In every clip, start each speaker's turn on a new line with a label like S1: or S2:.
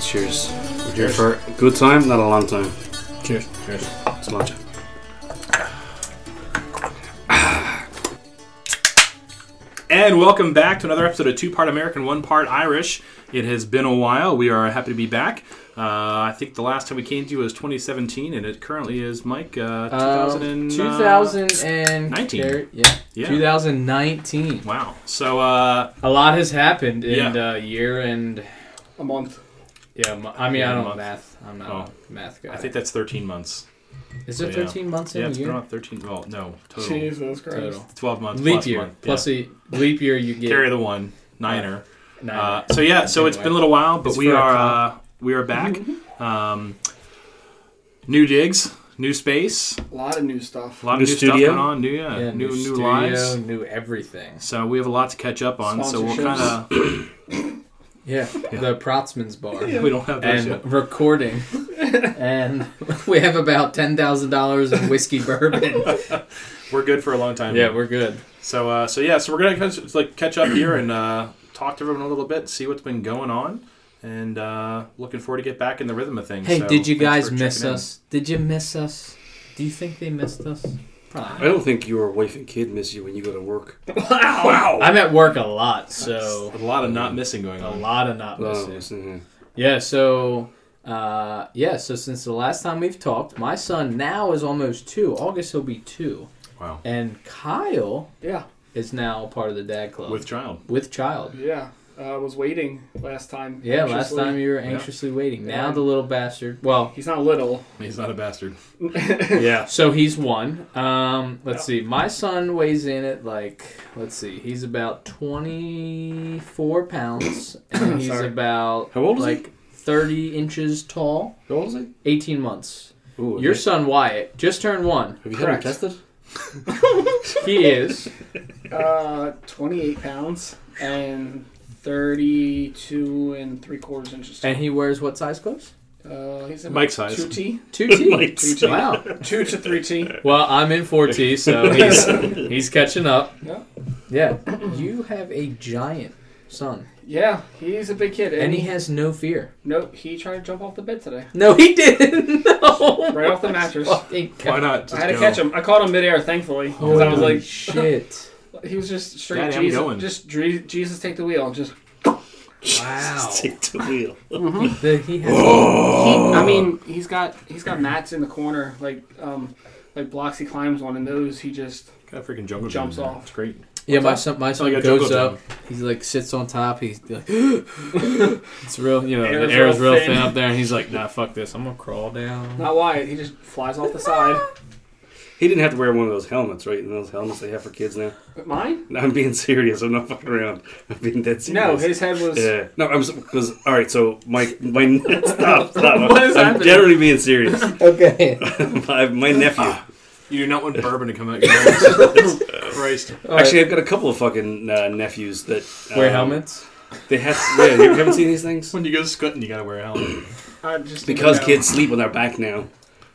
S1: cheers. We're here for a good time, not a long time.
S2: Cheers.
S1: Cheers. It's matcha.
S2: And welcome back to another episode of Two Part American, One Part Irish. It has been a while. We are happy to be back. Uh, I think the last time we came to you was 2017, and it currently is, Mike, uh, 2000.
S3: Um,
S2: and, uh,
S3: 2019.
S2: nineteen.
S3: Yeah.
S2: Yeah.
S3: 2019.
S2: wow. So, uh,
S3: A lot has happened in
S2: Yeah.
S3: a year and
S4: a month.
S3: yeah. mo- I mean,
S2: Yeah,
S3: I don't
S2: month.
S3: math. I'm not
S2: Oh.
S3: a math guy.
S2: I think that's 13 months.
S3: Is it
S2: yeah.
S3: 13 months
S2: yeah,
S3: in a
S2: it's been
S3: year?
S2: around 13. Well, no, total.
S4: Jesus Christ.
S3: Total.
S2: 12 months.
S3: Leap
S2: plus
S3: year
S2: month.
S3: plus a leap year. You
S2: yeah.
S3: get
S2: carry the one niner.
S3: nine.
S2: Uh, so yeah, so it's been a little while, but
S3: It's
S2: we
S3: for a Mm-hmm.
S2: are uh,
S3: clock.
S2: we are back. Um, new digs, new space,
S4: A lot of new stuff.
S2: a lot
S1: New
S2: of new
S1: studio.
S2: stuff going on. New yeah,
S3: Yeah,
S2: new new,
S3: studio,
S2: lives.
S3: new everything.
S2: So we have a lot to catch up on. So we'll kind
S4: Sponsorships.
S2: of
S3: Yeah, the Protzman's bar
S2: we don't have those yet.
S3: and recording, and we have about ten thousand dollars in whiskey bourbon.
S2: We're good for a long time.
S3: yeah, we're good.
S2: So uh, so yeah, so we're gonna catch, like catch up here and uh, talk to everyone a little bit, see what's been going on, and uh, looking forward to get back in the rhythm of things.
S3: Hey,
S2: So
S3: did you
S2: thanks
S3: guys
S2: for
S3: miss
S2: checking in.
S3: us? Did you miss us? Do you think they missed us?
S1: I don't think your wife and kid miss you when you go to work.
S2: Wow,
S3: I'm at work a lot, so
S2: a lot of not missing going
S3: a
S2: on.
S3: lot of not
S1: Oh,
S3: missing.
S1: listen,
S3: Yeah, so uh, yeah, so since the last time we've talked, my son now is almost two. August he'll be two,
S2: Wow,
S3: and Kyle
S4: Yeah,
S3: is now part of the dad club
S2: with child.
S3: with child.
S4: yeah. Uh, I was waiting last time.
S3: Yeah, last
S4: anxiously.
S3: time you were anxiously waiting. Now the little bastard. Well,
S4: He's not little.
S2: He's not a bastard.
S3: yeah. So he's one. Um, let's see. My son weighs in at like let's see. He's about twenty four pounds, and he's
S4: Sorry.
S3: about
S1: How old is he?
S3: like thirty inches tall.
S1: How old is he?
S3: Eighteen months.
S1: Ooh,
S3: Your son Wyatt just turned one.
S1: have you had him
S4: Correct.
S1: tested?
S3: He is.
S4: Uh, 28 pounds and 32 and three quarters inches.
S3: And he wears what size clothes?
S4: Uh, he's about
S2: Mike size.
S4: Two T,
S3: Two T.
S1: Mike
S4: size.
S3: wow.
S4: two to three T.
S3: Well, I'm in four T, so he's he's catching up.
S4: Yeah.
S3: Yeah. You have a giant son,
S4: Yeah, he's a big kid.
S3: and he has no fear.
S4: nope. He tried to jump off the bed today,
S3: No, he didn't. No.
S4: right off the mattress.
S3: Fucking
S2: Why
S3: God.
S2: not?
S4: I
S2: Just
S4: had to
S2: go.
S4: catch him. I caught him midair, thankfully, because
S3: Holy
S4: I was like,
S3: shit!
S4: he was just straight
S2: Daddy, I'm
S4: Jesus.
S2: going.
S4: Just dre- Jesus, take the wheel. Just
S3: Wow.
S1: Take the wheel.
S3: The- he has,
S4: He, I mean, he's got he's got mats in the corner, like um, like blocks he climbs on, and those he just
S2: Got a freaking jungle
S4: Jumps
S2: gym in there.
S4: off.
S2: It's great.
S3: yeah, my
S4: up?
S3: son, my son
S2: like a
S3: goes
S2: jungle
S3: up. He's like sits on top. He's like, it's real. You know,
S4: Air's
S3: the air is
S4: real
S3: real thin.
S4: thin.
S3: up there, and he's like, Nah, fuck this. I'm gonna crawl down.
S4: not wide. He just flies off the side.
S1: He didn't have to wear one of those helmets, right? And those helmets they have for kids now.
S4: Mine?
S1: No, I'm being serious. I'm not fucking around. I'm being dead serious.
S4: No, his head was.
S1: Yeah. No, I'm because all right. So my my stop stop.
S4: What is
S1: I'm
S4: happening?
S1: generally being serious.
S3: Okay.
S1: my, my nephew.
S2: You do not want bourbon to come out. Your nose. Christ.
S1: Actually, I've got a couple of fucking uh, nephews that um,
S3: wear helmets.
S1: They have. Yeah, you haven't seen these things
S2: When you go scutting, you gotta wear a helmet.
S4: I just
S1: because
S4: no.
S1: kids sleep on their back now.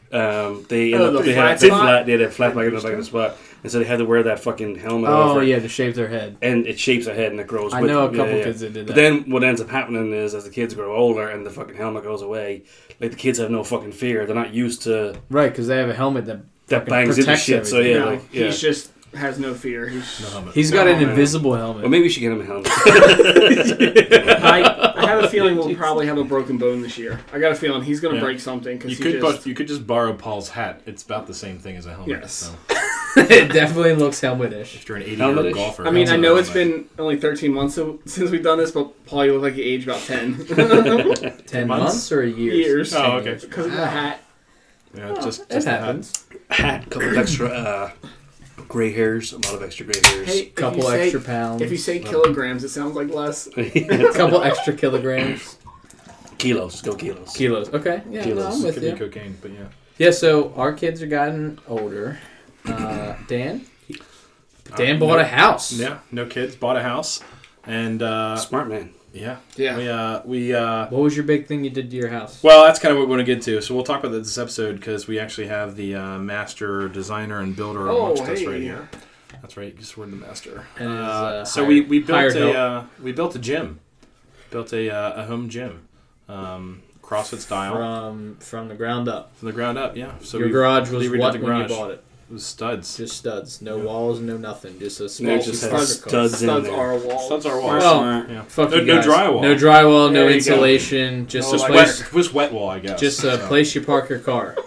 S1: Um, they end
S4: Oh,
S1: up,
S4: the
S1: they
S4: flat
S1: have they
S4: spot?
S1: flat they had a flat back in the back of the spot, and so they had to wear that fucking helmet.
S3: Oh
S1: over it.
S3: yeah, to shave their head.
S1: and it shapes their head and it grows.
S3: I
S1: with
S3: know a
S1: them.
S3: couple
S1: Yeah, yeah.
S3: kids that did that.
S1: But then what ends up happening is as the kids grow older and the fucking helmet goes away, like the kids have no fucking fear. They're not used to
S3: right, because they have a helmet that
S1: that
S3: Fucking
S1: bangs into
S3: protects
S1: shit. So yeah,
S4: No,
S1: like, yeah.
S4: he's just has no fear. He's,
S2: No helmet.
S3: he's got an
S1: man.
S3: invisible helmet.
S1: Well, maybe we should get him a helmet.
S4: I, I have a feeling we'll probably have a broken bone this year. I got a feeling he's gonna
S2: Yeah.
S4: break something because
S2: You
S4: he
S2: could
S4: just.
S2: bu- you could just borrow Paul's hat. It's about the same thing as a helmet.
S4: Yes.
S2: So
S3: it definitely looks helmetish.
S2: if you're an 80 year old
S1: Helmet-ish.
S2: golfer,
S4: I mean,
S2: that's
S4: I
S2: a
S4: know it's
S2: helmet.
S4: been only 13 months so- since we've done this, but Paul, you look like you aged about 10
S3: Ten
S2: months?
S3: months, or a year?
S4: years.
S2: Oh, okay.
S4: Because of the hat.
S2: Yeah, it's just,
S3: It
S2: just a hat.
S3: Oh, happens.
S1: Hat, couple of extra uh, gray hairs, a lot of extra gray hairs.
S4: Hey, if
S3: Couple
S4: you say-
S3: extra pounds.
S4: If you say kilograms, it sounds like less.
S3: couple extra kilograms.
S1: kilos, go kilos.
S3: Kilos. Okay. Yeah, no,
S1: Kilos.
S3: I'm with
S2: Could
S3: you.
S2: be cocaine, but yeah.
S3: Yeah, so our kids are gotten older. Uh, Dan? Dan
S2: Uh,
S3: bought
S2: no-
S3: a house.
S2: Yeah, no kids, bought a house, and uh,
S1: Smart man.
S2: yeah,
S4: Yeah.
S2: we uh, we uh,
S3: What was your big thing you did to your house?
S2: well, that's kind of what we want to get to. So we'll talk about that this episode because we actually have the uh, master designer and builder
S4: Oh,
S2: amongst us
S4: hey.
S2: right here. That's right, because we're the master.
S3: And his,
S2: Uh,
S3: uh,
S2: so we,
S3: hired-
S2: we built
S3: hired
S2: a
S3: help.
S2: uh, we built a gym, built a uh, a home gym. um, CrossFit style
S3: from from the ground up.
S2: from the ground up. Yeah. So
S3: Your
S2: we
S3: garage was
S2: redid
S3: what
S2: the
S3: when you
S2: garage.
S3: bought it?
S2: it was studs.
S3: Just studs, no walls, no nothing. Just a small
S1: It just
S3: piece of
S1: has
S3: carpet
S1: studs in
S4: Studs
S1: there.
S4: are walls.
S2: Studs are walls.
S3: Well,
S1: Smart.
S2: yeah.
S3: Fuck
S2: No-
S3: you
S2: no
S3: guys.
S2: drywall.
S3: No drywall, no
S4: There you go.
S3: insulation. Just a
S4: No light.
S3: place,
S2: Oh, Wet, was wet wall, I guess.
S3: just a
S2: So.
S3: place you park your car.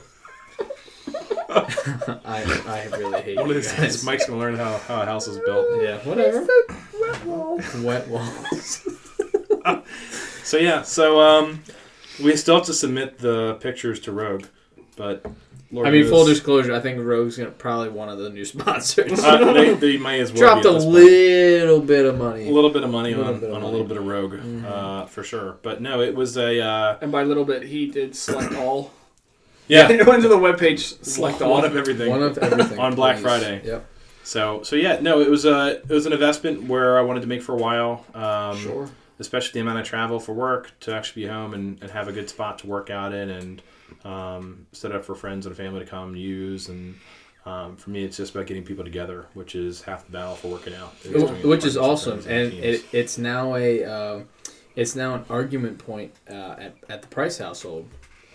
S3: I, I really hate
S2: One
S3: you
S2: of these days,
S3: guys.
S2: Mike's gonna learn how, how a house is built.
S3: Yeah, whatever. Wet walls.
S2: So yeah, so um, we still have to submit the pictures to Rogue, but Lord
S3: I mean,
S2: knows-
S3: full disclosure, I think Rogue's gonna probably one of the new sponsors.
S2: Uh, they, they may as well
S3: Dropped
S2: be
S3: a
S2: at this point.
S3: little bit of
S2: a
S3: money.
S2: little bit of money
S3: Little
S2: on,
S3: bit of
S2: on a
S3: money. Mm-hmm.
S2: little bit of Rogue uh, for sure. But no, it was a uh,
S4: And by little bit, he did select all.
S2: yeah,
S4: it went to the webpage, select
S2: select
S4: all.
S2: one of everything.
S3: One of everything
S2: On Black
S3: please.
S2: Friday.
S3: Yep.
S2: so so yeah, no, it was a it was an investment where I wanted to make for a while. Um,
S4: Sure.
S2: especially the amount of travel for work to actually be home and, and have a good spot to work out in and um, set up for friends and family to come and use and um, for me it's just about getting people together which is half the battle for working out
S3: Wh- which is awesome, and it, it's now a um, it's now an argument point uh, at, at the Price household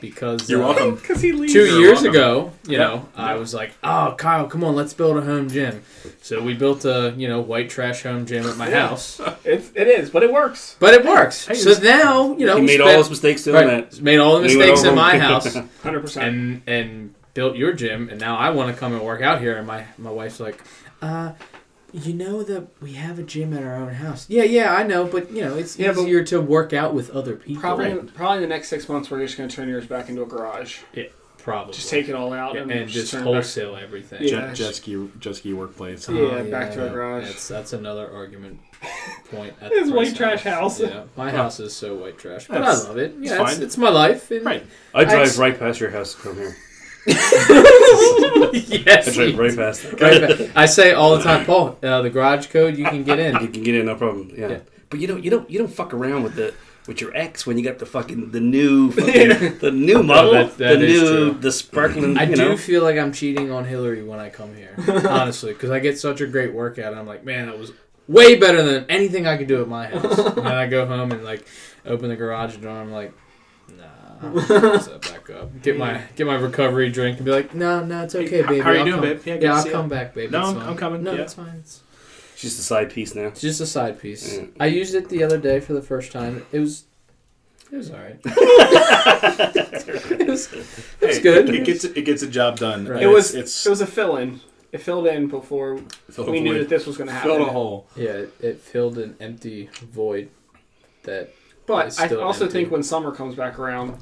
S3: because
S2: You're
S3: uh,
S2: welcome.
S4: Because he leaves.
S3: Two
S2: You're
S3: years
S2: welcome.
S3: ago, you
S2: Yeah,
S3: know, I
S2: yeah.
S3: was like, "Oh, Kyle, come on, let's build a home gym." So we built a you know white trash home gym at my house,
S4: It's, it is, but it works.
S3: but it works. so
S2: it's-
S3: now you know
S1: he
S3: we
S1: made all
S3: spent-
S1: his mistakes doing
S3: right, made all the
S1: And he went
S3: mistakes in
S1: over.
S3: my house,
S4: 100%.
S3: and and built your gym, and now I want to come and work out here. And my my wife's like, uh, you know that we have a gym at our own house. Yeah, yeah, I know, but you know it's
S4: Yeah, but-
S3: easier to work out with other people.
S4: probably, probably in the next six months, we're just going to turn yours back into a garage.
S3: Yeah, probably.
S4: Just take it all out
S3: and,
S4: and,
S3: just
S4: turn it
S3: wholesale everything. Oh,
S4: Yeah.
S2: jet, jet ski jet ski workplace
S4: Yeah. back to our garage.
S3: That's that's another argument point. At
S4: His
S3: the
S4: white
S3: first
S4: trash house.
S3: Yeah, my
S2: Well,
S3: house is so white trash, but I
S2: that's-
S3: love it.
S2: it's
S3: Yeah, it's,
S2: fine.
S3: it's my life. and-
S2: right
S1: I drive
S3: Ex-
S1: right past your house to come here. I
S3: yes.
S1: drive right past. it.
S3: Right back. I say all the time, Paul. Uh, the garage code you can get in.
S1: You can get in, no problem. Yeah.
S3: Yeah.
S1: But you don't, you don't, you don't fuck around with the with your ex when you got the fucking the new fucking, the new model,
S3: Oh, that- that
S1: the
S3: is
S1: new
S3: true.
S1: the sparkling.
S3: I
S1: you
S3: do
S1: know.
S3: feel like I'm cheating on Hillary when I come here, honestly, because I get such a great workout. I'm like, man, that was way better than anything I could do at my house. and then I go home and like open the garage door. I'm like, nah, I'm gonna fix that back up. Get my get my recovery drink and be like, no, no, it's
S2: Hey,
S3: okay,
S2: how-
S3: baby.
S2: how are you
S3: I'll
S2: doing,
S3: come.
S2: babe? Yeah,
S3: Yeah,
S2: good to
S3: I'll
S2: see you."
S3: come back, baby.
S2: No,
S3: it's
S2: I'm-
S3: fine.
S2: I'm coming,
S3: No,
S2: yeah.
S3: it's fine. It's
S1: She's the side piece now.
S3: it's just a side piece.
S2: Mm.
S1: Yeah.
S3: I used it the other day for the first time. It was, it was alright. it was, it was
S2: Hey,
S3: good.
S2: it gets it gets a job done
S3: Right.
S2: And
S4: It was
S2: it's,
S4: it was a fill in. It filled in before
S2: filled
S4: we
S2: a
S4: knew
S2: void.
S4: that this was going to happen.
S2: filled a hole
S3: Yeah, it, it filled an empty void. That
S4: But
S3: It's
S4: I
S3: still
S4: also
S3: empty.
S4: think when summer comes back around,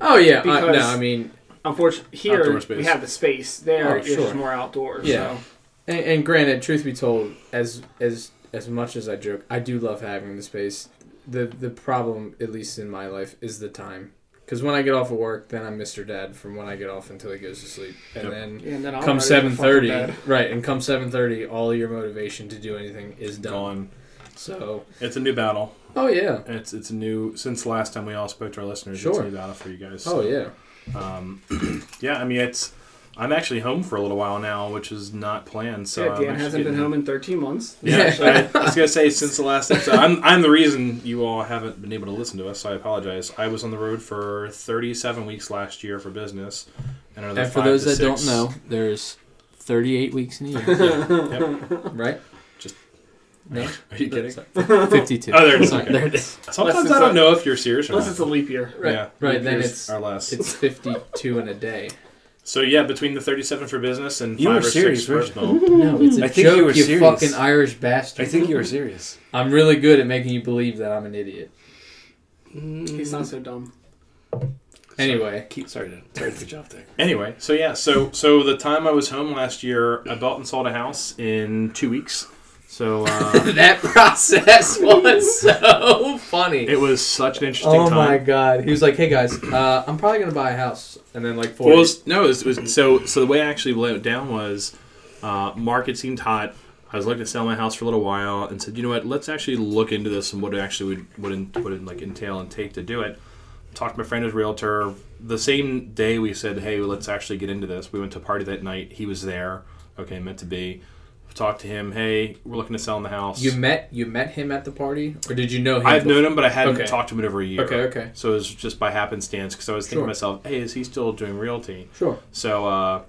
S3: oh yeah, I, no,
S4: Because-
S3: I mean,
S4: unfortunately, here
S2: Outdoor space.
S4: we have the space. There,
S3: Oh,
S4: it's
S3: sure.
S4: more outdoors.
S3: Yeah.
S4: So.
S3: and, and granted, truth be told, as as as much as I joke, I do love having the space. the The problem, at least in my life, is the time. Because when I get off of work, then I'm Mr. Dad from when I get off until he goes to sleep, and
S2: Yep.
S3: then
S4: Yeah, and then I'm
S3: come
S4: ready to fucking
S3: seven thirty,
S4: bed.
S3: right? And come seven thirty, all your motivation to do anything is done.
S2: gone.
S3: So,
S2: It's a new battle.
S3: oh yeah,
S2: It's it's a new since last time we all spoke to our listeners. It's
S3: Sure.
S2: a new battle for you guys.
S3: oh yeah,
S2: Um, yeah, I mean it's. I'm actually home for a little while now, which is not planned. So um,
S4: yeah,
S2: I'm
S4: Dan
S2: actually
S4: hasn't been
S2: getting-
S4: home in 13 months.
S2: Yeah,
S3: Yeah.
S2: I, I was gonna say since the last episode, I'm I'm the reason you all haven't been able to listen to us. So I apologize. I was on the road for 37 weeks last year for business, and, another
S3: and for
S2: five
S3: those
S2: to
S3: that do don't
S2: six-
S3: know, there's 38 weeks in a year,
S2: Yeah, yep.
S3: right?
S2: Just-
S3: no,
S2: are you kidding?
S3: Sorry. 52.
S2: Oh, there it is,
S3: Sorry,
S2: okay.
S3: There it is.
S4: Unless
S2: Sometimes
S4: it's
S2: I don't
S4: a-
S2: know if you're serious or
S4: Unless
S2: not.
S4: it's a leap year.
S3: Right,
S2: Yeah.
S3: right. Then
S2: Years
S3: it's
S2: or less.
S3: it's 52 in a day.
S2: So yeah, between the 37 for business and
S1: You
S2: five
S1: were
S2: or
S1: serious,
S2: six for
S1: weren't
S2: personal.
S3: No, it's a
S1: I think
S3: joke.
S1: you
S3: You,
S1: were serious.
S3: fucking Irish bastard.
S1: I think you were serious.
S3: I'm really good at making you believe that I'm an idiot.
S4: He's not so dumb.
S3: Anyway,
S1: Keep sorry, Dan. Sorry to job there.
S2: Anyway, so yeah, so so the time I was home last year, I bought and sold a house in two weeks. So uh,
S3: that process was so funny.
S2: it was such an interesting
S3: Oh
S2: time.
S3: my god. He was like, "Hey guys, uh, I'm probably gonna buy a house," and then like four.
S2: Well, it was- no, it was, it was- so so the way I actually let it down was, uh, market seemed hot. I was looking to sell my house for a little while, and said, you know what, let's actually look into this and what it actually would would, in, would in, like entail and take to do it. Talked to my friend who's a realtor. The same day we said, hey, let's actually get into this. We went to a party that night. He was there. Okay, meant to be. talked to him. Hey, we're looking to sell in the house.
S3: You met you met him at the party, or did you know him?
S2: I've known
S3: before?
S2: him, but I hadn't
S3: Okay.
S2: talked to him in over a year.
S3: Okay, okay,
S2: So it was just by happenstance because I was thinking
S3: Sure.
S2: to myself, hey, is he still doing realty?
S3: sure.
S2: So uh,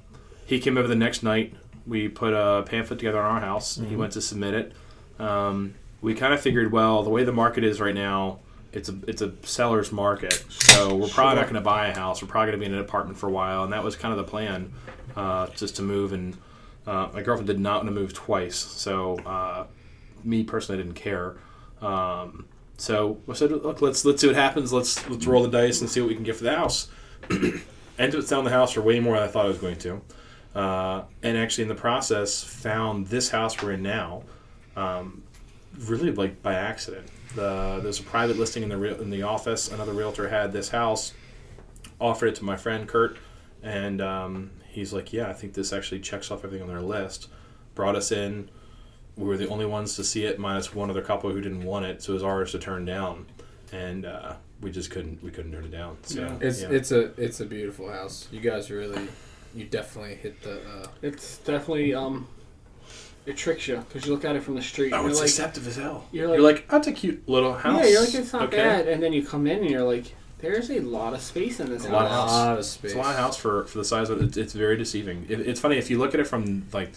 S2: he came over the next night. We put a pamphlet together in our house. He went to submit it. Um, we kind of figured, well, the way the market is right now, it's a it's a seller's market. So we're probably not going to buy a house. We're probably going to be in an apartment for a while, and that was kind of the plan, uh, just to move. And uh, my girlfriend did not want to move twice, so uh, me personally didn't care. Um, so I said, look, let's let's see what happens. Let's let's roll the dice and see what we can get for the house. Ended up selling the house for way more than I thought I was going to, uh, and actually in the process found this house we're in now, um, really like by accident. The, there's a private listing in the real, in the office. Another realtor had this house, offered it to my friend Kurt, and um, he's like, yeah, I think this actually checks off everything on their list. Brought us in, we were the only ones to see it, minus one other couple who didn't want it, so it was ours to turn down, and uh, we just couldn't we couldn't turn it down. So
S4: Yeah.
S3: It's
S2: yeah.
S3: it's a it's a beautiful house. You guys really, you definitely hit the. Uh,
S4: It's definitely um, it tricks you because you look at it from the street.
S2: oh,
S4: and
S2: it's
S4: you're like,
S2: deceptive as hell.
S4: you're
S2: You're
S4: like-
S2: like, that's a cute little house.
S4: yeah, you're like it's not
S2: okay?
S4: bad, and then you come in and you're like, there's a lot of space in this
S2: A lot of house.
S4: house.
S3: lot of space.
S2: It's a lot of house for for the size of it. It's, it's very deceiving. It, it's funny if you look at it from like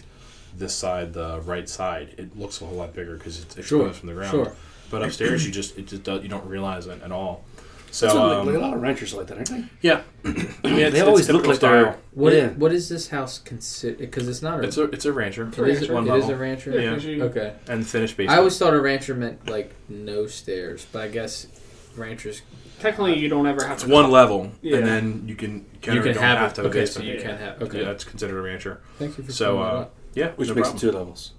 S2: this side, the right side, it looks a whole lot bigger because it's exposed
S3: Sure,
S2: from the ground.
S3: sure.
S2: But upstairs, you just it just does, you don't realize it at all. So
S1: That's what,
S2: um,
S1: like, a lot of ranchers are like that, aren't they?
S2: yeah, I mean, it's,
S1: They
S2: it's
S1: always look
S2: typical
S1: like
S2: style.
S1: they're.
S3: What
S1: yeah.
S3: what is this house considered? Because it's not a.
S2: It's a it's a rancher.
S3: it is,
S4: rancher.
S2: One
S3: it is
S2: level.
S3: a rancher.
S2: Yeah.
S4: Yeah, 'cause you-
S3: Okay.
S2: and finished
S3: I
S2: basement.
S3: always thought a rancher meant like no stairs, but I guess ranchers
S4: Technically, you don't ever have
S2: It's
S4: to.
S2: one level,
S4: Yeah.
S2: and then you can can
S3: you
S2: or
S3: can
S2: don't
S3: have,
S2: have
S3: it.
S2: to have a
S3: okay, so
S2: basement.
S3: you
S4: basement.
S3: can have. Okay.
S2: Yeah, that's considered a rancher.
S3: Thank you for
S2: So
S3: clearing
S2: uh,
S3: that
S2: yeah,
S1: Which
S2: no
S1: makes
S2: problem.
S1: it two levels.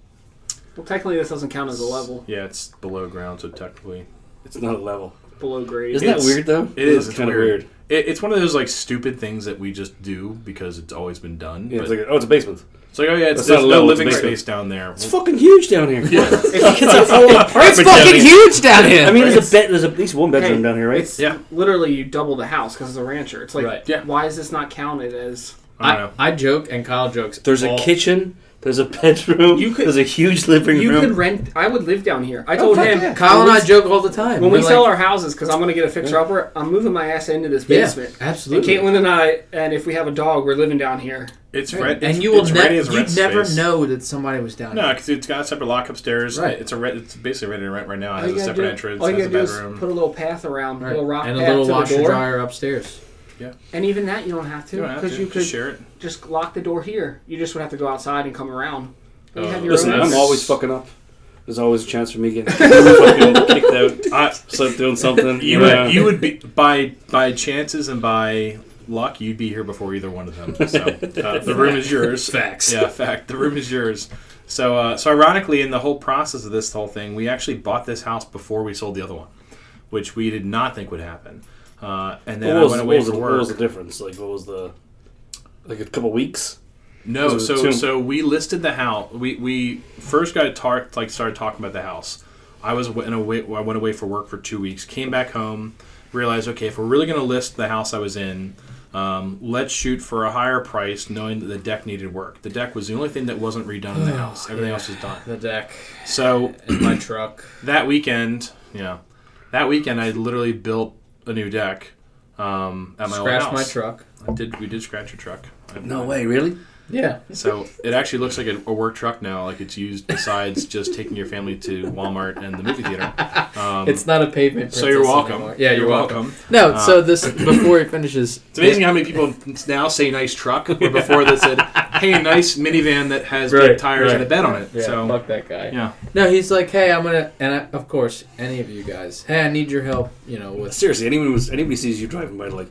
S4: Well, technically, this doesn't count as a level
S2: Yeah, it's below ground, so technically
S1: It's not a level.
S4: below grade.
S1: Isn't
S2: It's-
S1: that weird though?
S2: it is. It's
S1: kind of
S2: weird.
S1: weird.
S2: It, it's one of those like stupid things that we just do because it's always been done.
S1: Yeah,
S2: but
S1: it's like oh, it's a basement.
S2: it's like, oh yeah, it's,
S1: it's not
S2: there's
S1: a
S2: no
S1: level, it's a
S2: living
S1: basement.
S2: space down there.
S1: It's fucking huge down here.
S4: It's-
S1: a whole apartment. down here.
S3: huge down here.
S1: I mean, there's a bed. There's at least one bedroom
S4: Okay,
S1: down here, right?
S4: It's
S2: Yeah.
S4: literally you double the house because it's a rancher. It's like,
S3: Right.
S2: Yeah.
S4: why is this not counted as?
S2: I don't know.
S3: I, joke and Kyle jokes.
S1: There's a
S3: all-
S1: kitchen. There's a bedroom.
S4: You could-
S1: there's a huge living
S4: You
S1: room.
S4: could rent. I would live down here.
S3: Oh,
S4: I told
S1: fuck
S4: him.
S1: yeah.
S3: Kyle and I joke all the time.
S4: When we
S3: We're
S4: sell
S3: like,
S4: our houses, because I'm going to get a fixer upper, I'm moving my ass into this
S3: Yeah,
S4: basement.
S3: absolutely.
S4: And Caitlin and I, and if we have a dog, we're living down here.
S2: It's rent,
S3: and
S2: it's-
S3: you will
S2: it's
S3: never,
S2: ready as
S3: you
S2: rent
S3: never
S2: space.
S3: know that somebody was down
S2: No,
S3: here.
S2: because it's got a separate lock upstairs.
S3: Right.
S2: It's a re- it's basically ready to rent right now. It
S4: All
S2: has
S4: you
S2: a
S4: gotta
S2: separate
S4: do-
S2: entrance.
S4: All
S2: It
S4: you
S2: has
S4: gotta
S2: a
S4: do is
S2: bedroom.
S4: put a little path around,
S3: Right.
S4: a little rock
S3: and a
S4: path
S3: little
S4: to
S3: washer
S4: the door.
S3: dryer upstairs.
S4: And even that, you don't have to
S2: You don't have
S4: because
S2: to,
S4: you
S2: just
S4: could
S2: share it.
S4: just lock the door here. You just would have to go outside and come around. And you
S2: Oh.
S4: have your
S1: Listen,
S4: own
S1: I'm
S4: entrance.
S1: always fucking up. There's always a chance for me getting fucking kicked out.
S2: I,
S1: So doing something.
S2: You
S1: yeah.
S2: would, you would be by by chances and by luck, you'd be here before either one of them. So uh, the room is yours.
S3: Facts.
S2: Yeah, fact. The room is yours. So uh, so ironically, in the whole process of this whole thing, we actually bought this house before we sold the other one, which we did not think would happen. Uh, and then
S1: what, was,
S2: I
S1: what
S2: went away
S1: was
S2: for
S1: the,
S2: work.
S1: what was the difference? Like, what was the like a couple weeks?
S2: No,
S1: Was it
S2: so
S1: two?
S2: so we listed the house. We we first got tar- like started talking about the house. I was w- in a wa- I went away for work for two weeks. Came back home, realized okay, if we're really going to list the house I was in, um, let's shoot for a higher price, knowing that the deck needed work. The deck was the only thing that wasn't redone in the house. Everything else was done.
S3: The deck
S2: So
S3: and my truck.
S2: that weekend, yeah, that weekend I literally built a new deck um, at my old
S3: Scratched
S2: house.
S3: my truck.
S2: I did we did scratch your truck? I-
S1: really?
S3: Yeah.
S2: so it actually looks like a, a work truck now. Like it's used besides just taking your family to Walmart and the movie theater. Um,
S3: It's not a pavement.
S2: so you're
S3: princess
S2: welcome.
S3: anymore. Yeah, you're, welcome. No,
S2: Uh,
S3: so this before it finishes.
S2: It's amazing how many people now say nice truck, where before they said, "Hey, nice minivan that has
S3: Right,
S2: big tires
S3: right.
S2: and a bed on it."
S3: Yeah,
S2: so
S3: fuck that guy.
S2: yeah,
S3: No, he's like, hey, I'm gonna, and I, of course, any of you guys, hey, I need your help. You know, with
S1: Seriously, anyone was anybody sees you driving by, like,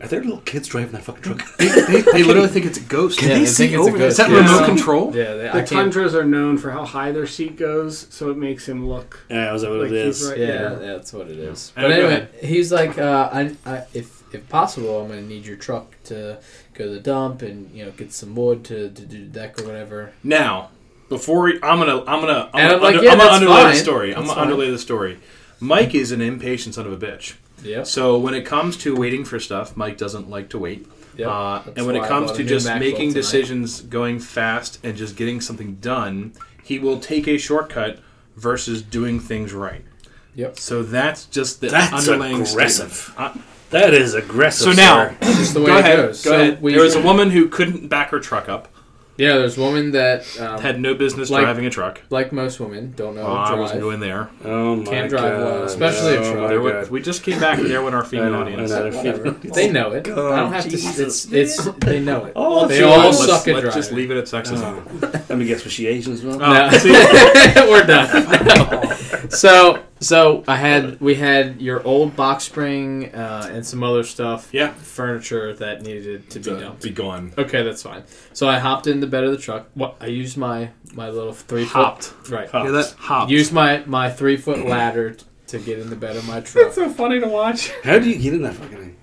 S1: are there little kids driving that fucking truck?
S2: they, they, they literally think it's a ghost.
S3: Yeah, they
S2: Is
S3: think it's a ghost.
S2: that
S1: Yeah.
S2: remote
S4: Yeah.
S2: control?
S3: yeah, they,
S4: The
S3: I can't.
S4: tundras are known for how high their seat goes, so it makes him look.
S1: yeah, is that what
S4: Like,
S1: it
S4: he's
S1: is?
S4: right.
S3: Yeah,
S4: Yeah.
S3: that's what it is.
S2: I
S3: But
S2: don't
S3: anyway, he's like, uh, I, I, if if possible, I'm gonna need your truck to go to the dump and you know get some wood to, to do the deck or whatever.
S2: Now, before I'm gonna, I'm gonna, I'm
S3: And
S2: gonna,
S3: I'm like,
S2: under,
S3: yeah,
S2: I'm gonna
S3: that's
S2: underlay the
S3: fine.
S2: story. I'm gonna
S3: That's fine.
S2: underlay the story. Mike is an impatient son of a bitch.
S3: Yep.
S2: So when it comes to waiting for stuff, Mike doesn't like to wait.
S3: Yep.
S2: Uh,
S3: That's
S2: and when it
S3: why I
S2: comes
S3: bought
S2: to
S3: a new
S2: just
S3: MacBook
S2: making
S3: tonight.
S2: decisions, going fast, and just getting something done, he will take a shortcut versus doing things right.
S3: Yep.
S2: So that's just the
S1: That's
S2: underlying
S1: aggressive.
S2: statement. Uh,
S1: That is aggressive.
S2: so now,
S1: sir.
S3: Just the way
S2: go
S3: it
S2: ahead. Go
S3: goes. So
S2: ahead.
S3: we-
S2: there was a woman who couldn't back her truck up.
S3: Yeah, there's a woman that, um,
S2: Had no business
S3: Like-
S2: driving a truck.
S3: like most women, don't know
S2: Oh,
S3: how
S2: I
S3: to
S2: wasn't
S3: drive.
S2: going there.
S1: oh my
S3: Can't drive
S1: god,
S3: well, especially
S1: oh
S3: a truck.
S1: my
S2: There we-
S1: God.
S2: we just came back. There went our
S1: I
S2: female
S1: know,
S2: audience.
S1: I know, they're
S3: Whatever.
S1: female.
S3: They know it.
S1: God,
S3: I don't
S2: Oh,
S3: have
S1: Jesus.
S3: to. It's, it's they know it.
S1: Oh,
S3: they
S1: she
S3: all
S1: was-
S2: let's
S3: suck at
S2: let's
S3: driving.
S2: just leave it at sexism.
S1: Oh. Let me guess, was she Asian as well?
S2: Oh,
S3: No.
S2: see?
S3: We're done. No. So, so I had we had your old box spring uh, and some other stuff,
S2: Yeah.
S3: furniture that needed to be dumped.
S2: Be gone.
S3: Okay, that's fine. So I hopped in the bed of the truck. What I used my my little three
S2: Hopped.
S3: foot right.
S2: Hear that? Hopped.
S3: Used my my three foot ladder t- to get in the bed of my truck.
S4: It's so funny to watch.
S1: How do you get in that fucking thing?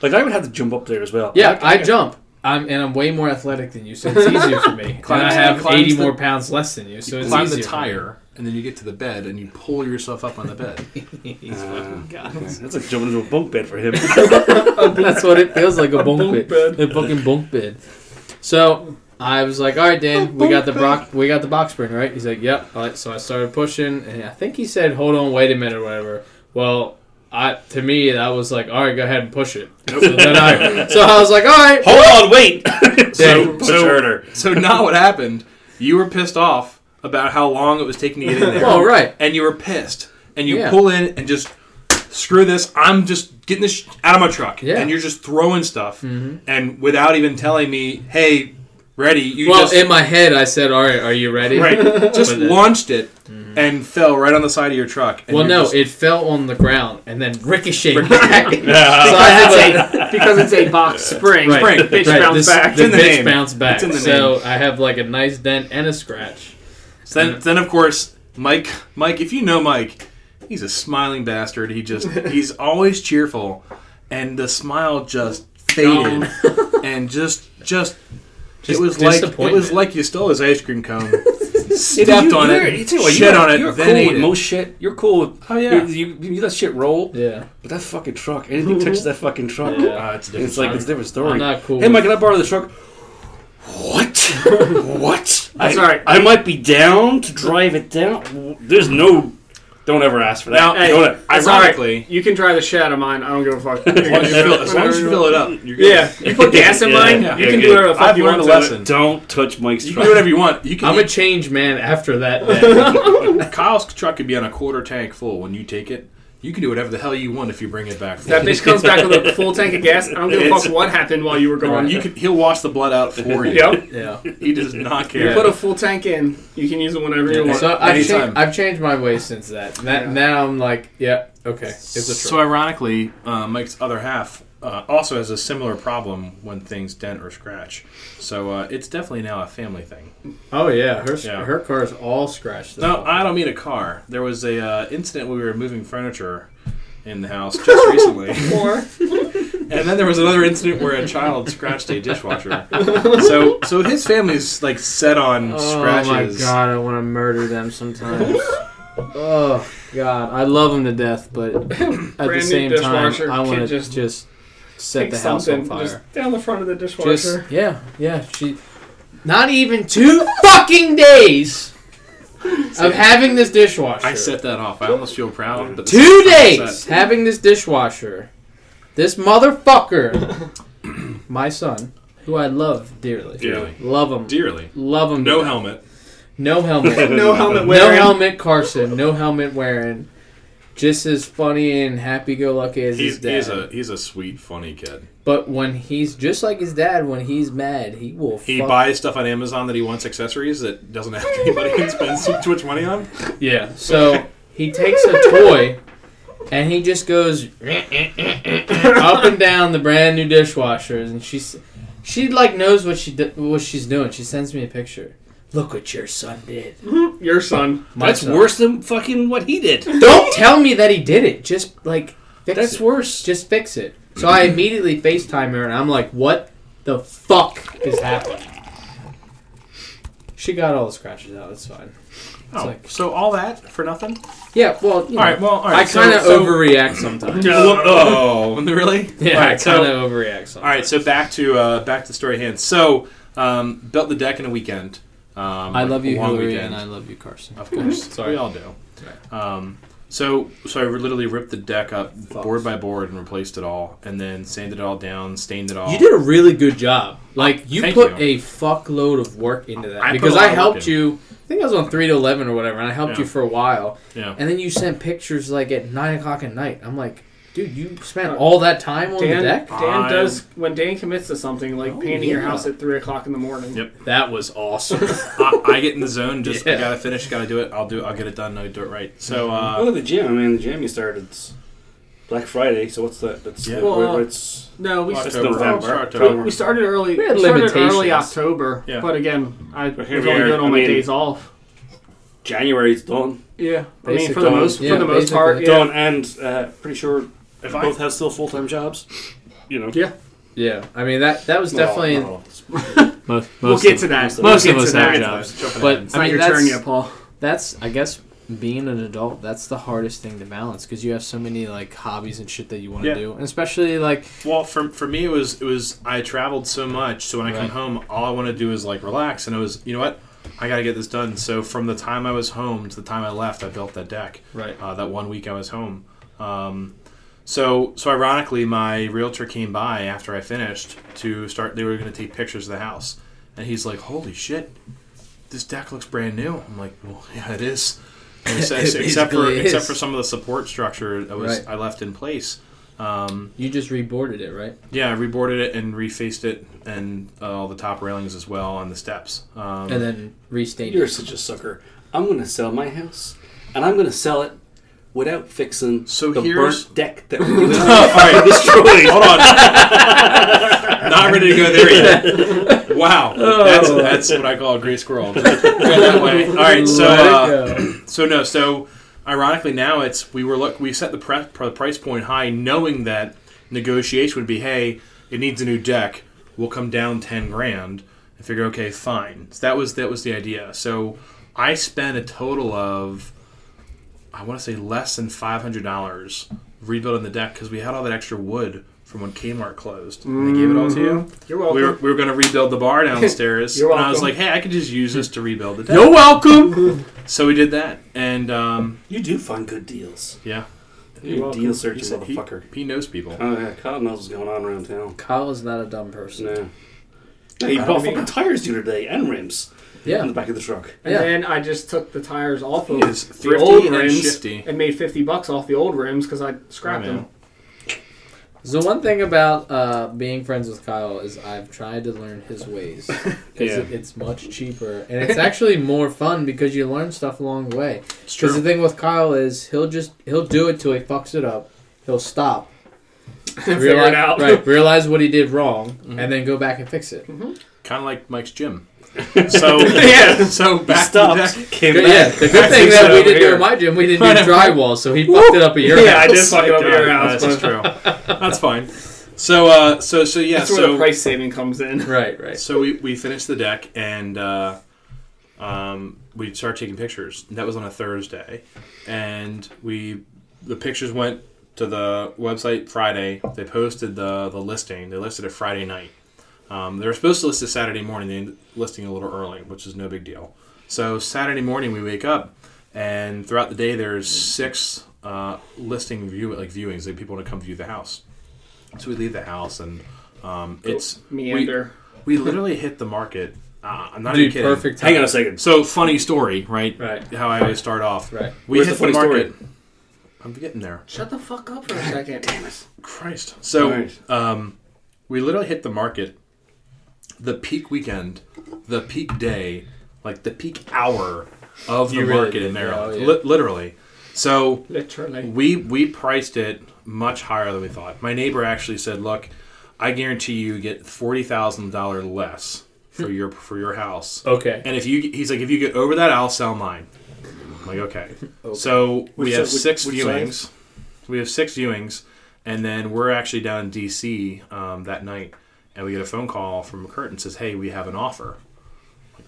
S1: Like I would have to jump up there as well.
S3: Yeah,
S1: Like,
S3: I jump. I'm and I'm way more athletic than you, so it's easier for me. and
S2: Climbs-
S3: I have
S2: climbs
S3: 80
S2: the-
S3: more pounds less than you, so it's
S2: climb
S3: easier.
S2: the tire, and then you get to the bed, and you pull yourself up on the bed.
S1: Uh, okay. That's like jumping into a bunk bed for him.
S3: That's what it feels like a bunk,
S4: bunk
S3: bed. A fucking bunk bed. So I was like, all right, Dan, we got the brock, we got the box spring, right? He's like, yep. All right, so I started pushing, and I think he said, hold on, wait a minute, or whatever. Well, I to me that was like, all right, go ahead and push it. So, then I, so I was like, all right.
S1: Hold on, wait.
S3: So-
S1: Push
S2: so-
S1: harder.
S2: so now what happened? You were pissed off about how long it was taking to get in there.
S3: Well, Oh, right.
S2: And you were pissed, and you
S3: Yeah.
S2: pull in and just screw this. I'm just getting this sh- out of my truck,
S3: Yeah. Mm-hmm.
S2: and you're just throwing stuff, and without even telling me, hey, ready? You
S3: Well,
S2: just
S3: in my head, I said, all right, are you ready?
S2: right, just
S3: But then-
S2: launched it Mm-hmm. and fell right on the side of your truck. And
S3: Well,
S2: you're
S3: no,
S2: just-
S3: it fell on the ground and then ricocheted back.
S1: Yeah.
S3: So I had to-
S4: Because it's a, because it's a box spring.
S2: Right.
S4: Spring. Bitch
S3: Right,
S4: bounce
S3: this-
S4: back.
S3: The
S2: in the
S3: bitch
S2: name.
S3: bounced back.
S2: It's in the
S3: so I have like a nice dent and a scratch.
S2: So then, then of course, Mike. Mike, if you know Mike, he's a smiling bastard. He just he's always cheerful, and the smile just faded, and just just.
S3: Just
S2: it was like it was
S3: disappointment.
S2: like you stole his ice cream cone,
S1: Dude,
S2: stepped
S1: you-
S2: on
S1: you're-
S2: it,
S1: you tell you what,
S2: shit
S1: you're-
S2: on it,
S1: You're
S2: then
S1: cool
S2: ate
S1: with
S2: it.
S1: most shit. You're cool. With,
S2: Oh, yeah.
S1: You, you, you let shit roll,
S3: Yeah.
S1: but that fucking truck. Anything touches that fucking truck,
S3: Yeah.
S2: Ah, it's a different
S1: it's like
S2: story.
S1: it's a different story.
S3: I'm not cool
S1: Hey,
S3: with-
S1: Mike, can I borrow the truck? What? what?
S4: That's
S1: I,
S4: all right.
S1: I might be down to drive it down. There's no. Don't ever ask for that.
S2: Now-
S1: Don't ever-
S4: Hey, it's
S2: ironically-
S4: alright. you can drive the shit out of mine. I don't give a fuck. You're
S2: as long as you
S4: gonna do
S2: fill, as long as you fill it up, you're good.
S4: Yeah, you put gas in
S1: Yeah.
S4: mine.
S1: Yeah.
S4: You
S1: Yeah,
S4: can
S1: good.
S4: do whatever the fuck
S2: I've
S4: you
S2: learned
S4: want.
S2: a
S4: to it.
S2: lesson.
S1: don't touch Mike's
S2: You can
S1: truck.
S2: do whatever you want. You can.
S3: I'm a change man after that. Day.
S2: Kyle's truck could be on a quarter tank full when you take it. You can do whatever the hell you want if you bring it back. full.
S4: That bitch comes back with a full tank of gas. I don't give a
S1: It's-
S4: fuck what happened while you were gone.
S2: You could, he'll wash the blood out for you.
S4: Yep.
S3: yeah.
S2: He does not care.
S4: You put a full tank in. You can use it whenever you want.
S3: So I've,
S2: Anytime.
S3: changed, I've changed my ways since that. that
S4: Yeah.
S3: Now I'm like, yeah, okay, it's a
S2: So
S3: truck.
S2: ironically, uh, Mike's other half uh, also has a similar problem when things dent or scratch. So uh, it's definitely now a family thing.
S3: oh yeah, her
S2: Yeah.
S3: her car's all scratched.
S2: No,
S3: up.
S2: I don't mean a car. There was a uh, incident when we were moving furniture in the house just recently,
S4: Or
S2: and then there was another incident where a child scratched a dishwasher. So, so his family's like set on scratches.
S3: Oh, I want to murder them sometimes. oh god, I love them to death, but at
S4: Brand new dishwasher,
S3: wanna
S4: kid just
S3: set
S4: take something just down the front of the dishwasher.
S3: Just yeah, yeah. She, not even two fucking days of having this dishwasher.
S2: I set that off. I almost feel proud. But
S3: two
S2: I'm
S3: days
S2: upset.
S3: having this dishwasher. This motherfucker, my son, who I love dearly,
S2: Dearly.
S3: love him,
S2: dearly.
S3: love him.
S2: No helmet.
S3: no helmet,
S4: no helmet
S3: no
S4: wearing.
S3: helmet, Carson, no helmet wearing. Just as funny and happy-go-lucky as
S2: He's,
S3: his dad.
S2: he's a he's a sweet, funny kid.
S3: but when he's just like his dad, when he's mad, he will.
S2: He
S3: fuck
S2: buys stuff on Amazon that he wants accessories that doesn't have anybody can spend too much money on.
S3: Yeah. So he takes a toy and he just goes up and down the brand new dishwashers, and she's she like knows what she d- what she's doing. She sends me a picture. Look what your son did.
S4: Your son.
S3: My
S1: That's
S3: son.
S1: worse than fucking what he did.
S3: Don't tell me that he did it. Just like fix
S1: That's
S3: it.
S1: worse.
S3: Just fix it. So I immediately FaceTime her, and I'm like, "What the fuck is happening?"
S5: She got all the scratches out. It's fine.
S2: Oh,
S5: like-
S2: so all that for nothing?
S5: Yeah. Well, you know,
S2: All right. Well, all right.
S5: I
S2: so-
S5: kind of
S2: so-
S5: overreact sometimes.
S2: Oh, really?
S5: Yeah,
S2: All
S5: I
S2: right.
S5: kind
S2: So,
S5: of overreact sometimes.
S2: all right. So back to uh, back to the story at hand. So um, built the deck in a weekend. Um,
S5: I
S2: like
S5: love
S2: a
S5: you,
S2: long
S5: Hillary, and
S2: weekend.
S5: I love you, Carson.
S2: Of course,
S5: Sorry.
S2: we all do. Um, so, so I literally ripped the deck up board by board and replaced it all, and then sanded it all down, stained it all.
S5: You did a really good job. Like you
S2: Thank
S5: put
S2: you.
S5: a fuckload of work into that
S2: I put
S5: because
S2: a lot
S5: I
S2: of work
S5: helped
S2: in.
S5: you. I think I was on three to eleven or whatever, and I helped
S2: Yeah.
S5: you for a while.
S2: Yeah.
S5: And then you sent pictures like at nine o'clock at night. I'm like, dude, you
S2: Uh,
S5: spent all that time on
S4: Dan,
S5: the deck.
S4: Dan
S2: I-
S4: does when Dan commits to something like
S5: Oh,
S4: painting your
S5: yeah.
S4: house at three o'clock in the morning.
S2: Yep.
S5: That was awesome.
S2: I, I get in the zone. Just I
S5: Yeah.
S2: gotta finish. Gotta do it. I'll do. it, I'll get it done. I do it right. So, uh,
S5: Mm-hmm.
S1: Well, at the gym, I mean, the gym you started it's Black Friday, so what's that? That's
S2: Yeah.
S4: Well,
S1: it's
S4: No, we,
S2: Well,
S1: it's
S4: st-
S2: October.
S1: November.
S2: Oh, October.
S1: October.
S4: we started early.
S5: We
S4: We,
S5: had
S4: started early
S5: limitations.
S4: October,
S2: Yeah.
S4: but again, I was
S1: here
S4: only
S1: we are.
S4: good on
S1: I
S4: my
S1: mean-
S4: days off.
S1: January's done.
S4: Yeah, I mean for
S5: Basically.
S4: the most
S5: Yeah,
S4: for the most part,
S5: basically.
S4: yeah.
S1: Done, and uh, pretty sure
S2: If I-
S1: both have still full time jobs. You know.
S4: Yeah.
S5: yeah, I mean that that was
S1: No,
S5: definitely.
S1: no.
S3: Most, most
S4: We'll get to
S1: most
S4: that.
S1: of
S4: We'll
S1: us-
S4: get
S3: most
S4: to
S3: of us have
S4: that.
S3: jobs.
S5: But
S4: It's
S5: I
S4: not
S5: mean,
S4: your
S5: that's,
S4: turn yet, Paul.
S3: that's I guess being an adult that's the hardest thing to balance because you have so many like hobbies and shit that you want to
S2: Yeah.
S3: do, and especially like
S2: well, for, for me, it was it was I traveled so much. So when I come
S3: Right.
S2: home, all I want to do is like relax. And it was you know what. I gotta get this done. So from the time I was home to the time I left, I built that deck.
S5: Right.
S2: Uh, that one week I was home. Um, so so ironically, my realtor came by after I finished to start. They were gonna take pictures of the house, and he's like, "Holy shit, this deck looks brand new." I'm like, "Well, yeah, it is." And he says-
S5: It
S2: except for
S5: basically is.
S2: except for some of the support structure that was
S5: Right.
S2: I left in place. Um,
S5: You just reboarded it, right?
S2: yeah, I reboarded it and refaced it, and uh, all the top railings as well on the steps. Um,
S5: And then restained
S1: You're
S5: it.
S1: such a sucker. I'm going to sell my house, and I'm going to sell it without fixing
S2: So
S1: the
S2: here's-
S1: burnt deck that we
S2: Oh, all right,
S1: destroyed.
S2: Hold on. Not ready to go there yet. Wow. That's, that's what I call a gray squirrel. Go that way. All right, so uh,
S5: Let it go.
S2: so no, so ironically now it's we were look we set the pre- pr- price point high knowing that negotiation would be hey, it needs a new deck. We'll come down 10 grand and figure okay, fine. So that was that was the idea. So I spent a total of I want to say less than five hundred dollars rebuilding the deck because we had all that extra wood from when Kmart closed. And they gave it all to you.
S4: You're welcome.
S2: We were, we were going to rebuild the bar downstairs,
S4: Mm-hmm. You're
S2: and I was like,
S4: welcome.
S2: "Hey, I could just use this to rebuild the deck."
S5: You're welcome.
S2: So we did that, and um,
S1: You do find good deals.
S2: yeah,
S4: You're
S1: You're a
S4: welcome.
S1: deal searching
S2: He said he-
S1: motherfucker.
S2: He knows people.
S1: Oh yeah, God knows what's going on around town.
S5: Kyle is not a dumb person.
S1: No. Yeah, you
S4: I
S1: bought
S4: don't mean-
S1: fucking tires the other day and rims in
S5: Yeah.
S1: the back of the truck.
S4: And
S5: Yeah.
S4: then I just took the tires off of
S2: He is
S4: the
S2: thrifty
S4: old
S2: and
S4: rims
S2: shifty.
S4: and made fifty bucks off the old rims because I scrapped
S2: Oh, man.
S4: them.
S5: So one thing about uh, being friends with Kyle is I've tried to learn his ways. 'Cause
S1: Yeah.
S5: it- it's much cheaper and it's actually more fun because you learn stuff along the way.
S2: It's
S5: Because the
S2: true.
S5: thing with Kyle is he'll just he'll do it till he fucks it up. He'll stop,
S4: Figure it out.
S5: right? Realize what he did wrong, and then go back and fix it.
S2: Kind of like Mike's gym. So
S1: Yeah.
S2: so back to the
S1: Stopped,
S2: deck.
S1: came
S5: Good-
S1: back.
S5: yeah, the good thing
S1: fix
S5: that
S1: it
S5: we
S1: over
S5: didn't do
S1: here.
S5: at my gym, we didn't do drywall, so he fucked it up at your
S4: Yeah, I
S5: house.
S4: did fuck it up
S2: God,
S4: at your house.
S2: This is
S4: but
S2: true. That's fine. So uh, so so yeah.
S4: That's where the
S2: so
S4: price saving comes in.
S5: Right, right.
S2: so we we finished the deck and uh, um, we started taking pictures. And that was on a Thursday, and we the pictures went to the website Friday. They posted the the listing. They listed it Friday night. Um, they were supposed to list it Saturday morning. They ended up listing a little early, which is no big deal. So Saturday morning we wake up, and throughout the day there's six uh, listing view like viewings. Like people want to come view the house. So we leave the house and um, it's we-
S4: Meander.
S2: we literally hit the market. Uh, I'm not
S5: Dude,
S2: even kidding.
S5: perfect.
S1: Hang on a
S5: timing.
S1: second.
S2: So funny story, right?
S5: Right.
S2: How I always start off.
S5: Right.
S2: We
S1: Where's
S2: hit
S1: the funny
S2: the market.
S1: story?
S2: I'm getting there.
S4: Shut the fuck up for a second. Damn it.
S2: Christ. So
S1: Nice.
S2: um, we literally hit the market, the peak weekend, the peak day, like the peak hour of the
S5: You really
S2: market
S5: did.
S2: in Maryland.
S5: Oh, yeah.
S2: Li- literally. So
S4: Literally.
S2: we we priced it much higher than we thought. My neighbor actually said, "Look, I guarantee you get forty thousand dollar less for your for your house."
S5: Okay.
S2: And if you, he's like, if you get over that, I'll sell mine. I'm like, okay. So we
S1: Which
S2: have
S1: si- which-
S2: six
S1: which
S2: viewings.
S1: size?
S2: We have six viewings, and then we're actually down in D.C. Um, that night, and we get a phone call from McCurt and says, "Hey, we have an offer."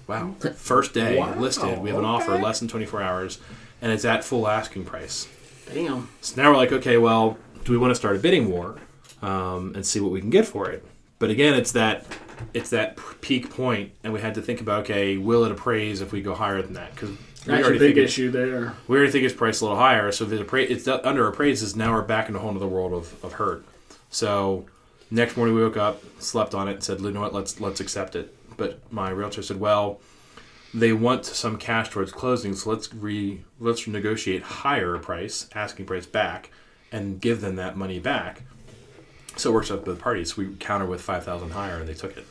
S2: Wow. First day
S5: Wow,
S2: listed. We have an offer
S5: okay.
S2: less than 24 hours, and it's at full asking price.
S4: Damn.
S2: So now we're like, okay, well, do we want to start a bidding war um, and see what we can get for it? But again, it's that it's that p- peak point, and we had to think about, okay, will it appraise if we go higher than that? Because we
S4: That's a
S2: already
S4: big
S2: think it's,
S4: issue there.
S2: we already think it's priced a little higher. So if it appra- it's under appraises, now we're back in a whole nother world of, of hurt. So next morning we woke up, slept on it, and said, you know what, let's let's accept it. But my realtor said, well, they want some cash towards closing, so let's re let's negotiate higher price, asking price back, and give them that money back. So it works out both parties. We counter with five thousand higher, and they took it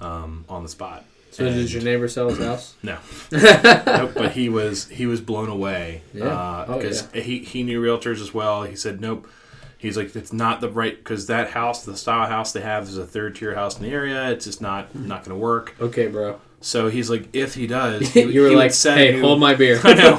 S2: um, on the spot.
S5: So
S2: And-
S5: did your neighbor sell his house?
S2: no, nope, but he was he was blown away
S5: Yeah.
S2: because
S5: Oh,
S2: he he knew realtors as well. He said nope. He's like it's not the right because that house, the style house they have, is a third tier house in the area. It's just not not going to work.
S5: Okay, bro.
S2: So he's like, if he does, he,
S5: you were
S2: he
S5: like,
S2: would set a
S5: hey,
S2: new-
S5: hold my beer.
S2: I know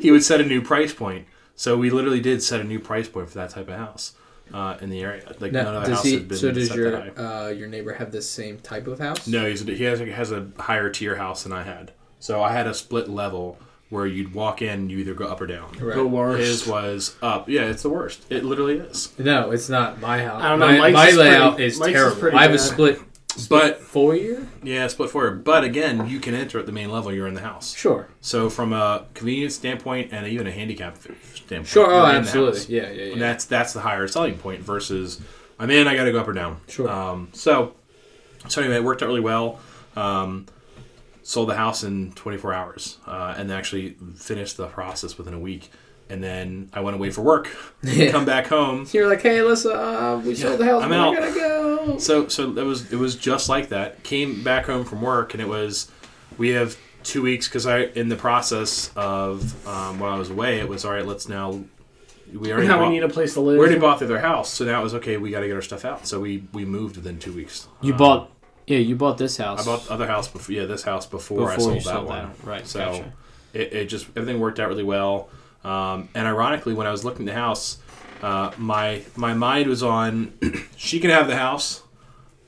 S2: he would set a new price point. So we literally did set a new price point for that type of house uh, in the area. Like
S5: Now,
S2: none other
S5: does
S2: house has
S5: he,
S2: been
S5: so does
S2: set that high.
S5: your uh, your neighbor have the same type of house?
S2: No, he's, he has, has a higher tier house than I had. So I had a split level where you'd walk in, you either go up or down.
S5: Right.
S4: The worst.
S2: His was up. Yeah, it's the worst. It literally is.
S5: No, it's not my house.
S4: I don't know,
S5: My,
S4: Mike's
S5: my
S4: is pretty-
S5: layout is
S4: Mike's is
S5: terrible.
S4: pretty
S5: I have a
S4: bad.
S5: split
S2: But
S5: foyer.
S2: yeah, split foyer. But again, you can enter at the main level. You're in the house.
S5: Sure,
S2: So from a convenience standpoint and even a handicap standpoint,
S5: sure. Oh,
S2: you're in the
S5: absolutely.
S2: house.
S5: Yeah, yeah,
S2: And
S5: yeah.
S2: that's that's the higher selling point versus I'm in, I got to go up or down.
S5: Sure.
S2: Um, so so anyway, it worked out really well. Um, sold the house in 24 hours uh, and actually finished the process within a week. And then I went away for work, come back home.
S5: You're like, hey, listen, uh, we sold the house.
S2: I'm
S5: we're
S2: out.
S5: gonna go.
S2: So so that was it was just like that. Came back home from work and it was we have two weeks because I in the process of um, while I was away, it was all right. Let's now we already
S4: Now
S2: bought-
S4: we need a place to
S2: we
S4: live.
S2: already bought the other house, so now it was okay. We got to get our stuff out. So we we moved within two weeks.
S3: You
S2: Um,
S3: bought, yeah, you bought this house.
S2: I bought the other house before. Yeah, this house before, I
S3: Before
S2: sold
S3: you
S2: that
S3: sold
S2: one.
S3: that. Right,
S2: So
S3: gotcha.
S2: it, it just everything worked out really well. Um, and ironically, when I was looking at the house, uh, my my mind was on she can have the house.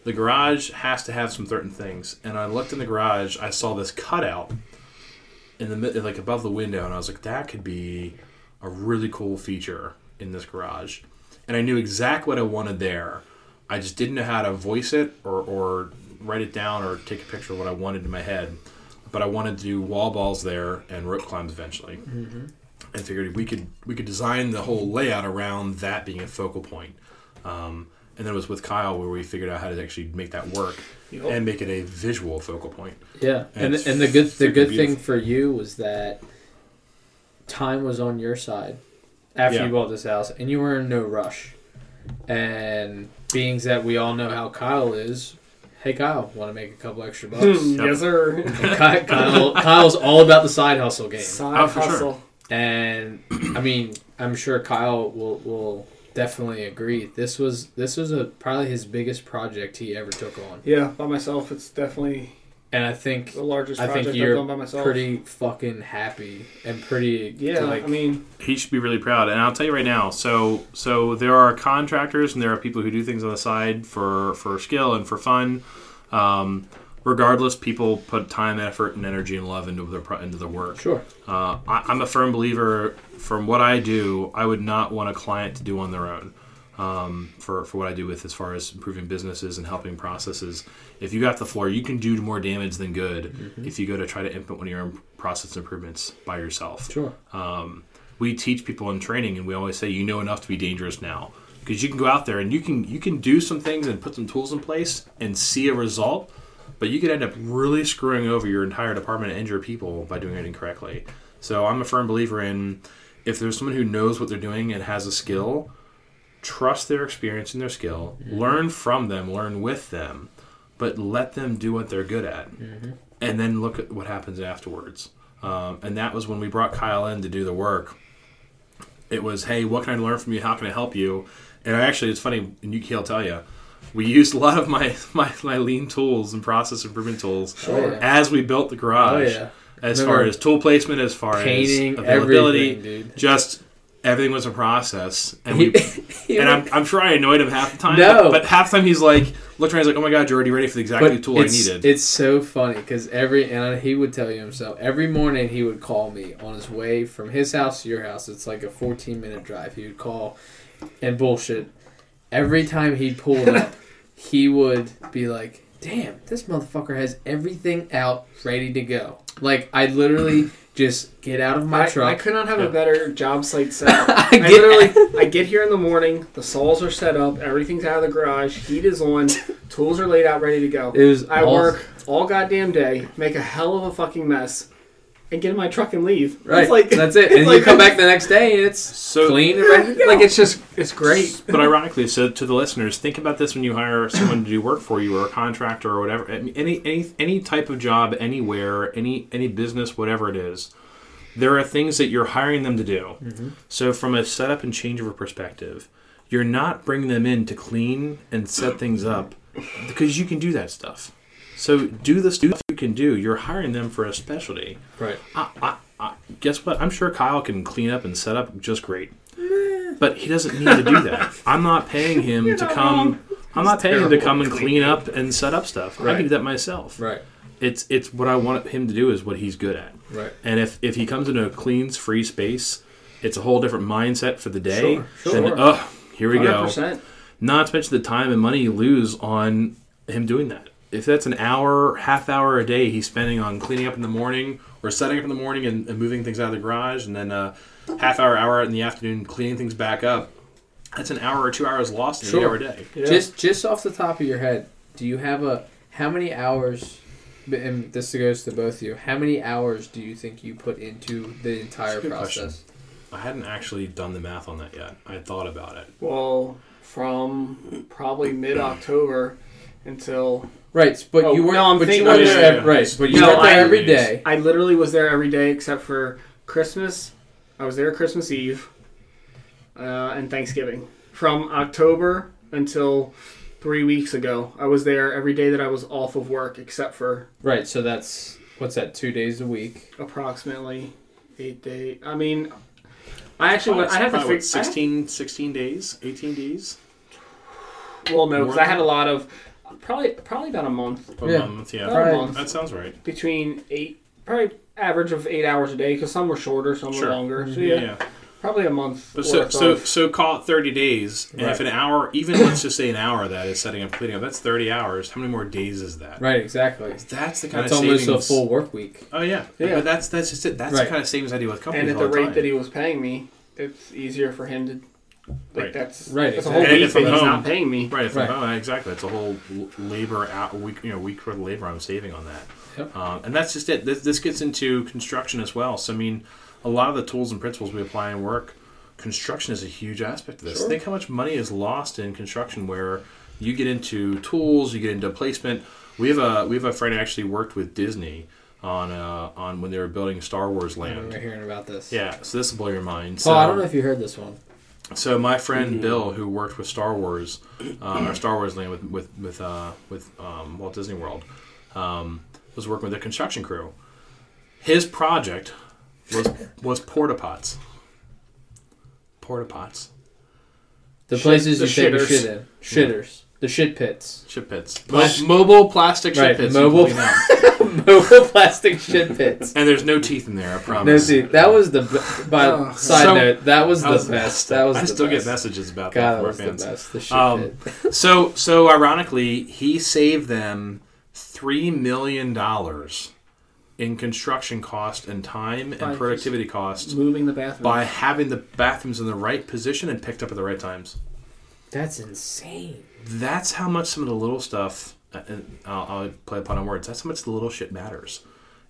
S2: The garage has to have some certain things. And I looked in the garage. I saw this cutout in the mid- like above the window, and I was like, that could be a really cool feature in this garage. And I knew exactly what I wanted there. I just didn't know how to voice it or, or write it down or take a picture of what I wanted in my head. But I wanted to do wall balls there and rope climbs eventually. And figured we could we could design the whole layout around that being a focal point. Um, and then it was with Kyle where we figured out how to actually make that work
S4: Yep.
S2: and make it a visual focal point.
S3: yeah.
S5: And
S2: it's
S5: and the good the
S2: freaking
S5: good
S2: beautiful.
S5: thing for you was that time was on your side after
S2: Yeah.
S5: you bought this house, and you were in no rush. And being that we all know how Kyle is, hey Kyle, want to make a couple extra bucks?
S4: Hmm, Yes, sir.
S5: And Ky- Kyle, Kyle's all about the side hustle game,
S4: Side
S2: Oh, for sure.
S4: hustle.
S5: and I mean, I'm sure Kyle will will definitely agree. This was this was a probably his biggest project he ever took on,
S4: Yeah, by myself, it's definitely
S5: and I think
S4: the largest
S5: I think
S4: project I've
S5: you're
S4: done by myself.
S5: pretty futing happy and pretty
S4: yeah,
S5: like
S4: I mean,
S2: he should be really proud. And I'll tell you right now. So so there are contractors and there are people who do things on the side for for skill and for fun. Um, regardless, people put time, effort, and energy and love into their pro- into their work.
S5: sure
S2: Uh, I, I'm a firm believer. From what I do, I would not want a client to do on their own. Um, for for what I do with as far as improving businesses and helping processes, if you got the floor, you can do more damage than good
S5: Mm-hmm.
S2: if you go to try to implement one of your own process improvements by yourself
S5: sure
S2: um, we teach people in training and we always say you know enough to be dangerous now because you can go out there and you can you can do some things and put some tools in place and see a result but you could end up really screwing over your entire department and your people by doing it incorrectly so i'm a firm believer in if there's someone who knows what they're doing and has a skill trust their experience and their skill
S5: Mm-hmm.
S2: learn from them learn with them but let them do what they're good at
S5: Mm-hmm.
S2: and then look at what happens afterwards. Um, and that was when we brought Kyle in to do the work. It was, hey, what can I learn from you? How can I help you? And I actually, it's funny, and you, he'll tell you, we used a lot of my, my, my lean tools and process improvement tools
S5: Sure.
S2: as we built the garage.
S5: Oh, yeah.
S2: As
S5: Remember-
S2: far as tool placement, as far
S5: painting
S2: as availability,
S5: everything dude
S2: just everything was a process. And we,
S5: He
S2: and
S5: was-
S2: I'm, I'm sure I annoyed him half the time.
S5: No.
S2: But, but half the time he's like, looked around. He's like, "Oh my god, you're already ready for the exactly
S3: But
S2: tool I
S3: it's-
S2: needed."
S3: It's so funny because every and I- he would tell you himself every morning he would call me on his way from his house to your house. It's like a 14 minute drive. He would call and bullshit. Every time he pulled up, he would be like, "Damn, this motherfucker has everything out ready to go." Like I literally just get out of my
S4: I, I
S3: truck.
S4: could not have
S2: Yeah.
S4: a better job site set up.
S3: I
S4: I,
S3: get-
S4: literally, I get here in the morning, the saws are set up, everything's out of the garage, heat is on, tools are laid out, ready to go.
S3: It was
S4: I
S3: awesome.
S4: work all goddamn day, make a hell of a fucking mess, and get in my truck and leave.
S3: Right,
S4: It's like
S3: that's it.
S4: it's
S3: And you
S4: like-
S3: come back the next day and it's
S2: so
S3: clean and ready to go.
S4: like it's just it's great.
S2: but ironically, so to the listeners, think about this when you hire someone to do work for you, or a contractor, or whatever. I mean, Any any any type of job, anywhere, any any business, whatever it is, there are things that you're hiring them to do. So from a setup and changeover perspective, you're not bringing them in to clean and set things up because you can do that stuff. So do the stuff you can do. You're hiring them for a specialty.
S3: right.
S2: I, I, I, guess what? I'm sure Kyle can clean up and set up just great. But he doesn't need to do that. I'm not paying him to
S4: not
S2: come.
S4: wrong.
S2: I'm not paying him to
S6: terrible
S2: come
S6: at
S2: and clean up and set up stuff. I
S3: Right.
S2: can do that myself.
S3: Right.
S2: It's it's what I want him to do is what he's good at.
S3: Right.
S2: And if if he comes into a clean, free space, it's a whole different mindset for the day.
S3: Sure,
S4: sure.
S2: And oh, here we go.
S4: 100%.
S2: Not to mention the time and money you lose on him doing that. If that's an hour, half hour a day he's spending on cleaning up in the morning or setting up in the morning and, and moving things out of the garage, and then a half hour, hour in the afternoon cleaning things back up, that's an hour or two hours lost in an
S3: Sure.
S2: hour a day.
S4: Yeah.
S3: Just just off the top of your head, do you have a how many hours? And this goes to both of you. How many hours do you think you put into the entire
S2: That's a good
S3: process?
S2: I hadn't actually done the math on that yet. I had thought about it.
S4: well from probably mid October until
S3: Right, but
S4: Oh,
S3: you weren't.
S4: no, I'm
S3: but
S4: thinking-
S3: you weren't
S4: oh, yeah,
S3: there.
S2: yeah,
S3: ev-
S2: yeah.
S3: Right, but you
S4: No,
S3: weren't there
S4: I-
S3: every day.
S4: I literally was there every day except for Christmas. I was there Christmas Eve uh, and Thanksgiving. From October until three weeks ago, I was there every day that I was off of work except for
S3: Right, so that's what's that? Two days a week.
S4: approximately eight days. I mean, I actually
S2: Oh,
S4: went, I have to
S2: Probably,
S4: fix
S2: what, 16, 16 days, 18 days,
S4: Well, no, because I
S2: More?
S4: had a lot of probably probably about a month,
S2: a
S3: Yeah.
S2: month. Yeah,
S4: about
S3: Right.
S4: a month
S2: that sounds right.
S4: between eight, probably average of eight hours a day because some were shorter, some
S2: Sure.
S4: were longer. So yeah,
S2: yeah.
S4: probably a month.
S2: But so,
S4: worth
S2: so
S4: of-
S2: so call it thirty days, and if
S3: Right.
S2: an hour, even let's just say an hour of that is setting up cleaning up, that's thirty hours. How many more days is that?
S3: Right, exactly.
S2: That's the kind
S3: That's
S2: of
S3: almost
S2: savings.
S3: a full work week.
S2: Oh yeah,
S4: Yeah.
S2: But that's that's just it. That's
S3: Right.
S2: the kind of savings I do with companies
S4: and at
S2: all
S4: the
S2: the,
S4: rate
S2: time.
S4: that he was paying me, it's easier for him to like
S2: Right.
S4: that's
S3: Right,
S4: That's a
S3: exactly.
S4: whole
S2: And
S4: week
S2: if I'm
S4: that he's
S2: home-
S4: not paying me.
S2: right. If I'm-
S3: Right.
S2: oh, exactly. That's a whole l- labor out week. You know, week for the labor I'm saving on that.
S3: Yep.
S2: Um, and that's just it. This, this gets into construction as well. So I mean, a lot of the tools and principles we apply in work, construction is a huge aspect of this. Think how much money is lost in construction where you get into tools, you get into placement. We have a we have a friend who actually worked with Disney on uh, on when they were building Star Wars
S3: I remember
S2: Land.
S3: hearing about this.
S2: Yeah, so this will blow your mind. so,
S3: Paul, I don't know if you heard this one.
S2: so my friend
S3: Mm-hmm.
S2: Bill, who worked with Star Wars, uh, or Star Wars Land with with with uh, with um, Walt Disney World, um, was working with a construction crew. His project was was porta pots. Porta pots,
S3: The places
S4: the
S3: you take a
S4: shitters.
S3: shit in. Shitters. The shit pits.
S2: chip pits, Mo-
S3: Plas-
S2: mobile plastic chip
S3: Right,
S2: pits. you
S3: mobile-
S2: clean out.
S3: Mobile plastic shit pits.
S2: and there's no teeth in there. I
S3: No,
S2: promise.
S3: see, that was the b- by
S4: Oh.
S3: side
S2: So-
S3: note. That was
S2: That
S3: the
S2: was
S3: best. That was
S2: I
S3: the
S2: still
S3: best.
S2: get messages about
S3: God,
S2: that
S3: that
S2: from our
S3: was the
S2: fans.
S3: best. The shit
S2: Um,
S3: pit.
S2: So so ironically, he saved them three million dollars in construction cost and time
S4: By
S2: and
S4: just-
S2: productivity cost
S4: Moving the bathroom.
S2: by having the bathrooms in the right position and picked up at the right times.
S3: That's insane.
S2: That's how much some of the little stuff. uh, And I'll, I'll play upon on words. That's how much the little shit matters.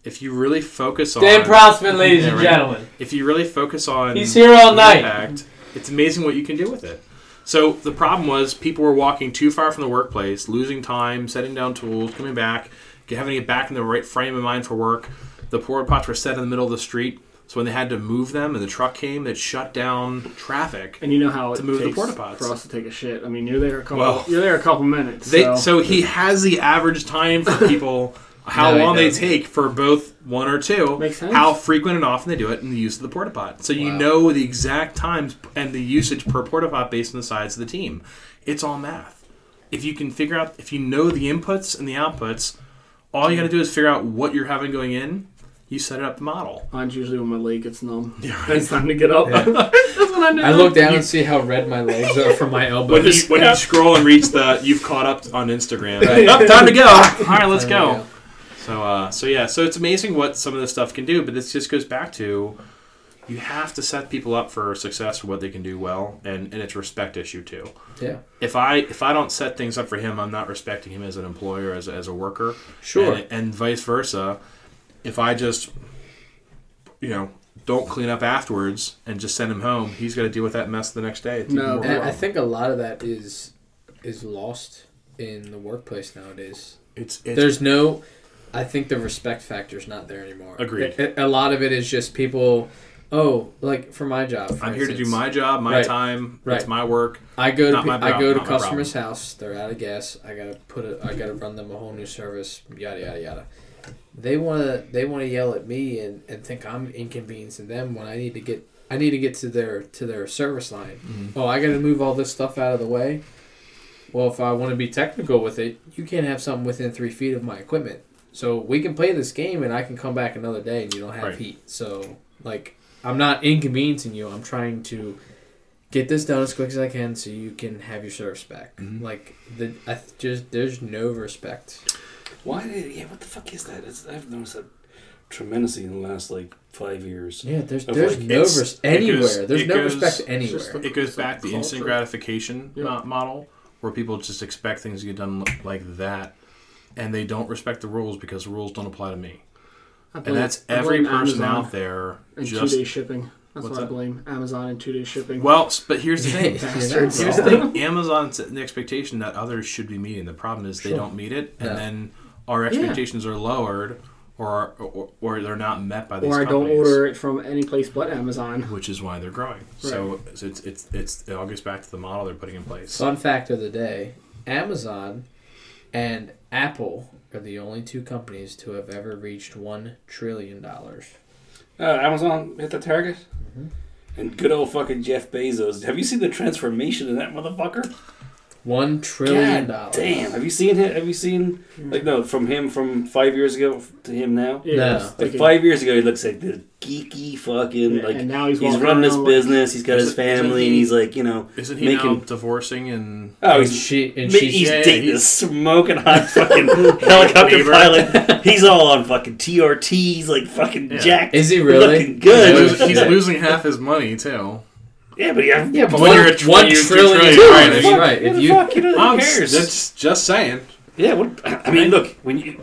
S2: If you really focus on
S7: Dan Prossman, ladies
S2: Yeah,
S7: and
S2: right.
S7: gentlemen.
S2: if you really focus on
S7: He's here all
S2: the
S7: night.
S2: impact, it's amazing what you can do with it. So the problem was people were walking too far from the workplace, losing time, setting down tools, coming back, get- having to get back in the right frame of mind for work. The porta pots were set in the middle of the street, so when they had to move them and the truck came, it shut down traffic.
S4: and you know how it
S2: To move the
S4: takes
S2: porta pots.
S4: for us to take a shit. I mean, you're there a couple.
S2: Well,
S4: you're there a couple minutes.
S2: They,
S4: so.
S2: so he has the average time for people how
S3: No, he
S2: long they
S3: doesn't.
S2: take for both one or two,
S4: Makes sense.
S2: how frequent and often they do it, and the use of the porta pot. So you
S3: Wow.
S2: know the exact times and the usage per porta pot based on the size of the team. It's all math. if you can figure out if you know the inputs and the outputs, all you got to do is figure out what you're having going in. You set it up the model.
S4: Mine's usually when my leg gets numb. It's time to get up. That's when I know.
S3: I look down and see how red my legs are from my
S2: When you,
S3: elbows.
S2: when you scroll and reach the, you've caught up on Instagram. Up, time to go. All right, let's go. So, uh, so yeah, so it's amazing what some of this stuff can do, but this just goes back to you have to set people up for success for what they can do well, and, and it's a respect issue too.
S3: Yeah.
S2: If I if I don't set things up for him, I'm not respecting him as an employer, as a, as a worker,
S3: Sure.
S2: and, and vice versa. If I just you know don't clean up afterwards and just send him home, he's got to deal with that mess the next day. It's even
S4: No.
S2: more
S3: And I
S2: wrong.
S3: think a lot of that is is lost in the workplace nowadays.
S2: it's, it's
S3: There's no, I think the respect factor's not there anymore.
S2: Agreed.
S3: A, a lot of it is just people. Oh, like for my job. for
S2: I'm here to do
S3: instance.
S2: my job, my
S3: Right.
S2: time, it's
S3: Right.
S2: my work.
S3: I go to
S2: Not
S3: pe-
S2: my
S3: I
S2: prob-
S3: go to
S2: not my problem.
S3: customer's house. They're out of gas. I gotta put it. I gotta run them a whole new service. Yada yada yada. They wanna they wanna yell at me and, and think I'm inconveniencing them when I need to get I need to get to their to their service line. Oh, I gotta move all this stuff out of the way. Well, if I want to be technical with it, you can't have something within three feet of my equipment. So we can play this game, and I can come back another day, and you don't have
S2: Right.
S3: heat. So like, I'm not inconveniencing you. I'm trying to get this done as quick as I can so you can have your service back.
S2: Mm-hmm.
S3: Like the I th- just there's no respect.
S1: Why? Did, yeah, what the fuck is that? It's, I've noticed that tremendously in the last like five years.
S3: Yeah, there's
S1: Of,
S3: there's
S1: like,
S3: no
S2: it's-
S3: res-
S2: it
S3: anywhere.
S2: goes-
S3: there's
S2: it
S3: no
S2: goes-
S3: respect
S4: it's just
S3: anywhere.
S2: It goes
S4: It's
S2: back to
S4: like
S2: the instant
S4: culture.
S2: gratification
S4: Yeah.
S2: mo- model, where people just expect things to get done li- like that, and they don't respect the rules because the rules don't apply to me.
S4: I blame-
S2: And that's
S4: I
S2: every
S4: blame
S2: person
S4: Amazon
S2: out there.
S4: And
S2: Just
S4: two day shipping. That's
S2: What's
S4: what I
S2: that?
S4: blame Amazon and two day shipping.
S2: well, s- but here's the thing.
S3: Yeah.
S4: Bastards.
S2: Here's the thing. Amazon's setting the expectation that others should be meeting. The problem is they
S3: Sure.
S2: don't meet it, and
S3: Yeah.
S2: then our
S4: Yeah.
S2: expectations are lowered, or, or or they're not met by these.
S4: or I don't
S2: companies.
S4: order it from any place but Amazon.
S2: which is why they're growing. So, so it's, it's it's it all goes back to the model they're putting in place.
S3: Fun fact of the day: Amazon and Apple are the only two companies to have ever reached one trillion dollars.
S1: Uh, Amazon hit the target. Mm-hmm. And good old fucking Jeff Bezos. Have you seen the transformation in that motherfucker?
S3: One trillion
S1: God
S3: dollars.
S1: damn. Have you seen him? Have you seen like no from him from five years ago to him now?
S4: Yeah,
S3: No.
S4: it's
S1: Like
S4: thinking-
S1: five years ago, he looks like this geeky fucking
S4: yeah,
S1: like.
S4: and now he's,
S1: He's
S4: walking
S1: running his
S4: around
S1: business. He's got his
S2: Isn't- isn't
S1: family, and
S2: he-
S1: he's like, you know,
S2: Isn't he
S1: making-
S2: now divorcing and
S1: oh,
S3: And
S1: he's
S3: she and
S1: Ma-
S3: she's
S1: he's
S2: yeah, yeah,
S1: dating
S2: he's-
S1: this smoking hot fucking helicopter
S2: Neighbor.
S1: pilot. He's all on fucking TRTs, like fucking
S2: Yeah.
S1: jacked.
S3: Is he really?
S1: looking
S2: he's,
S1: good?
S2: losing, he's losing half his money too?
S1: yeah, but yeah,
S3: yeah, but
S2: When
S3: one,
S2: you're a tr-
S3: one
S2: you're two
S3: trillion.
S2: trillion, right,
S3: dollars,
S2: I mean-
S3: right?
S1: Who
S3: If
S1: the
S3: you
S1: fuck, you know, who
S2: I'm
S1: cares?
S2: That's just saying.
S1: yeah, what, I mean, look, when you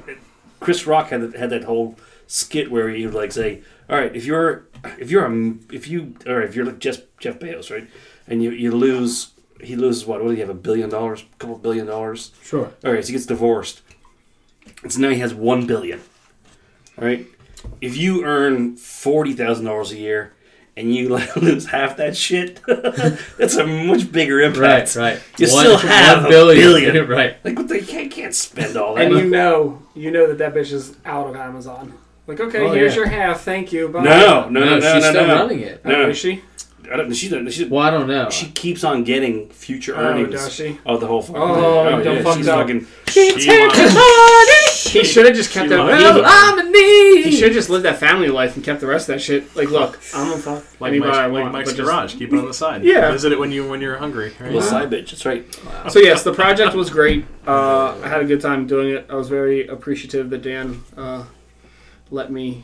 S1: Chris Rock had that- had that whole skit where he would like say, "All right, if you're if you're a, if you or if you're like Jeff Jeff Bezos, right, and you you lose." He loses what? What do you have? A billion dollars? A couple billion dollars?
S3: sure.
S1: All right, so he gets divorced. And so now he has one billion. All right, if you earn forty thousand dollars a year and you like, lose half that shit, that's a much bigger
S3: Right,
S1: impact.
S3: right.
S1: You still have a billion.
S3: right?
S1: Like, what they can't, can't spend all that.
S4: And you know, you know that that bitch is out of Amazon. Like, okay,
S3: Oh,
S4: here's
S3: yeah.
S4: your half. Thank you. Bye.
S1: no, no, no, no,
S3: she's
S1: no,
S3: still
S1: no.
S3: running it.
S4: Oh,
S1: No, no.
S4: is she?
S1: I don't, she, doesn't- she,
S3: Well, I don't know.
S1: she keeps on getting future
S4: Oh,
S1: earnings
S4: does she?
S1: of the whole fucking.
S4: Oh,
S1: thing.
S4: don't fuck
S1: she's
S4: up.
S1: fucking.
S2: She wants-
S4: He should have just kept that.
S2: lied.
S4: Well,
S3: I'm in need.
S4: He should have just lived that family life and kept the rest of that shit. Like, look, I'm gonna fuck
S2: like
S4: anybody
S2: Mike's,
S4: I
S2: like
S4: want.
S2: Mike's
S4: but just-
S2: garage. Keep it on the side.
S4: Yeah.
S2: visit it when you when you're hungry. right?
S1: Little side bitch. That's right.
S4: So yes, the project was great. Uh, I had a good time doing it. I was very appreciative that Dan uh, let me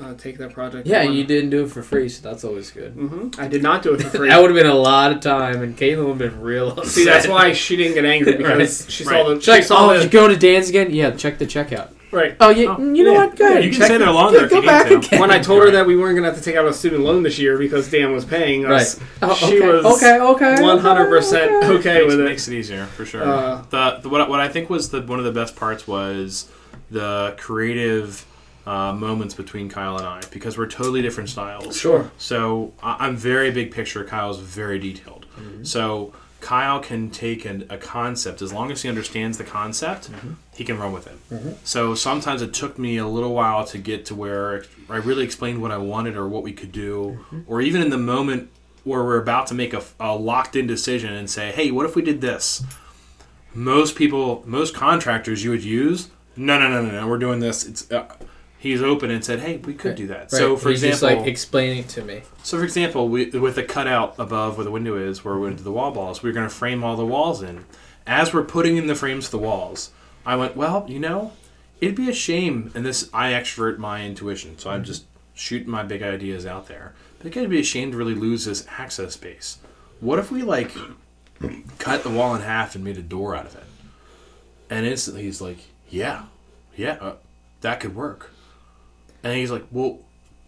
S4: uh, take that project.
S3: Yeah, you didn't do it for free, so that's always good.
S4: hmm I did not do it for free.
S3: That would have been a lot of time, and Caitlin would have been real upset.
S4: See, that's why she didn't get angry because she saw
S2: Right.
S4: the
S3: She's like,
S4: she saw
S3: oh, did you
S4: the,
S3: go to Dan's again? Yeah, check the checkout.
S4: right.
S3: Oh, yeah,
S2: Oh,
S3: you know
S4: yeah.
S3: what? Good.
S2: You can stay there longer if
S3: Go
S2: you need
S3: back
S2: to.
S3: again.
S4: When I told her that we weren't gonna have to take out a student loan this year because Dan was paying us,
S3: Oh,
S4: she
S3: okay,
S4: was
S3: okay, okay,
S4: one hundred percent
S3: okay.
S4: okay
S2: makes,
S4: with it.
S2: makes it easier for sure.
S4: Uh,
S2: the, the what, what I think was the one of the best parts was the creative uh, moments between Kyle and I because we're totally different styles.
S4: Sure.
S2: So I, I'm very big picture. Kyle's very detailed.
S5: Mm-hmm.
S2: So Kyle can take an, a concept as long as he understands the concept,
S5: Mm-hmm.
S2: he can run with it. So sometimes it took me a little while to get to where I really explained what I wanted or what we could do,
S5: Mm-hmm.
S2: or even in the moment where we're about to make a, a locked in decision and say, "Hey, what if we did this?" most people, most contractors you would use, no, no, no, no, no, we're doing this. It's uh, he's open and said, hey, we could
S3: Right.
S2: do that.
S5: Right.
S2: So for
S5: He's just,
S2: example,
S5: like explain it to me.
S2: so for example, we, with the cutout above where the window is, where we the wall balls, we are going to frame all the walls in. As we're putting in the frames for the walls, I went, well, you know, it'd be a shame. And this, I extrovert my intuition, so I'm just shooting my big ideas out there. But it'd be a shame to really lose this access space. What if we like cut the wall in half and made a door out of it? And instantly he's like, yeah, yeah, uh, that could work. And he's like, well,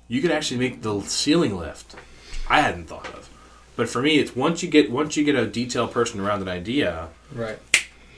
S2: you could actually make the ceiling lift. I hadn't thought of. But for me, it's once you get once you get a detailed person around an idea,
S5: Right.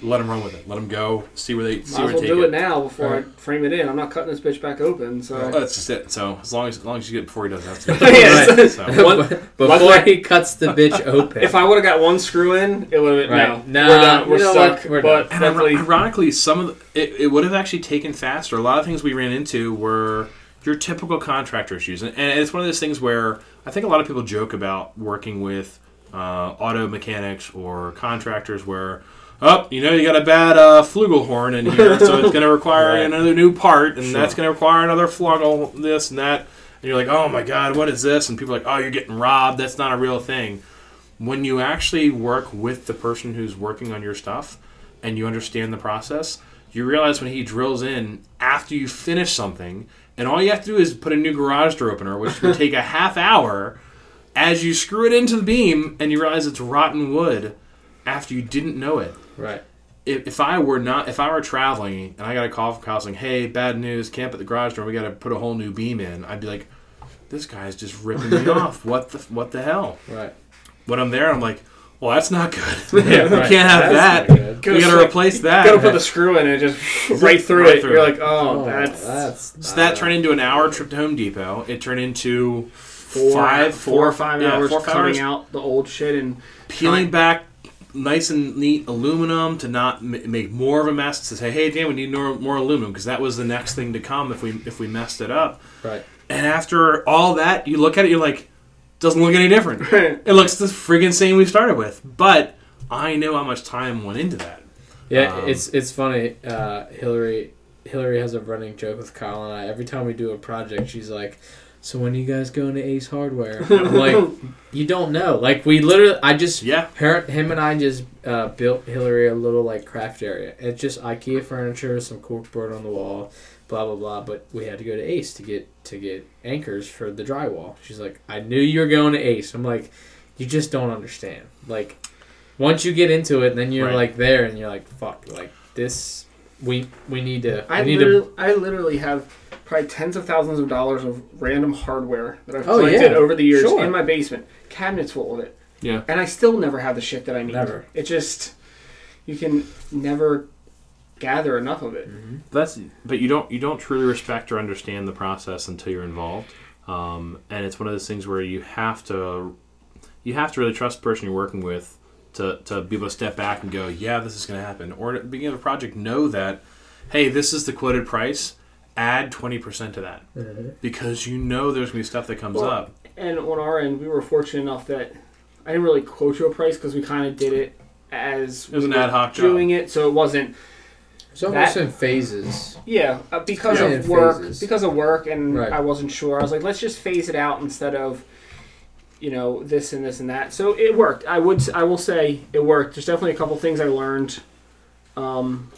S2: let them run with it. Let them go. See where they see
S4: Might as
S2: where
S4: well
S2: they
S4: do
S2: take
S4: it now before
S5: Right.
S4: I frame it in. I'm not cutting this bitch back open. So
S2: Oh, that's just it. So as long as, as long as you get it before he does that.
S4: Yes.
S2: So,
S4: One-
S3: Before
S4: Luckily-
S3: he cuts the bitch open.
S4: if I would have got one screw in, it would have been
S5: Right.
S4: no.
S5: Nah,
S4: we're done. We're
S5: you know
S4: stuck.
S5: what? We're
S4: but
S2: and
S4: luckily,
S2: ir- ironically, some of the, it, it would have actually taken faster. A lot of things we ran into were your typical contractor issues, and, and it's one of those things where I think a lot of people joke about working with uh, auto mechanics or contractors where. Oh, you know, you got a bad uh, flugelhorn in here, so it's going to require
S3: Right.
S2: another new part, and
S3: Sure.
S2: that's going to require another flugel, this and that. And you're like, oh my God, what is this? And people are like, oh, you're getting robbed. That's not a real thing. When you actually work with the person who's working on your stuff and you understand the process, you realize when he drills in after you finish something, and all you have to do is put a new garage door opener, which would take a half hour. As you screw it into the beam and you realize it's rotten wood after you didn't know it,
S5: Right.
S2: if, if I were not if I were traveling and I got a call from Kyle saying, "Hey, bad news, camp at the garage door. We got to put a whole new beam in," I'd be like, "This guy's just ripping me off. What the what the hell?"
S5: Right.
S2: When I'm there, I'm like, "Well, that's not good. we
S5: right.
S2: can't have
S5: That's
S2: that.
S5: not good.
S2: We got to
S4: Gotta-
S2: replace that."
S4: gotta put the screw in and just right through
S2: Right
S4: it.
S2: through
S4: You're
S2: it.
S4: like,
S3: Oh,
S4: oh, that's,
S2: so that
S3: not-
S2: turned into an hour trip to Home Depot. It turned into
S4: four,
S2: five,
S4: four or five
S2: yeah,
S4: hours
S2: four or five
S4: cutting
S2: hours
S4: out the old shit and
S2: peeling back nice and neat aluminum to not m- make more of a mess to say hey dan we need more, more aluminum because that was the next thing to come if we if we messed it up
S5: Right.
S2: and after all that you look at it you're like doesn't look any different it looks the friggin' same we started with but i know how much time went into that
S5: Yeah,
S2: Um,
S5: it's it's funny. Uh, Hillary Hillary has a running joke with Kyle and I. Every time we do a project, she's like, "So when are you guys going to Ace Hardware?" And I'm like, "You don't know." Like we literally, I just
S2: yeah
S5: her, him and I just uh, built Hillary a little like craft area. It's just IKEA furniture, some corkboard on the wall, blah blah blah. But we had to go to Ace to get to get anchors for the drywall. She's like, I knew you were going to Ace. I'm like, you just don't understand. Like, once you get into it, then you're
S2: Right.
S5: like there, and you're like, fuck, like this. We we need to.
S4: I,
S5: we need
S4: literally,
S5: to.
S4: I literally have probably tens of thousands of dollars of random hardware that I've
S5: Oh,
S4: collected
S5: yeah.
S4: over the years
S5: Sure.
S4: in my basement, cabinets full of it.
S2: Yeah.
S4: And I still never have the shit that I need.
S5: Never.
S4: It just you can never gather enough of it.
S2: that's but you don't you don't truly respect or understand the process until you're involved um, and it's one of those things where you have to you have to really trust the person you're working with to, to be able to step back and go yeah this is going to happen or at the beginning of a project know that hey this is the quoted price add 20% to that because you know there's going to be stuff that comes
S4: Well,
S2: up
S4: And on our end, we were fortunate enough that I didn't really quote you a price because we kind of did it as
S2: It was
S4: we
S2: an ad
S4: were
S2: hoc job.
S4: doing it, so it wasn't
S3: It's almost
S4: that-
S3: in phases.
S4: Yeah, uh, because
S3: Yeah.
S4: of
S3: In
S4: work.
S3: phases.
S4: Because of work, and
S3: Right.
S4: I wasn't sure. I was like, let's just phase it out instead of, you know, this and this and that. So it worked. I would. I will say it worked. There's definitely a couple things I learned, um,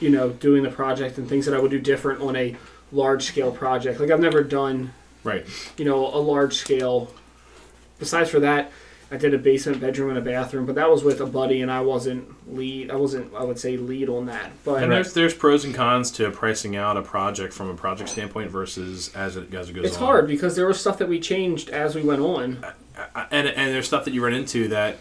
S4: you know, doing the project and things that I would do different on a large scale project. Like I've never done,
S2: right
S4: you know, a large scale. Besides for that, I did a basement bedroom and a bathroom, but that was with a buddy, and I wasn't lead. I wasn't. I would say lead on that, but.
S2: and there's there's pros and cons to pricing out a project from a project standpoint versus as it as it goes
S4: It's
S2: on.
S4: hard because there was stuff that we changed as we went on.
S2: I- and and there's stuff that you run into that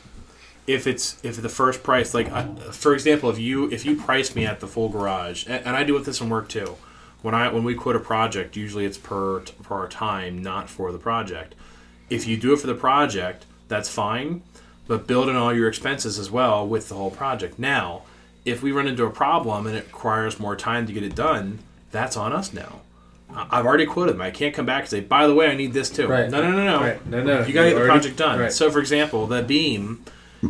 S2: if it's if the first price like I, for example if you if you price me at the full garage and, and I do with this in work too when I when we quote a project usually it's per per our time not for the project if you do it for the project that's fine but build in all your expenses as well with the whole project now if we run into a problem and it requires more time to get it done that's on us now I- I've already quoted them I can't come back and say by the way I need this too
S5: Right.
S2: no no no no
S5: Right. No, no.
S2: you gotta get the
S5: already-
S2: project done.
S5: Right.
S2: So, for example, the beam.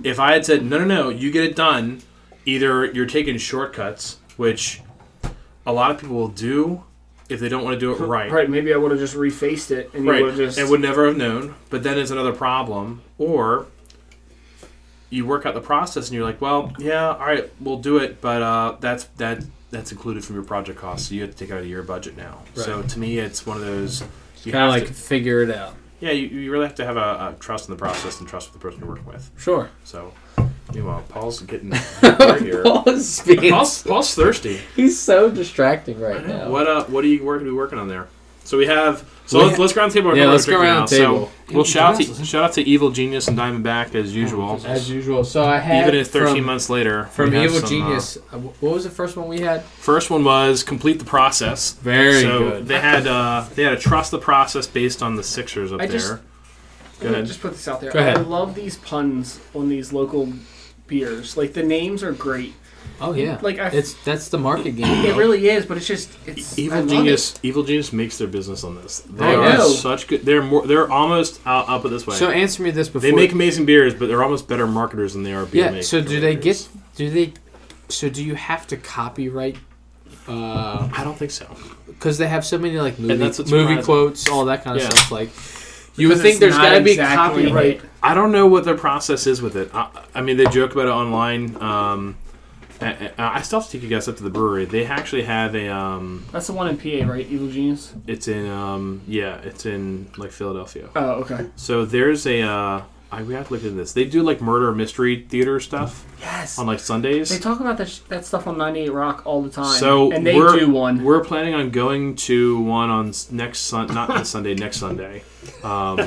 S2: If I had said no, no, no, you get it done. either you're taking shortcuts, which a lot of people will do if they don't want to do it right.
S4: Right, maybe I would have just refaced it and you
S2: Right.
S4: would have just.
S2: And would never have known. But then it's another problem. Or you work out the process and you're like, well, yeah, all right, we'll do it, but uh, that's that that's included from your project cost, so you have to take it out of your budget now. So to me, it's one of those. You
S3: Kind of
S2: have
S3: like
S2: to,
S3: figure it out.
S2: yeah, you, you really have to have a, a trust in the process and trust with the person you're working with.
S3: Sure.
S2: So meanwhile, Paul's getting hungry here.
S3: Paul's being,
S2: Paul's, Paul's thirsty.
S3: he's so distracting right now.
S2: What uh, what are you working be working on there? So we have so let's, let's go around the table.
S3: Yeah,
S2: We're
S3: let's go
S2: drinking
S3: around
S2: now.
S3: the table.
S2: So we'll
S1: Yeah,
S2: shout out
S1: let's
S2: to
S1: listen.
S2: shout out to Evil Genius and Diamondback as usual.
S3: As usual. So I had
S2: Even if 13
S3: from,
S2: months later,
S3: from
S2: we have
S3: Evil
S2: some, uh,
S3: Genius. uh, wh- what was the first one we had?
S2: first one was complete the process.
S3: Very
S2: so
S3: good.
S2: they had uh, they had to trust the process based on the Sixers up
S4: I
S2: there.
S4: just-
S2: Go
S4: Yeah,
S2: ahead.
S4: Just put this out there.
S3: Go ahead.
S4: I love these puns on these local beers. Like the names are great.
S3: Oh yeah.
S4: Like I,
S3: It's that's the market game.
S4: it really is, but it's just it's I
S2: E- Evil
S4: love
S2: Genius, Evil Genius makes their business on this. They
S3: I
S2: are
S4: know.
S2: such good. They're more. They're almost. I'll, I'll put it this way.
S3: So answer me this before.
S2: they make amazing beers, but they're almost better marketers than they are beer
S3: yeah.
S2: makers.
S3: So do they get? Do they? So do you have to copyright? Because
S2: I don't think so.
S3: they have so many like movie,
S2: that's what's
S3: movie
S2: surprising.
S3: quotes, all that kind of
S2: Yeah.
S3: stuff. Like you would
S4: Because
S3: think
S4: it's
S3: there's
S4: not
S3: got to be
S4: exactly
S3: copyright.
S2: I don't know what their process is with it. I, I mean, they joke about it online. Um, I, I I still have to take a guess up to the brewery. They actually have a. Um,
S4: it. That's the one in PA, right? Evil Genius.
S2: it's in. Um, yeah, it's in like Philadelphia.
S4: Oh, okay.
S2: So there's a. Uh, I we have to look into this. They do like murder mystery theater stuff
S4: Yes.
S2: on like
S4: They
S2: Sundays.
S4: talk about that, sh- that stuff on 98 Rock all the time.
S2: So
S4: and they
S2: we're,
S4: do one.
S2: We're planning on going to one on s- next Sun, not this Sunday, next Sunday. Um,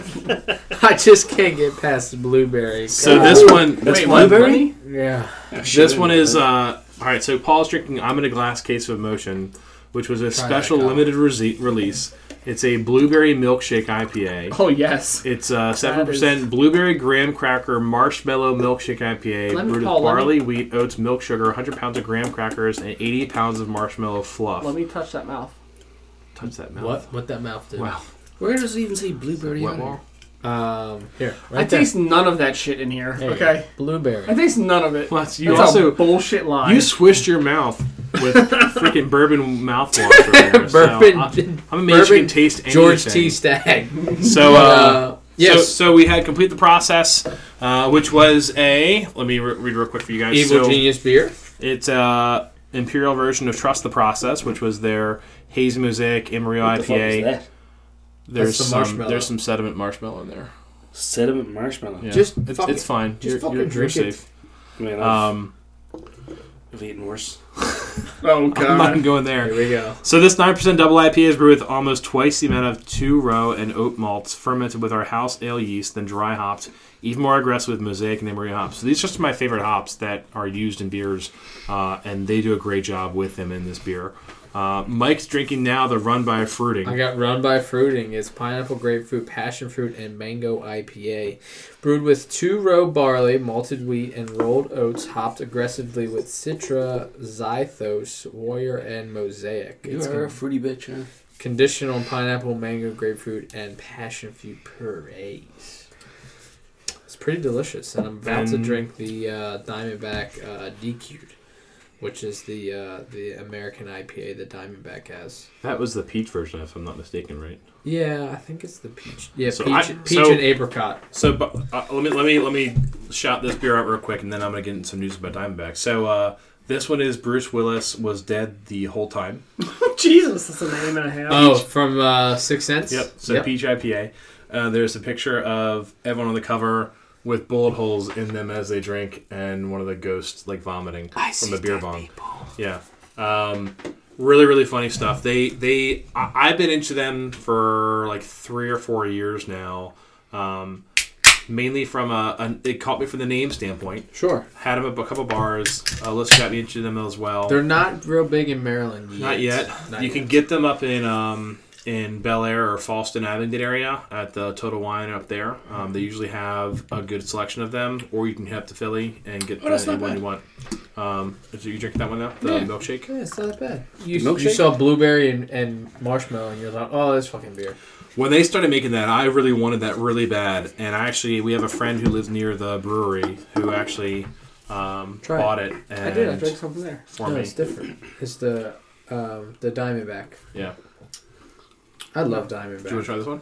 S3: I just can't get past the blueberry.
S2: so
S3: God.
S2: this one, this
S4: Wait,
S2: one,
S4: blueberry?
S3: Yeah.
S2: This one is uh, all right. So Paul's drinking. I'm in a glass case of emotion, which was a special
S3: Colin.
S2: limited rese- release. It's a blueberry milkshake IPA.
S4: Oh yes.
S2: It's uh, seven percent blueberry graham cracker marshmallow milkshake IPA
S4: Let me-
S2: brewed
S4: Paul,
S2: with
S4: let me-
S2: barley, wheat, oats, milk sugar, 100 pounds of graham crackers, and 80 pounds of marshmallow fluff.
S4: Let me touch that mouth.
S2: Touch that mouth.
S3: What? What that mouth did?
S2: Wow.
S1: Where does it even say blueberry?
S2: Wet
S1: on
S2: wall.
S3: Um. Here. Right
S4: I
S3: there.
S4: taste none of that shit in here.
S3: There you
S4: okay.
S3: go. Blueberry.
S4: I taste none of it.
S2: Plus, you
S4: That's a
S2: also
S4: bullshit lie.
S2: you swished your mouth with freaking bourbon mouthwash. over there, so
S3: Bourbon-
S2: I, I'm amazed you
S3: bourbon
S2: can taste anything.
S3: George T. Stag.
S2: So. uh
S3: Uh, yes.
S2: So, so we had complete the process, uh, which was a. Let me re- read real quick for you guys.
S3: Evil
S2: so
S3: Genius beer.
S2: It's a imperial version of Trust the Process, which was their hazy mosaic Emerio
S1: What the fuck is
S2: IPA.
S1: that?
S2: There's
S3: That's the
S2: some
S3: marshmallow.
S2: there's some sediment marshmallow in there.
S1: Sediment marshmallow.
S2: Yeah.
S3: Just
S2: it's,
S3: fuck
S2: it's
S3: it.
S2: fine.
S3: Just
S2: you're
S3: fucking
S2: you're, you're
S3: drink it.
S2: safe.
S1: I mean, I've,
S2: Um,
S1: I've eaten worse.
S4: oh
S2: I'm not
S4: god.
S2: going
S3: Here
S2: there.
S3: we go.
S2: So this 9% double IPA is brewed with almost twice the amount of two row and oat malts, fermented with our house ale yeast, then dry hopped, even more aggressive with mosaic and emery hops. So these are just my favorite hops that are used in beers, uh, and they do a great job with them in this beer. Uh, Mike's drinking now the Run by Fruiting.
S3: I got run by fruiting. It's pineapple, grapefruit, passion fruit, and mango IPA. Brewed with two row barley, malted wheat, and rolled oats, hopped aggressively with citra, xythos, warrior, and mosaic.
S1: You
S3: It's
S1: are a
S3: con-
S1: fruity bitch, huh?
S3: conditioned on pineapple, mango, grapefruit, and passion fruit purees. It's pretty delicious, and I'm about to
S2: And-
S3: drink the uh, Diamondback uh, DQ'd, which is the uh, the American IPA that Diamondback has.
S2: That was the peach version, if I'm not mistaken, right?
S3: Yeah, I think it's the peach. Yeah,
S2: So
S3: peach,
S2: I-
S3: peach
S2: so-
S3: and apricot.
S2: So but, uh, let me let me let me shout this beer out real quick, and then I'm gonna get into some news about Diamondback. So uh, this one is Bruce Willis was dead the whole time.
S4: Jesus, that's a name and a half.
S3: Oh, from uh, Six Sense.
S2: Yep. So Peach IPA. Uh, there's a picture of everyone on the cover with bullet holes in them as they drink, and one of the ghosts like vomiting from a beer bong. Yeah. Um, really, really funny stuff. They they I, I've been into them for like three or four years now. Um, mainly from a, an it caught me from the name standpoint.
S3: Sure.
S2: Had them at a couple bars. Uh, List got me into them as well.
S3: They're not real big in Maryland yet.
S2: Not yet.
S3: Not
S2: you can get them up in um, in Bel Air or Falston Abingdon area at the Total Wine up there. Um, they usually have a good selection of them, or you can head up to Philly and get
S1: Oh,
S2: the
S1: that's not
S2: one you want. Um, so you drinking that one now? The
S3: Yeah.
S2: milkshake.
S3: Yeah, it's not that bad. You,
S1: Milkshake?
S3: you saw blueberry and, and marshmallow, and you're like, oh, that's fucking beer.
S2: When they started making that, I really wanted that really bad. And I actually, we have a friend who lives near the brewery who actually um,
S3: Try it.
S2: bought it and
S4: I did. I drank something there.
S2: for
S3: no,
S2: me.
S3: it's different. It's the um, the Diamondback.
S2: Yeah.
S3: I love
S2: Do you want to
S3: Diamondback.
S2: try this one?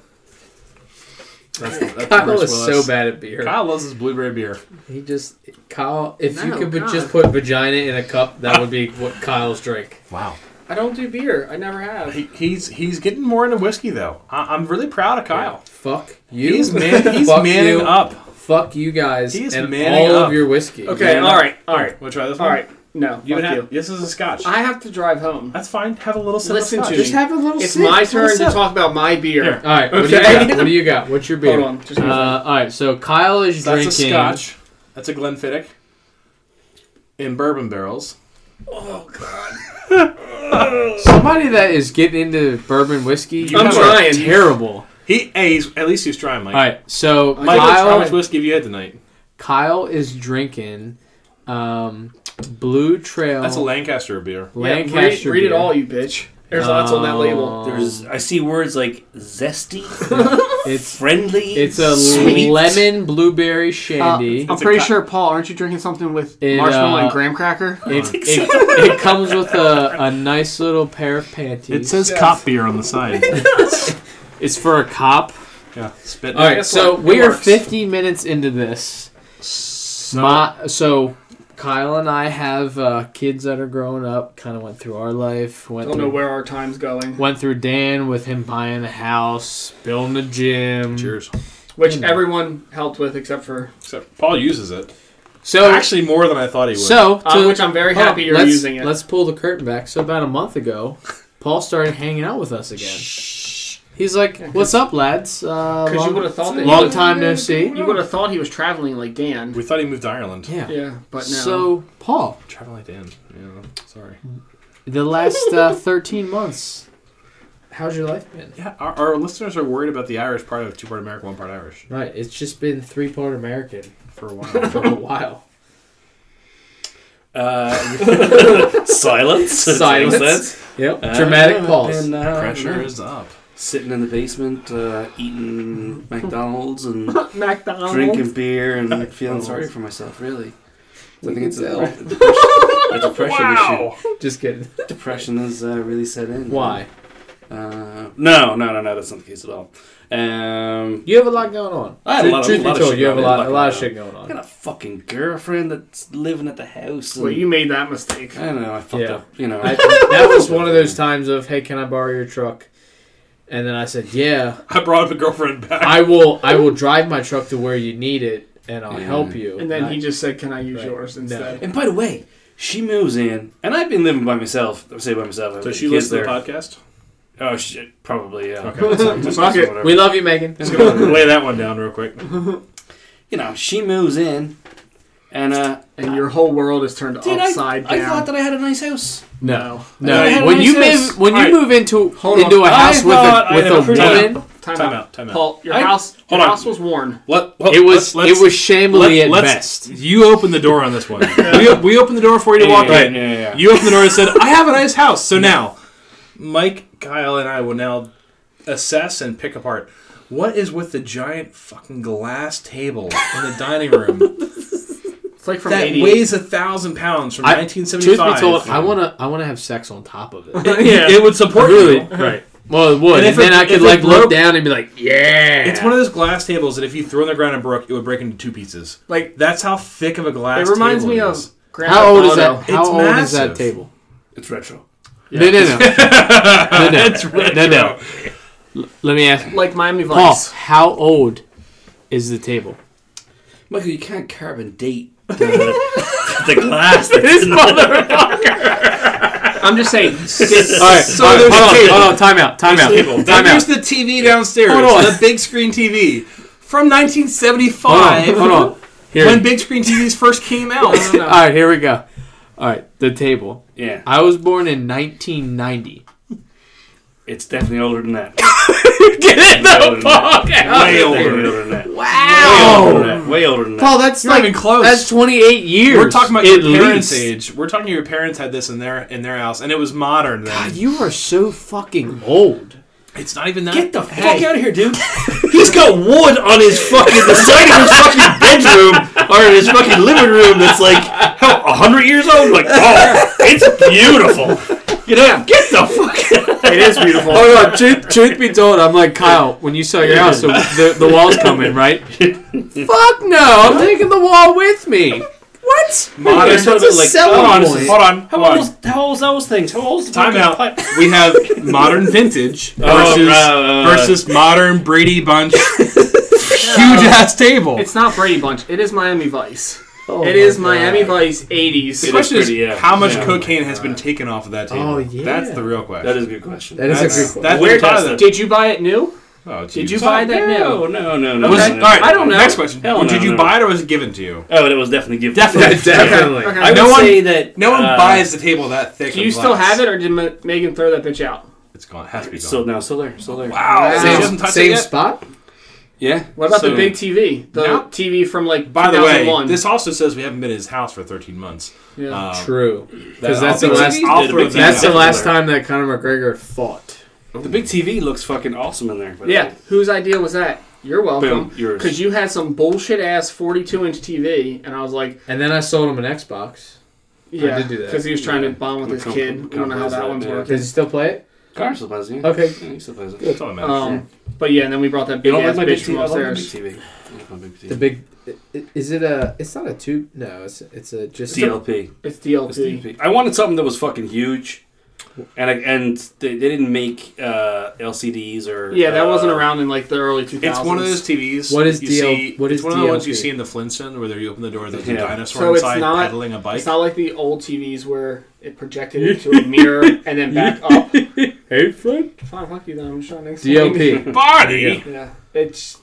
S2: That's, that's
S3: Kyle
S2: Bruce
S3: is
S2: Willis.
S3: so bad at beer.
S2: Kyle loves his blueberry beer.
S3: He just Kyle. If you
S4: No,
S3: could but
S4: God.
S3: just put vagina in a cup, that would be what Kyle's drink.
S2: Wow.
S4: I don't do beer. I never have.
S2: He, he's he's getting more into whiskey though. I, I'm really proud of Kyle.
S3: Fuck you.
S2: He's man, he's
S3: Fuck
S2: manning
S3: you.
S2: up.
S3: Fuck you guys
S2: He is
S3: and
S2: manning
S3: all
S2: up.
S3: of your whiskey.
S4: Okay, all right, all right,
S2: Want to try this
S4: all
S2: one?
S4: right. No,
S2: You
S4: fuck
S2: have,
S4: you.
S2: This is a scotch.
S4: I have to drive home.
S2: That's fine. Have a little sip
S4: Listen
S2: of
S4: to
S2: scotch.
S4: me.
S3: Just have a little.
S4: It's
S3: sip.
S4: my turn to
S2: sip.
S4: talk about my beer.
S2: Here.
S3: All right. What
S4: Okay.
S3: do you got? What do you got? What's your beer?
S4: Hold on, just a
S3: Uh,
S4: minute.
S3: all right. So Kyle is
S2: So that's a
S3: drinking.
S2: scotch. That's a Glenfiddich. In bourbon barrels.
S3: Somebody that is getting into bourbon whiskey. You
S2: I'm
S3: are
S4: trying.
S3: Terrible.
S2: He, hey, he's, at least he's trying, Mike.
S3: All right. So
S2: Mike, how
S3: Kyle.
S2: much whiskey have you had tonight?
S3: Kyle is drinking um, Blue Trail
S2: That's a Lancaster beer.
S4: Yeah, read-
S3: Lancaster.
S4: read, it
S3: beer. Uh,
S4: all, you bitch. There's lots on that label.
S1: There's
S3: Um,
S1: I see words like zesty,
S3: It's
S1: friendly.
S3: it's a
S1: sweet.
S3: lemon blueberry shandy.
S4: Uh, I'm
S2: It's a
S4: pretty
S2: co-
S4: sure, Paul, aren't you drinking something with
S3: It,
S4: marshmallow
S3: uh,
S4: and graham cracker?
S3: it, it, it comes with a, a nice little pair of panties.
S4: Yes.
S2: beer on the side.
S3: it's for a cop.
S2: yeah, spit.
S3: All right,
S4: Guess
S3: so
S4: what? It
S3: we are
S4: works.
S3: 50 minutes into this.
S2: So,
S3: My, so Kyle and I have uh, kids that are growing up. Kind of went through our life. Went
S4: don't know
S3: through,
S4: where our time's going.
S3: went through Dan with him buying a house, building a gym.
S2: cheers.
S3: Hmm.
S4: Which everyone helped with except for.
S2: Except Paul uses it.
S3: So
S2: Actually, more than I thought he would.
S3: So,
S4: Uh, which I'm very
S3: hold
S4: happy you're
S3: let's,
S4: using it.
S3: Let's pull the curtain back. So about a month ago, Paul started hanging out with us again. He's like, "What's up, lads? Uh,
S4: 'Cause you
S3: long,
S4: would've thought that he
S3: long
S4: was-
S3: time no see."
S4: You would have thought he was traveling like Dan.
S2: we thought he moved to Ireland.
S3: Yeah.
S4: Yeah, but no.
S3: So Paul,
S2: Travel like Dan. Yeah, sorry.
S3: the last uh, thirteen months, how's your life been?
S2: Yeah, our, our listeners are worried about the Irish part of two part American, one part Irish
S3: Right, it's just been three part American
S2: for a while.
S3: for a while.
S1: Uh, silence.
S3: Silence.
S1: Silence.
S3: Yep,
S1: Uh,
S3: dramatic
S1: I've
S3: pause.
S1: been, uh,
S2: Pressure is up.
S1: Sitting in the basement, uh, eating McDonald's and
S4: McDonald's.
S1: drinking beer and feeling sorry for myself. Really, I think it's a,
S3: tell.
S1: depression, a depression issue.
S3: Just kidding.
S1: Depression has uh, really set in.
S3: Why?
S1: Uh, no, no, no, no. That's not the case at all. Um,
S3: You have a lot going on.
S2: I had a lot of-
S3: Truth
S2: lot of
S3: be told,
S2: shit
S3: you have a
S2: going
S3: lot,
S1: on.
S3: a lot of shit going
S1: I
S3: on.
S1: got a fucking girlfriend that's living at the house. And,
S4: Well, you made that mistake.
S1: I don't know. I fucked
S3: Yeah.
S1: up. You know.
S3: I, that was one of those times of, hey, can I borrow your truck? And then I said, yeah,
S2: I brought up a girlfriend back.
S3: I will. I will drive my truck to where you need it, and I'll help you.
S4: And then
S3: I-
S4: he just said, Can I use
S3: Right.
S4: yours instead?
S1: and by the way, she moves in, and I've been living by myself. I say by myself. I've
S2: So
S1: been
S2: she
S1: kids
S2: listens to the
S1: there.
S2: podcast.
S1: Oh shit! Probably yeah.
S2: Okay.
S4: Fuck it.
S3: we love you, Megan.
S2: Just gonna lay that one down real quick.
S1: you know, she moves in, and uh,
S4: And your whole world is turned
S1: dude, I,
S4: upside
S1: I
S4: down.
S1: thought that I had a nice house.
S4: no.
S3: No,
S1: I had a
S3: when you
S1: nice
S3: move
S1: house.
S3: when you
S2: Alright.
S3: move into
S4: Hold on.
S3: into a
S2: I
S3: house with
S2: thought I
S3: a
S2: had a
S3: with
S2: free-
S3: a woman,
S4: Time,
S2: Time
S4: out.
S2: out, time out.
S4: Paul, your
S2: I-
S4: house,
S2: hold
S4: your
S2: on.
S4: house was worn.
S2: Let, well,
S3: it was
S2: let's-
S3: it was shamefully
S2: let-
S3: at
S2: let's-
S3: best.
S2: You opened the door on this one. we, we opened the door for you to walk in.
S1: Yeah, yeah, yeah.
S2: You opened the door and said, "I have a nice house." So now, Mike, Kyle, and I will now assess and pick apart what is with the giant fucking glass table in the dining room
S4: It's like from
S2: that
S4: 80.
S2: weighs a thousand pounds from
S3: I- Truth
S2: 1975.
S3: be told, I wanna I wanna have sex on top of it.
S2: It, it- it would support
S3: Really?
S2: you. Right.
S3: Well, it would,
S2: And
S3: and,
S2: if
S3: then
S2: it-
S3: I
S2: if
S3: could
S2: it
S3: like
S2: broke-
S3: look down and be like, yeah.
S2: It's one of those glass tables that if you threw on the ground and broke, it would break into two pieces.
S4: Like,
S2: That's how thick of a glass.
S4: it reminds
S2: table
S4: me
S2: it
S4: of.
S2: is.
S4: Grand
S3: how old
S4: Theft
S3: is
S4: Auto.
S3: that? How
S2: Oh, It's
S3: old is that
S2: massive.
S3: table?
S1: It's retro.
S3: No, no, no, no, no.
S2: That's right.
S3: no, no. Let me ask.
S4: Like Miami
S3: Paul,
S4: Vice.
S3: how old is the table?
S1: Michael, you can't carbon date the, the glass. That's in the-
S4: I'm just saying.
S3: All right, all right, hold on, hold on, time out, time out,
S2: table.
S3: time
S2: Then
S3: out.
S2: there's the TV downstairs.
S3: Hold on.
S2: The big screen TV from
S3: Hold
S2: 1975.
S3: on, hold on. Here,
S2: When big screen TVs first came out.
S3: all right, here we go. All right, the table.
S1: yeah,
S3: I was born in 1990.
S1: it's definitely older than that.
S3: Get it?
S1: Older than that. Way
S2: out.
S1: older, than that. Way older
S3: Wow,
S1: than that. Way older than that.
S3: Paul, that's
S2: You're not
S3: like
S2: even close.
S3: that's 28 years.
S2: We're talking about
S3: at
S2: your parents'
S3: least.
S2: age. We're talking your parents had this in their in their house, and it was modern then.
S3: God, you are so fucking old.
S2: It's not even that.
S1: Get the fuck
S2: Hey.
S1: out of here, dude. He's got wood on his fucking the side of his fucking bedroom or in his fucking living room that's like how hundred years old. Like, oh, it's beautiful. You know, get the fuck.
S4: It is beautiful.
S3: Oh no! Truth, truth be told, I'm like Kyle. When you sell your house, the, the, the walls come in, right? Fuck no! I'm taking the wall with me. What?
S2: Modern-
S3: That's a selling
S2: hold on,
S3: point.
S2: hold on, hold
S1: How old?
S2: on.
S1: Is, how old is those things? How old is the
S2: Time
S1: fucking
S2: out.
S1: pipe?
S2: We have modern vintage versus
S1: Oh, right, right, right.
S2: versus modern Brady Bunch huge ass table.
S4: It's not Brady Bunch. It is Miami Vice.
S3: Oh
S4: it
S3: my
S4: is
S3: God.
S4: Miami Vice 80s.
S2: the question
S1: pretty,
S2: is
S1: yeah.
S2: how much
S1: Yeah.
S2: cocaine has been taken off of that table.
S3: Oh, yeah.
S2: That's the real question.
S1: That is a good question.
S3: That is a
S2: That's-
S3: good one.
S2: that's
S4: Where
S2: the part of
S1: tested.
S2: the-
S4: did you buy it new?
S2: Oh,
S4: Did you
S2: geez.
S4: buy that
S1: no,
S4: new?
S1: no, no, no.
S2: Was
S1: no,
S2: it,
S1: no.
S2: all right,
S4: I don't know.
S2: Next question:
S1: Hell
S2: Did
S1: no,
S2: you
S1: no.
S2: buy it or was it given to you?
S1: Oh, it was definitely given.
S2: Definitely.
S3: Definitely.
S4: Okay.
S2: I
S1: I
S2: would
S1: would
S2: No one- say
S1: say that uh,
S2: No one buys the table that thick.
S4: Do
S2: of
S4: you still
S2: glass.
S4: have it, or did Ma- Megan throw that bitch out?
S2: It's gone. It has to be gone.
S1: Still no, still there, still there.
S2: wow.
S4: Wow.
S2: She hasn't
S3: Same,
S2: touched it
S3: same
S2: yet?
S3: spot.
S2: Yeah.
S4: What about the
S2: So-
S4: big TV? The
S2: No.
S4: TV from like
S2: By the way,
S4: 2001.
S2: this also says we haven't been in his house for 13 months.
S4: Yeah.
S1: uh,
S2: Um,
S3: True. Because
S2: that-
S3: that's
S2: I'll
S3: the
S2: throw-
S3: last.
S2: I'll throw
S1: That's
S2: that
S3: That's the
S2: out.
S3: last time that Conor McGregor fought.
S1: The big TV looks fucking awesome in there. uh, by the
S4: yeah,
S1: way.
S4: whose idea was that? You're welcome.
S1: Boom, yours.
S4: Because you had some bullshit ass 42 inch TV, and I was like,
S3: And then I sold him an Xbox.
S4: yeah,
S3: did do that.
S4: Because he was trying to bond with his
S1: Com-
S4: kid. I don't know how
S1: compromise
S4: that
S1: that,
S4: one's
S1: yeah.
S4: working.
S3: Does he still play it?
S1: Car still plays it.
S3: Okay.
S1: Yeah, he still plays it.
S2: That's all that matters.
S4: Um, but yeah, and then we brought that
S1: You
S4: big
S1: don't like
S4: ass
S1: my big
S4: bitch from
S1: TV? I love my big
S4: upstairs.
S1: TV. I love my big
S3: The
S1: TV.
S3: big. i- i- Is it a? It's not a tube. No, it's it's a just.
S1: DLP.
S4: It's
S1: It's
S4: DLP.
S1: DLP. I wanted something that was fucking huge, and I, and they, they didn't make uh, LCDs or
S4: Yeah, that
S1: uh,
S4: wasn't around in like the early 2000s.
S2: It's one of those TVs.
S3: What is
S2: you
S3: DL
S2: See,
S3: what
S2: it's
S3: is
S2: one of the ones you
S3: DLP?
S2: see in the Flintstone where you open the door, there's a
S1: Yeah.
S2: dinosaur
S4: So it's
S2: inside
S4: not-
S2: pedaling a bike.
S4: It's not like the old TVs where it projected into a mirror and then back up.
S3: Hey, Fred.
S4: Fine, fuck you then. I'm just trying to explain.
S3: DLP.
S2: Body.
S4: Yeah, it's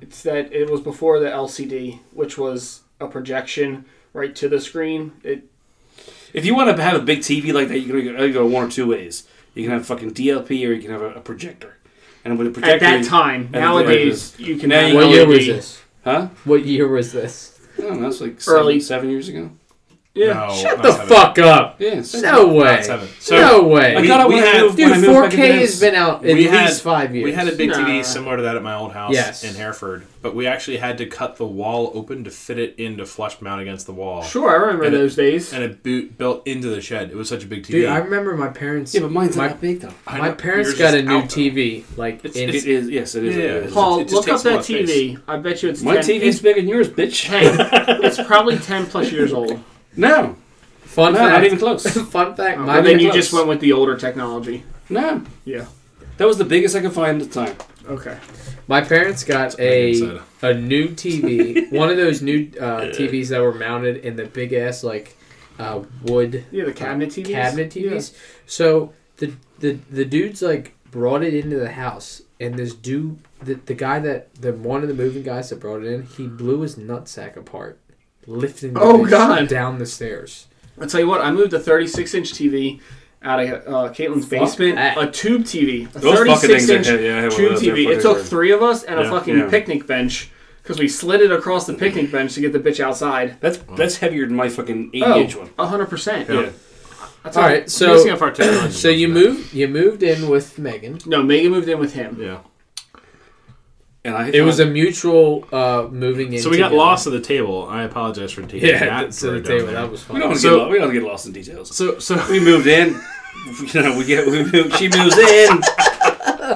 S4: it's that it was before the LCD, which was a projection right to the screen. It
S1: If you want to have a big TV like that, you can go- you go one or two ways. You can have fucking DLP or you can have a, a projector. And with a projector,
S4: at that time.
S1: the
S4: nowadays, you can.
S1: Now
S4: have
S1: you
S3: What year
S4: LED.
S3: was this?
S1: huh?
S3: What year was this?
S1: I don't know, it's like
S4: Early.
S1: seven, seven years ago.
S4: Yeah.
S2: No,
S3: Shut
S2: Oh, not
S3: the
S2: seven.
S3: fuck up.
S1: Yeah, seven.
S3: No way.
S2: Not seven. So
S3: No way.
S1: I
S2: We-
S1: got it
S2: we
S1: when I
S2: had-
S1: moved- when I
S3: Dude,
S1: moved back
S3: 4K
S1: in the
S3: has
S1: house.
S3: been out at
S2: We
S3: least
S2: had-
S3: five years.
S2: We had a big
S4: Nah.
S2: TV similar to that at my old house
S3: Yes.
S2: in Hereford, but we actually had to cut the wall open to fit it in to flush mount against the wall.
S4: Sure, I remember
S2: And it-
S4: those days.
S2: And it boot built into the shed. It was such a big TV.
S3: Dude, I remember my parents.
S1: Yeah, but mine's
S3: my,
S1: not that big though.
S2: I
S3: my
S2: know,
S3: parents
S2: yours
S3: got
S2: is
S3: a new
S2: out, though.
S3: TV. Like
S2: It's-
S3: in
S1: It is, yes, it is.
S2: Yeah.
S1: It is.
S2: Paul-
S4: Paul,
S2: it just
S4: look
S2: takes
S4: up
S2: up
S4: that
S2: a lot of
S4: TV. I bet you it's
S1: My
S4: 10,
S1: TV's
S4: It's,
S1: bigger than yours, bitch.
S4: hey, it's probably ten plus years old. Oh,
S1: No, no,
S3: fun
S1: not
S3: fact.
S1: even close.
S3: fun fact.
S2: Oh,
S4: And
S3: my
S4: then you
S1: close.
S4: just went with the older technology.
S1: No,
S4: Yeah.
S1: that was the biggest I could find at the time.
S4: Okay.
S3: My parents got
S2: inside.
S3: a a new TV, one of those new uh, TVs that were mounted in the big ass like uh, wood
S4: Yeah, the cabinet TVs.
S3: cabinet TVs. So the the the dudes like brought it into the house, and this dude, the, the guy that the one of the moving guys that brought it in, he blew his nutsack apart, lifting the
S4: Oh,
S3: bitch
S4: God.
S3: down the stairs.
S4: I'll tell you what, I moved a 36 inch TV out of uh, Caitlin's basement.
S3: that.
S4: A tube TV. A
S1: Those fucking
S4: 36
S1: things are
S4: inch
S1: heavy. Yeah, I have one
S4: tube
S1: of those. They're
S4: TV. It
S1: fucking
S4: took
S1: weird.
S4: three of us and a
S1: Yeah,
S4: fucking
S1: yeah.
S4: picnic bench because we slid it across the picnic bench to get the bitch outside.
S1: That's that's heavier than my fucking eighty
S4: Oh,
S1: inch one.
S4: 100%.
S1: Yeah.
S4: That's
S3: All
S4: all-
S3: right,
S4: I'm
S3: so-
S4: missing a part technology.
S3: So you moved you moved in with Megan.
S4: No, Megan moved in with him.
S2: Yeah.
S1: and I
S3: It was a mutual uh, moving in.
S2: So we got
S3: together.
S2: lost at the table. I apologize for taking
S3: Yeah,
S2: that.
S3: to
S2: for
S3: the
S2: down
S3: table.
S2: there.
S3: That was
S1: we
S3: fun.
S1: don't
S2: So-
S1: get, lo- we don't get lost in details.
S2: so so
S1: We moved in. You know, we get we move, she moves in.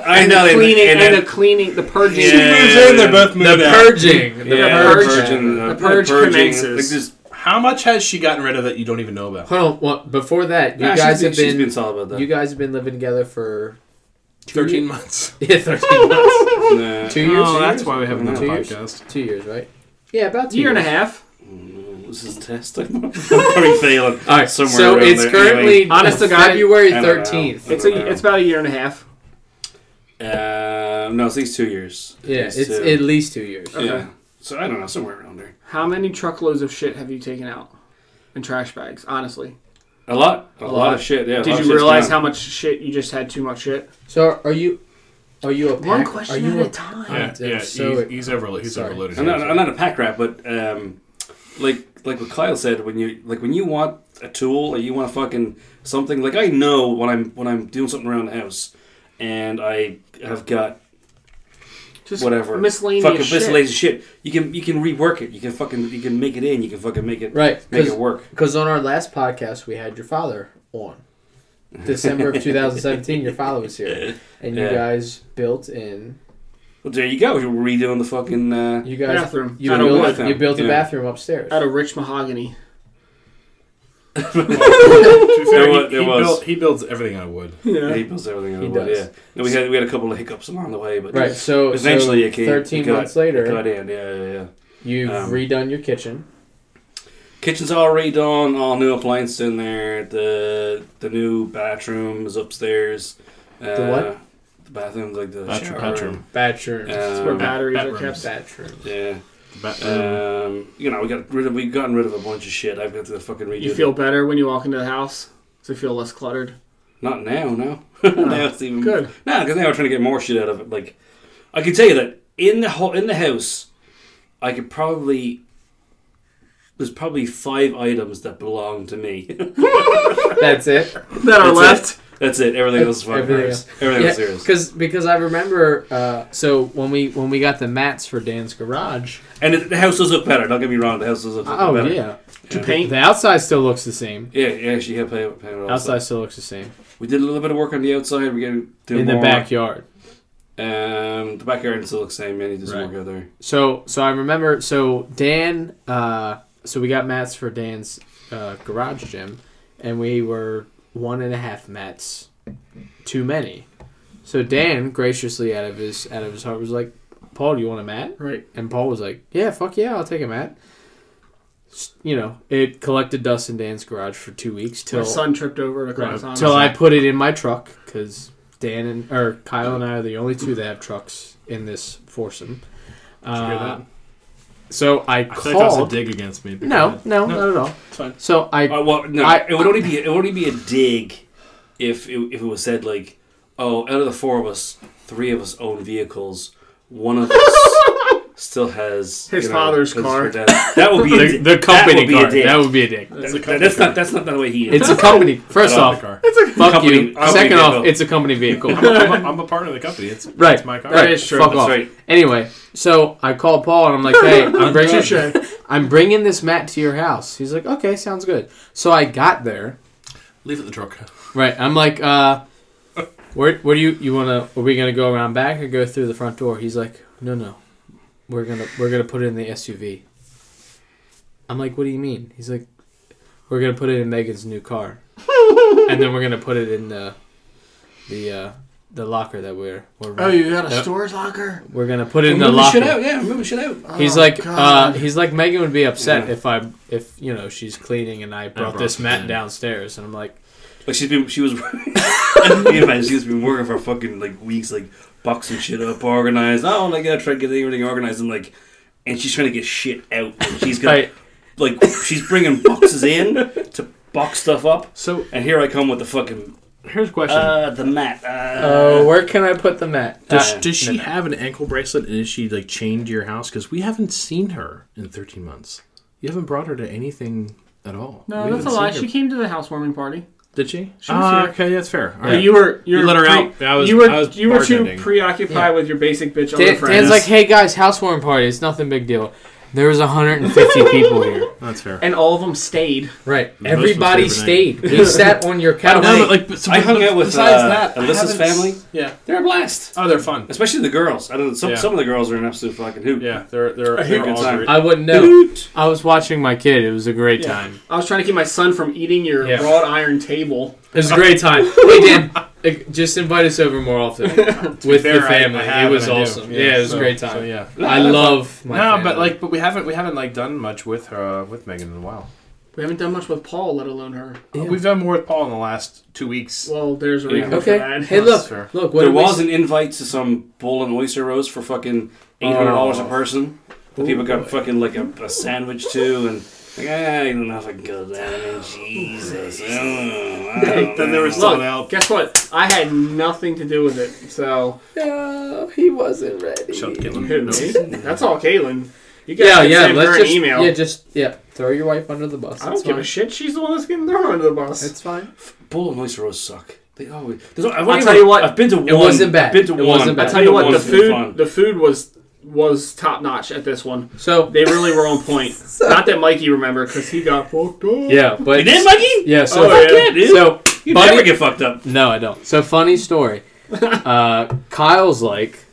S1: I know and-
S4: Cleaning and,
S1: and, then-
S4: the cleaning, the purging.
S1: She moves in, they're both
S2: moved
S3: The purging. The
S1: yeah,
S3: purge.
S1: purging,
S4: The purge
S1: purging,
S4: commences.
S1: Like this,
S2: How much has she gotten rid of that you don't even know about?
S3: Hold on. Well, before that, you
S1: Nah,
S3: guys
S1: Ah, she's been,
S3: have
S1: she's
S3: been,
S1: been solid about that.
S3: you guys have been living together for
S2: Thirteen months.
S3: yeah, thirteen months.
S1: Nah.
S3: two years.
S2: oh,
S3: two
S2: that's
S3: years?
S2: why we have another
S3: Two years?
S2: podcast.
S3: Two years, right? Yeah, about two
S4: year
S3: years.
S4: and a half.
S1: This is a test. I'm probably failing.
S3: All right,
S1: somewhere
S3: so
S1: around
S3: it's
S1: there.
S3: currently
S1: Anyway,
S4: Honest to God,
S3: February
S1: I don't know.
S3: thirteenth.
S4: It's a, it's about a year and a half.
S1: uh, no, it's at least two years. At
S3: Yeah,
S1: least
S3: it's
S1: two.
S3: at least two years.
S1: yeah. So I don't know, somewhere around there.
S4: How many truckloads of shit have you taken out in trash bags? Honestly,
S1: A lot, a, lot.
S3: lot.
S1: of shit. Yeah. a lot
S4: did
S1: of
S4: you
S1: shit's
S4: realize
S1: gone.
S4: how much shit you just had? Too much shit.
S3: So are you? Are you a pack?
S4: One
S3: are
S4: question
S3: you
S4: at a
S3: a-
S4: time.
S3: Yeah,
S2: Yeah,
S3: dude,
S2: yeah.
S3: so-
S2: he's, he's overloaded. He's
S3: sorry.
S2: overloaded.
S1: I'm not, I'm not a pack rat, but um, like like what Kyle said, when you like when you want a tool or you want a fucking something, like I know when I'm when I'm doing something around the house, and I have got
S4: Just
S1: whatever
S4: miscellaneous
S1: fucking
S4: shit.
S1: miscellaneous shit. You can you can rework it. You can fucking you can make it in. You can fucking make it
S3: Right,
S1: Make it
S3: because-
S1: work.
S3: Because on our last podcast, we had your father on. December of 2017, your father was here. And you
S1: Yeah.
S3: guys built in.
S1: Well, there you go. You're redoing the fucking. Uh,
S3: You guys.
S4: Bathroom.
S3: You
S4: Out of
S3: built,
S1: wood.
S3: you built a
S1: Yeah.
S3: bathroom upstairs.
S4: Out of rich mahogany.
S2: To be fair,
S1: There
S2: he-
S1: was- there
S2: he,
S1: was.
S2: built- he builds everything out of wood.
S1: yeah,
S4: Yeah.
S1: he builds everything.
S3: He
S1: He does.
S3: does.
S1: Yeah. And we had we had a couple of hiccups along the way, but
S3: Right, so
S1: Eventually
S3: so
S1: it came-
S3: 13
S1: it got-
S3: months later,
S1: Cut in. Yeah, yeah, yeah.
S3: you've
S1: um,
S3: redone your kitchen.
S1: Kitchen's all redone, all new appliances in there. The the new bathroom is upstairs. Uh,
S3: The what?
S1: The bathroom, like the
S2: Bathroom.
S1: shower
S2: bathroom.
S3: Bathroom.
S4: That's where
S1: Um,
S4: batteries
S2: bat-
S4: are
S2: bat
S4: kept.
S3: Bathroom.
S1: Yeah.
S2: Bathroom.
S1: Um, you know, we got rid of we gotten rid of a bunch of shit. I've got to fucking redo.
S4: You feel
S1: the-
S4: better when you walk into the house. So you feel less cluttered.
S1: not now, no. now it's even
S4: Good.
S1: No, because now we're trying to get more shit out of it. Like, I can tell you that in the ho- in the house, I could probably there's probably five items that belong to me.
S3: That's it.
S4: That are
S1: That's
S4: left.
S1: That's it. Everything else is fucking
S3: Everything
S1: hers. Everything
S3: Yeah,
S1: else is yours.
S3: because because I remember. Uh, so when we when we got the mats for Dan's garage.
S1: And it, the house does look better. Don't get me wrong. The house does look
S3: Oh
S1: better.
S3: yeah.
S4: To paint.
S3: The outside still looks the same.
S1: Yeah, yeah, she had paint paint it outside.
S3: Outside still looks the same.
S1: We did a little bit of work on the outside. We're going to do
S3: In
S1: more.
S3: the backyard.
S1: Um, the backyard still looks the same. Yeah, he does some
S3: Right.
S1: work out there.
S3: So so I remember. So Dan. Uh, so we got mats for Dan's uh, garage gym, and we were one and a half mats too many. So Dan graciously out of his out of his heart was like, "Paul, do you want a mat?"
S4: Right.
S3: And Paul was like, "Yeah, fuck yeah, I'll take a mat." S- You know, it collected dust in Dan's garage for two weeks
S4: My
S3: till
S4: son tripped over it across
S3: right,
S4: on
S3: till
S4: us.
S3: I put it in my truck because Dan and or Kyle and I are the only two that have trucks in this foursome.
S2: you hear that?
S3: Uh, so I,
S2: I think that's a
S3: called.
S2: dig against me.
S3: no,
S2: No.
S3: no, not at all.
S2: It's fine.
S3: So I
S1: Uh, well, no,
S3: I-
S1: it would only be it would only be a dig if it, if it was said like, oh, out of the four of us, three of us own vehicles, one of us still has
S4: His father's
S1: his-
S4: car.
S1: her dad's- That would be a
S3: the,
S1: di-
S3: the
S1: would
S3: company
S1: be a
S3: car.
S1: dick.
S3: That would be a dick.
S1: That- that's not that's not the way he is.
S3: It's a company. First
S2: Get off
S3: off,
S2: the car.
S3: fuck
S1: Company-
S3: you.
S1: company
S3: Second off,
S1: vehicle.
S3: it's a company vehicle.
S2: I'm, a, I'm a- I'm a part of the company. It's
S3: Right.
S2: It's my car.
S3: Right.
S4: That is true.
S3: Fuck
S1: That's
S3: off.
S1: right.
S3: Anyway, so I called Paul and I'm like, "Hey, I'm bringing, I'm bringing this mat to your house." He's like, "Okay, sounds good." So I got there.
S2: Leave it at the truck.
S3: Right. I'm like, "Uh, where, where do you you wanna? Are we gonna go around back or go through the front door?" He's like, "No, no, we're gonna we're gonna put it in the SUV." I'm like, "What do you mean?" He's like, "We're gonna put it in Megan's new car, and then we're gonna put it in the the uh, the locker that we're we're
S4: Oh,
S3: renting.
S4: you got a
S3: Yep.
S4: storage locker?
S3: we're gonna put it in
S1: Moving
S3: the locker."
S1: shit out. Yeah, moving shit out.
S3: He's
S4: Oh,
S3: like, uh,
S4: God.
S3: he's like, Megan would be upset
S1: Yeah.
S3: if I, if you know, she's cleaning and I brought,
S2: brought
S3: this
S2: it
S3: mat
S2: in.
S3: downstairs, and I'm like,
S1: Like she's been, she was, yeah, man, she's been working for fucking like weeks, like boxing shit up, organized. Oh, like I gotta try to get everything organized, and like, and she's trying to get shit out. And she's got
S3: Right.
S1: like she's bringing boxes in to box stuff up,
S2: So
S1: and here I come with the fucking
S2: here's a question.
S1: uh the mat.
S3: oh,
S1: Uh,
S3: where can I put the mat?
S2: does,
S1: uh,
S2: does she have an ankle bracelet and is she like chained to your house? Because we haven't seen her in 13 months. You haven't brought her to anything at all.
S4: No,
S2: We
S4: that's a
S2: haven't
S4: lie.
S2: seen
S4: She
S2: her.
S4: came to the housewarming party.
S2: did she?
S4: She was
S2: Ah,
S4: here.
S2: okay, that's fair. All
S4: But
S2: right.
S4: You were you,
S2: You
S4: were
S2: let her out.
S4: pre-
S2: I was-
S4: you were
S2: I was
S4: you were too
S2: bartending.
S4: preoccupied
S3: Yeah.
S4: with your basic bitch other
S3: Dan,
S4: friends.
S3: Dan's like, hey guys, housewarming party. It's nothing big deal. There was 150 people here.
S2: that's fair.
S4: and all of them stayed.
S3: Right.
S2: Most
S3: Everybody
S2: was stayed
S3: stayed. We sat on your couch.
S2: no, but like, but- so-
S1: I hung
S2: but
S1: out with
S2: Oh. besides
S1: uh,
S2: that, I
S1: Alyssa's
S2: haven't s-
S1: family.
S2: Yeah.
S1: They're a blast,
S2: Oh, they're fun.
S1: especially the girls. I don't. know, Some
S2: Yeah.
S1: some of the girls are an absolute fucking hoot.
S2: Yeah, they're they're,
S1: They're a
S2: they're
S1: good
S2: all
S1: time.
S2: great.
S3: I wouldn't know. I was watching my kid. It was a great
S2: Yeah.
S3: time.
S4: I was trying to keep my son from eating your
S3: Yeah.
S4: wrought iron table.
S3: It was a great time. hey Dan, like, just invite us over more often with
S2: Fair,
S3: the
S2: I- I
S3: family.
S2: have
S3: it was
S2: and I do.
S3: awesome. Yeah, it was
S2: so-
S3: a great time.
S2: So, yeah.
S3: I love my.
S2: no, but
S3: family.
S2: like, but we haven't we haven't like done much with her with Megan in a while.
S4: We haven't done much with Paul, let alone her.
S2: We've done more with Paul in the last two weeks.
S4: Well, there's a reason
S1: Yeah.
S4: for
S3: okay.
S4: that.
S3: Hey,
S2: That's
S3: look,
S2: fair.
S3: look. What
S1: there
S3: did we
S1: was an invite to some bull and oyster roast for fucking eight hundred dollars a
S3: Oh.
S1: person. The people got fucking like a, a sandwich too, and like "Ah, I don't know if I can go to that. I mean, Jesus. I don't know. I don't
S2: Then
S1: know."
S2: there was
S4: Look,
S2: someone else.
S4: guess what? I had nothing to do with it. So
S3: No, he wasn't ready.
S2: Shut
S4: who,
S2: Caitlin.
S4: me? that's all, Caitlin. You guys
S3: Yeah,
S4: can
S3: yeah.
S4: send her
S3: Let's
S4: an
S3: just
S4: email.
S3: yeah, just yeah. Throw your wife under the bus.
S4: I don't
S3: It's
S4: give
S3: fine.
S4: a shit. She's the one that's getting thrown under the bus.
S3: It's fine.
S1: bull and oyster roast suck. They always. There's, I've
S4: I'll
S1: only-
S4: tell you what,
S1: I've been to one.
S3: it wasn't bad.
S1: I've been to
S3: It
S1: one.
S3: wasn't bad.
S1: I've been
S3: I
S4: Tell you
S1: to
S4: what,
S1: one,
S4: the
S1: it's been
S4: food
S1: fun.
S4: the food was was top notch at this one.
S3: So
S4: They really were on point. Not that Mikey remembered because he got fucked up.
S3: yeah, but
S1: You did, Mikey?
S3: yeah, so
S4: Oh,
S1: Fuck yeah, dude.
S3: so
S1: you
S3: buddy-
S1: never get fucked up.
S3: No, I don't. So funny story. Uh, Kyle's like,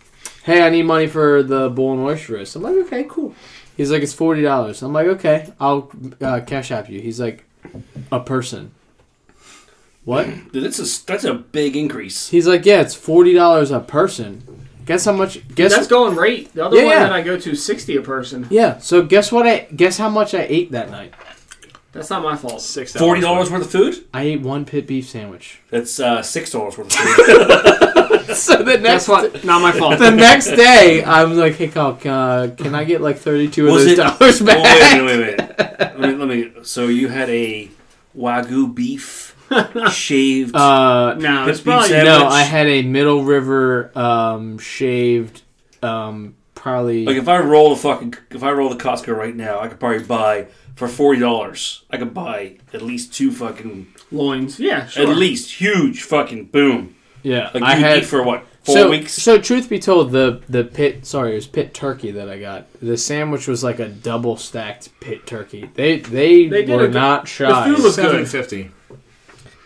S3: "Hey, I need money for the bull and oyster roast." I'm like, "Okay, cool." He's like, "It's forty dollars." I'm like, "Okay, I'll uh, cash app you." He's like, "A person." What?
S1: Dude, that's a that's a big increase.
S3: He's like, "Yeah, it's forty dollars a person." Guess how much? Guess
S4: That's going right. The other
S3: Yeah,
S4: one
S3: yeah.
S4: that I go to, sixty a person.
S3: yeah. So guess what? I guess how much I ate that night.
S4: That's not my fault.
S2: Six
S1: Forty dollars worth of food.
S3: I ate one pit beef sandwich.
S1: That's uh, six dollars worth of food.
S3: so the next
S4: That's what. Not my fault.
S3: the next day, I'm like, "Hey, Kyle, can, uh, can I get like thirty-two of
S1: Was
S3: those
S1: it-
S3: dollars
S1: Well,
S3: back?"
S1: wait, a minute, wait, a minute. Let me, let me. So you had a wagyu beef shaved.
S3: Uh,
S4: no, it's
S1: Beef
S4: probably
S1: sandwich.
S3: No, I had a Middle River um, shaved, um, probably.
S1: like if I roll a fucking if I roll the Costco right now, I could probably buy for forty dollars. I could buy at least two fucking
S4: loins. Yeah, sure.
S1: at least huge fucking boom.
S3: yeah,
S1: Like
S3: I
S1: you
S3: had
S1: eat for what four
S3: so,
S1: weeks.
S3: So truth be told, the the pit sorry, it was pit turkey that I got. The sandwich was like a double stacked pit turky. They they,
S4: They did
S3: were
S4: a good-
S3: not shy.
S4: food was-
S2: Seven fifty.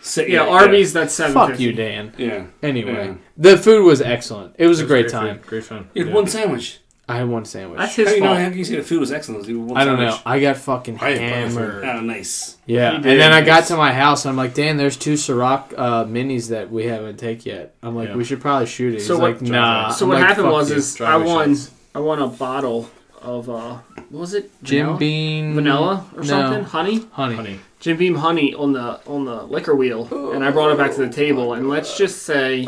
S1: So-
S4: Yeah, Arby's. That's seven.
S3: Fuck you, Dan.
S1: Yeah, yeah.
S3: Anyway, the food was excellent. It was a great, time.
S2: Great fun.
S1: You had one sandwich.
S3: I had one sandwich.
S4: That's
S1: How
S4: his
S1: do you know? How
S4: fault.
S1: can you say the food was excellent? You had one
S3: I don't know.
S1: sandwich.
S3: I got fucking
S2: I had plenty of food.
S3: hammered.
S1: Oh, nice.
S3: Yeah,
S4: He
S3: and
S4: did,
S3: then I got
S4: yes.
S3: to my house. and I'm like, Dan, there's two Ciroc uh, minis that we haven't take yet. I'm like,
S2: Yeah.
S3: we should probably shoot it. He's
S4: So
S3: like,
S4: what-
S3: Nah.
S4: So
S3: I'm
S4: what
S3: like,
S4: happened
S3: "Fuck
S4: was
S3: you."
S4: is
S2: Drive
S4: I
S2: me
S4: won.
S2: shots.
S4: I won a bottle of uh, what was it?
S3: Jim
S4: Vanilla?
S3: Beam
S4: vanilla or
S3: no.
S4: something, honey.
S3: honey.
S2: Honey.
S4: Jim Beam honey on the on the liquor wheel, and I brought it back to the table. And let's just say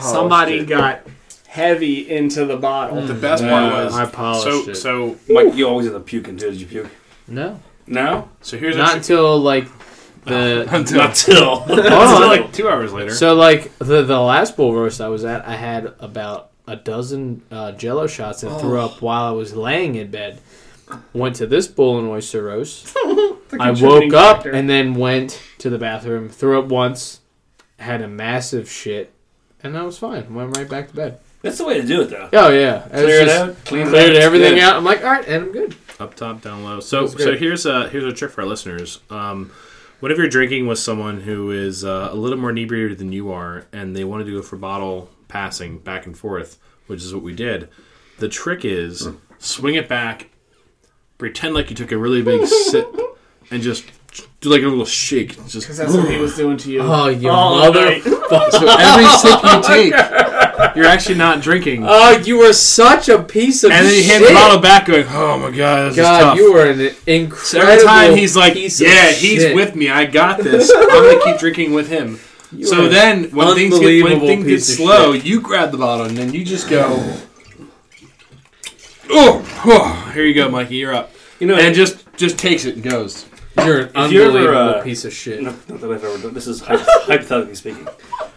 S4: somebody got heavy into the bottle.
S2: The best part
S3: Uh,
S2: was
S3: I polished
S2: so
S3: it.
S2: so
S1: Mike, you always end up puking too. Did you puke?
S3: no,
S1: No,
S2: so here's
S3: not
S2: a
S3: until like the
S2: until,
S1: not till.
S3: Hold
S2: until
S3: on.
S2: like two hours later.
S3: so like the the last bull roast I was at, I had about a dozen uh, Jello shots and
S4: Oh.
S3: threw up while I was laying in bed. Went to this bull and oyster roast. I woke up and then went to the bathroom, threw up once, had a massive shit, and I was fine. Went right back to bed.
S1: That's the way to do it, though.
S3: Oh yeah, I was
S1: Clear it
S3: just-
S1: out, clean it
S3: cleared
S1: out, it's
S3: everything
S1: good.
S3: out. I'm like, all right, and I'm good.
S2: Up top, down low. So
S3: That's
S2: so
S3: good.
S2: here's a here's a trick for our listeners. Um, what if you're drinking with someone who is uh, a little more inebriated than you are, and they want to do it for bottle passing back and forth, which is what we did. The trick is swing it back, pretend like you took a really big sip, and just do like a little shake. Just
S4: because that's what he was doing to you.
S3: Oh you
S4: All
S3: mother!
S4: night.
S2: So every sip you take, you're actually not drinking.
S3: Oh, you were such a piece of
S2: and then he
S3: shit.
S2: hands the bottle back, going, "Oh my god, this is
S3: God,
S2: tough."
S3: you were an incredible.
S2: so every time he's like,
S3: piece of
S2: "Yeah, he's
S3: shit.
S2: with me. I got this. I'm gonna keep drinking with him."
S3: are
S2: so then, when things get when
S3: unbelievable
S2: things get
S3: piece of
S2: slow, you grab the bottle and then you just go, "Oh, oh, here you go, Mikey. You're up."
S1: You know,
S2: And just just takes it and goes.
S3: You're an
S1: If you're ever,
S3: unbelievable
S1: uh,
S3: piece of shit.
S1: not, not that I've ever done. This is hypo- hypothetically speaking.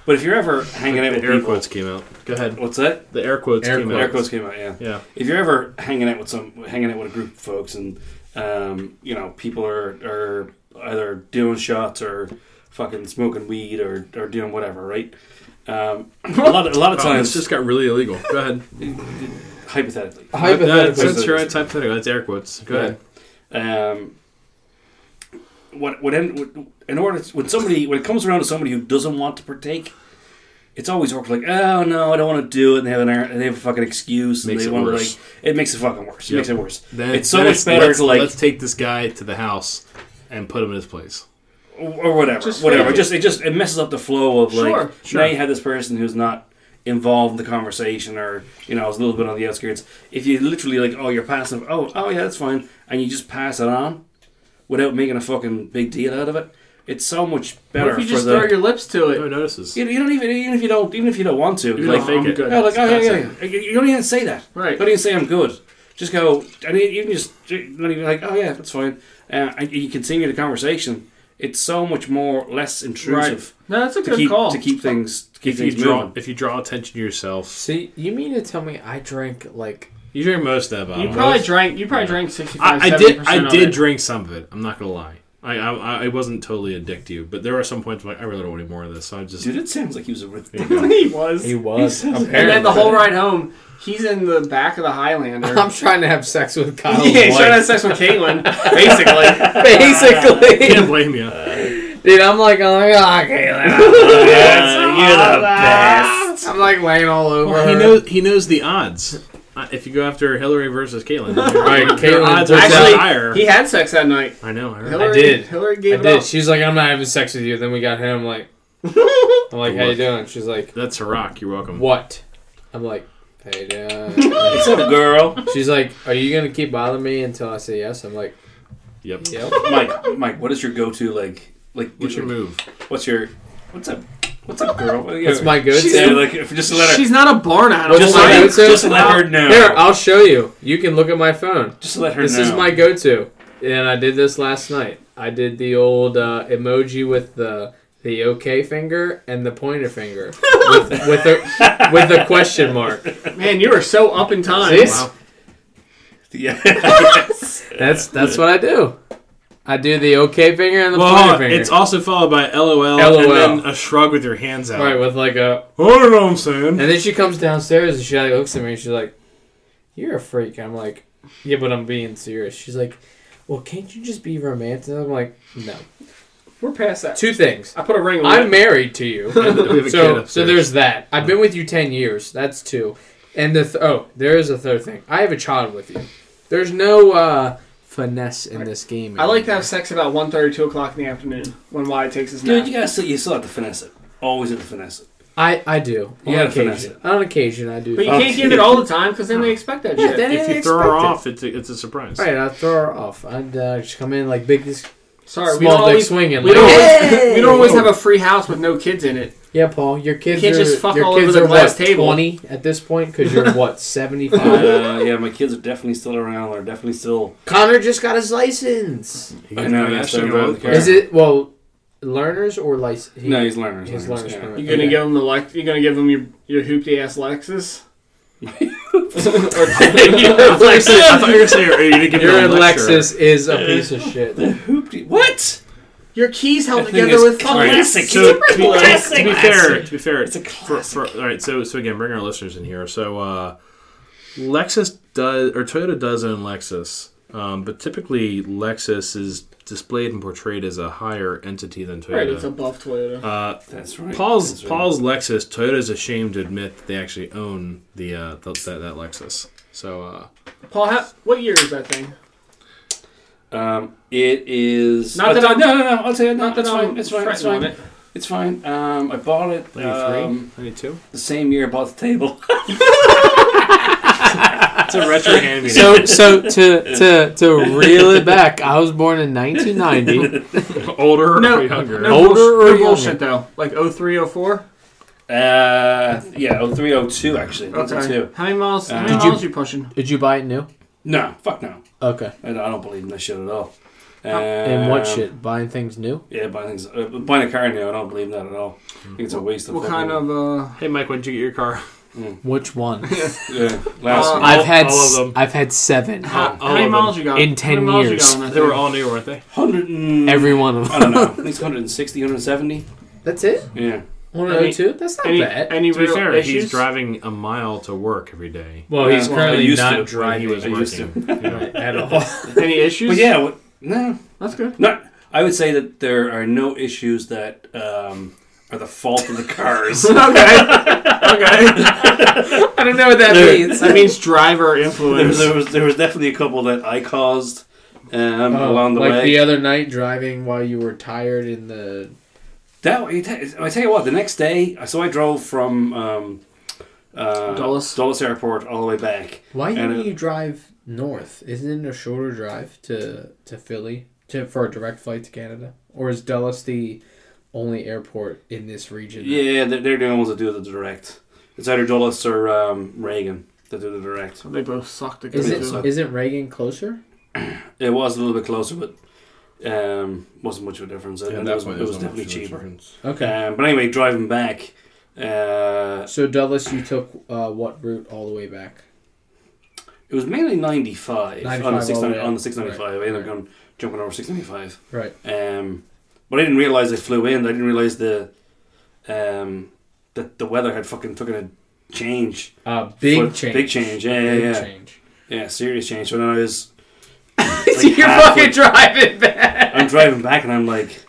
S1: But if you're ever hanging out with people,
S2: came out. Go ahead.
S1: what's that?
S2: The air quotes
S3: Air
S2: came
S3: quotes.
S1: Air
S2: out.
S1: quotes came out. Yeah.
S2: Yeah.
S1: If you're ever hanging out with some, hanging out with a group of folks, and um, you know, people are are either doing shots or fucking smoking weed or, or doing whatever, right? Um, a lot, of, a lot of
S2: Oh,
S1: times,
S2: this just got really illegal. Go ahead.
S1: hypothetically.
S2: That's
S3: Hypothetically,
S2: that's your it's hypothetical. That's air quotes. Go
S1: Yeah.
S2: ahead.
S1: um, what what in, what- in order to- when somebody when it comes around to somebody who doesn't want to partake, it's always awkward. Like, oh no, I don't want to do it, and they have an ar- and they have a fucking excuse, and
S2: Makes it
S1: they want to
S2: worse.
S1: like it makes it fucking worse.
S2: Yep.
S1: It makes it worse.
S2: Then
S1: it's so
S2: then
S1: much better
S2: let's,
S1: to, like-
S2: let's take this guy to the house and put him in his place.
S1: or or whatever,
S4: Just
S1: whatever.
S4: fake
S1: It
S4: it.
S1: just it just it messes up the flow of like
S4: Sure,
S1: now
S2: sure.
S1: you had this person who's not involved in the conversation or you know is a little bit on the outskirts. If you literally like oh you're passive oh oh yeah that's fine and you just pass it on without making a fucking big deal out of it, it's so much
S4: What
S1: better
S4: if you
S1: for
S4: just
S1: the.
S4: throw your lips to
S2: No
S4: it?
S2: one notices.
S1: you, you don't even even if you don't even if you don't want to
S2: You're
S1: like
S2: gonna fake
S4: I'm
S2: it.
S4: good.
S1: no like oh yeah,
S2: That's
S1: yeah, yeah. you don't even say that
S4: Right.
S1: don't even say I'm good. Just go. I mean, even just not even like, oh yeah, that's fine. Uh, and you continue the conversation. It's so much more less intrusive
S4: No, that's a
S1: to
S4: good
S1: keep
S4: call.
S1: to keep things to keep
S2: if you
S1: things
S2: draw
S1: moving.
S2: if you draw attention to yourself,
S3: See, you mean to tell me I drank like
S2: you
S3: Uh,
S2: drink most of that bottle.
S4: you probably drank. You probably drank sixty-five.
S2: I, I did.
S4: 70%
S2: I
S4: of
S2: did
S4: it.
S2: drink some of it. I'm not gonna lie. I, I I wasn't totally addicted to you, but there are some points where I'm like, I really don't want any more of this. So I just
S1: Dude, it sounds like he was a ridiculous.
S4: he was.
S3: He was.
S1: He says-
S3: apparently.
S4: and then the whole ride home, he's in the back of the Highlander.
S3: I'm trying to have sex with Kyle's
S4: yeah, he's trying to have
S3: wife.
S4: sex with Caitlin, basically.
S2: can't
S3: Basically,
S2: blame you.
S3: dude, I'm like, I'm like, oh, Caitlin.
S1: you're the best.
S3: I'm like laying all over
S2: Well,
S3: her.
S2: he knows he knows the odds. Uh, if you go after Hillary versus Caitlyn,
S3: Right,
S2: your- your
S3: Caitlyn
S2: odds are
S3: puts
S2: actually
S3: out-
S2: higher.
S4: He had sex that night.
S2: I know. I heard.
S4: Hillary,
S3: did.
S4: Hillary
S3: I
S4: gave it
S3: did.
S4: up.
S3: She's like, I'm not having sex with you. Then we got him. Like, I'm like, how you doing? She's like,
S2: That's a rock. You're welcome.
S3: what? I'm like, how you doing?
S1: What's up, girl?
S3: She's like, are you gonna keep bothering me until I say yes? I'm like,
S2: Yep.
S3: yep.
S1: Mike, Mike, what is your go-to like? Like,
S2: What's your move?
S1: What's your? What's up? What's up, girl?
S3: That's my
S1: She's
S3: go-to.
S1: like, if- just to let her,
S4: She's not a barn animal.
S3: What's
S1: just,
S3: my
S1: let her
S3: go-to?
S1: just to let her know.
S3: Here, I'll show you. You can look at my phone.
S1: just to let her
S3: This
S1: know.
S3: is my go-to, and I did this last night. I did the old uh, emoji with the the OK finger and the pointer finger with with a with a question mark.
S4: Man, you are so up in time.
S3: See?
S2: Wow.
S1: Yeah.
S3: That's that's what I do. I do the OK finger and the
S2: Well,
S3: pointer finger.
S2: it's also followed by LOL,
S3: LOL.
S2: and then a shrug with your hands out.
S3: right with like a,
S2: I don't know what I'm saying.
S3: and then she comes downstairs and she like looks at me and she's like, "You're a freak." I'm like, "Yeah, but I'm being serious." She's like, "Well, can't you just be romantic?" I'm like, "No."
S4: We're past that.
S3: Two things.
S4: I put a ring on
S3: I'm
S4: it.
S3: married to you.
S2: we have a kid
S3: so,
S2: upstairs.
S3: so there's that. I've been with you ten years. That's two. And the th- oh, there is a third thing. I have a child with you. There's no uh, finesse in this game.
S4: I like to
S3: anymore.
S4: have sex about 1.30, 2 o'clock in the afternoon when Wyatt takes his nap.
S1: Dude, you gotta still, you still have to finesse it. Always have to finesse it.
S3: I I do.
S1: You
S3: On
S1: gotta finesse
S3: occasion. On occasion, I do.
S4: but you
S1: Oh,
S4: can't give it all the time because then they expect that
S3: Yeah,
S4: shit.
S3: then
S2: if
S3: I
S2: you throw her
S3: expect it.
S2: off, it's a, it's a surprise.
S3: All right, I throw her off. I'd uh, just come in like big, this
S4: Sorry, we don't
S3: small dick
S4: always,
S3: swinging.
S4: we
S3: Like,
S4: don't always-
S3: "Hey!"
S4: we don't always have a free house with no kids in it.
S3: Yeah, Paul, your kids
S4: can't
S3: are
S4: just fuck
S3: your
S4: all
S3: kids
S4: over the
S3: are
S4: glass
S3: what,
S4: table.
S3: Twenty at this point because you're what seventy five.
S1: Uh, yeah, my kids are definitely still around. They're definitely still.
S3: Connor just got his license.
S2: You
S1: I
S2: guys
S1: know.
S2: got
S1: Yeah,
S2: that
S1: so
S2: shit
S1: they're-
S2: going
S1: they're-
S2: on?
S3: Is it well, learners or license?
S1: No, he's learning.
S3: He's learning,
S1: yeah.
S3: learning.
S4: You gonna
S3: Okay.
S4: give them the Lex- You gonna give them your your hoopty ass Lexus?
S2: I thought you said- I thought you were saying, are you gonna give me
S3: Your
S2: a lecture?
S3: Lexus is a piece of shit.
S1: The hoopty. What?
S4: your keys held
S1: That thing
S4: together
S1: is
S4: with
S1: classic.
S4: classic.
S2: So, to,
S1: Super
S2: be-
S1: classic.
S2: to be fair, to be fair,
S1: It's a
S2: for- for- all right, so so again, bring our listeners in here. So uh, Lexus does or Toyota does own Lexus, um, but typically Lexus is displayed and portrayed as a higher entity than
S4: Right, it's
S2: Toyota.
S4: above Toyota.
S2: Uh,
S1: That's right.
S2: Paul's
S1: That's right.
S2: Paul's Lexus. Toyota's ashamed to admit that they actually own the uh, th- that, that Lexus. So uh,
S4: Paul, how, what year is that thing?
S1: Um, it is.
S4: Not
S1: Oh,
S4: that
S1: no,
S4: I'm-
S1: no, no, no. I'll tell you. No,
S4: Not
S1: it's
S4: that I'm
S1: fine. It's fine. It's
S4: fretting on
S1: fine.
S4: it.
S1: It's fine. Um, I bought it.
S2: 93,
S1: Um,
S2: 92?
S1: the same year I bought the table.
S2: It's a retro hand
S3: So, so to to to reel it back, I was born in 1990.
S2: older
S4: No,
S2: or younger.
S4: no,
S3: Older
S4: bullsh-
S3: or
S4: no bullshit though. Like 03, 04?
S1: Uh, yeah, 0302 actually.
S4: Okay.
S1: 02.
S4: How many miles? how
S1: Uh,
S4: many
S3: Did you-
S4: miles you, pushing?
S3: Did you buy it new?
S1: No, fuck no.
S3: Okay.
S1: I, I don't believe in that shit at all. Um,
S3: And what shit? Buying things new?
S1: Yeah, buying things, uh, buying a car now. I don't believe in that at all. I think it's a waste of.
S4: What
S1: fucking-
S4: kind of uh?
S2: Hey Mike, when'd you get your car?
S3: Which one?
S1: Yeah, last
S4: Uh,
S1: year.
S3: I've had
S2: all of
S3: s-
S2: them.
S3: I've had seven.
S4: How,
S2: all
S4: how many
S2: of them.
S4: miles you got?
S3: In
S4: How
S3: 10
S4: many miles
S3: years.
S4: You got on that
S2: They were
S4: thing?
S2: all new, weren't they?
S1: hundred and
S3: Every one of them.
S1: I don't know. I think it's 160, 170.
S3: That's it.
S1: Yeah.
S3: One
S4: Any-
S3: oh two. That's not
S4: Any,
S3: bad.
S4: any
S2: To be
S4: real
S2: fair,
S4: issues?
S2: he's driving a mile to work every day.
S3: Uh, Well,
S1: he's Well, I currently used not to.
S2: When he was
S1: I used
S2: working. Yeah.
S3: at all.
S4: Any issues?
S1: But yeah, what, no,
S4: that's good.
S1: not. I would say that there are no issues that um, are the fault of the cars.
S4: okay. Okay.
S3: I don't know what that
S1: Dude.
S3: means.
S4: that means driver
S1: there, was,
S4: influence.
S1: there was there was definitely a couple that I caused um, along the
S3: like
S1: way.
S3: the other night, driving while you were tired in the
S1: That I tell- I tell you what, the next day, so I drove from um, uh,
S4: Dulles.
S1: Dulles Airport all the way back.
S3: Why
S1: And
S3: didn't
S1: it-
S3: you drive north? Isn't it a shorter drive to to Philly to for a direct flight to Canada? Or is Dulles the only airport in this region?
S1: Yeah, they're, they're the only ones that do the direct. It's either Dulles or um, Reagan that do the direct.
S4: they both suck to go
S3: Is
S1: Yeah,
S3: it
S1: so-
S4: to.
S3: isn't Reagan closer?
S1: It was a little bit closer, but um, wasn't much of a difference.
S2: Yeah,
S1: and
S2: that
S1: it was,
S2: point,
S1: it
S2: there's
S1: was
S2: not much
S1: definitely
S2: of a
S1: cheaper.
S2: difference.
S3: Okay.
S1: Um, but anyway, driving back, uh,
S3: So Dulles, you took uh, what route all the way back?
S1: it was mainly 95, on the
S3: 95 all the
S1: 690,
S3: way
S1: on the
S3: up.
S1: 695. I ended up going jumping over 695.
S3: Right.
S1: Um, but I didn't realize I flew in. I didn't realize the um, that the weather had fucking took a change.
S3: Uh, big
S1: For-
S3: change.
S1: Big change. Yeah, yeah,
S3: Big
S1: yeah.
S3: change.
S1: Yeah, serious change. So then I was.
S3: So you're
S1: halfway-
S3: fucking driving back.
S1: I'm driving back and I'm like,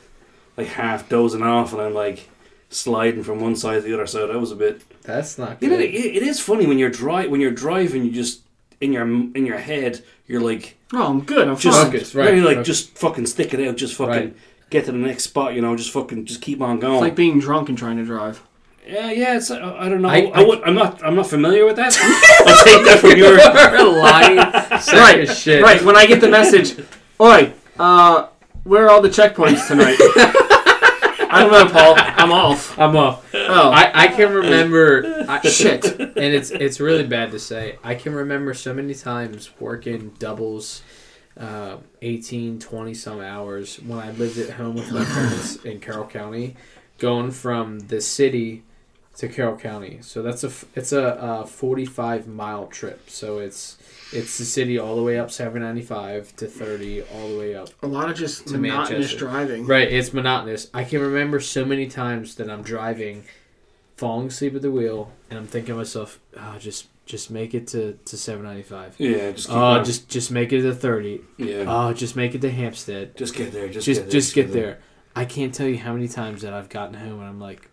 S1: like half dozing off, and I'm like sliding from one side to the other side. That was a bit.
S3: That's not
S1: You
S3: good.
S1: know, it, it is funny when you're dri when you're driving, you just in your in your head, you're like
S4: Oh, I'm good. I'm
S1: just
S4: fine.
S3: Focus,
S1: no,
S3: right,
S1: you're like
S3: focus.
S1: just fucking stick it out, just fucking
S3: Right.
S1: get to the next spot. You know, just fucking just keep on
S4: It's
S1: going.
S4: like being drunk and trying to drive.
S1: yeah, yeah. It's uh, I, I don't know.
S3: I-
S1: I, would, I'm not I'm not familiar with that. I'll take that from your.
S3: You're lying. Sack
S4: Right,
S3: of shit.
S4: Right, when I get the message, Oi, uh, where are all the checkpoints tonight? I don't know, Paul. I'm off.
S3: I'm off.
S4: Oh,
S3: I, I can remember. I,
S4: shit.
S3: and it's it's really bad to say. I can remember so many times working doubles, uh, 18, 20 some hours when I lived at home with my parents in Carroll County, going from the city to Carroll County. So that's a f- it's a, uh forty five mile trip. So it's it's the city all the way up seven ninety five to thirty all the way up.
S4: A lot of just
S3: To
S4: monotonous
S3: Manchester.
S4: driving.
S3: Right, it's monotonous. I can remember so many times that I'm driving, falling asleep at the wheel, and I'm thinking to myself, oh, just just make it to, to 795.
S1: Yeah, just keep
S3: Oh,
S1: going.
S3: just just make it to 30.
S1: yeah,
S3: Oh, just make it to Hampstead.
S1: just get there. Just
S3: Just
S1: get there,
S3: just get there. I can't tell you how many times that I've gotten home and I'm like,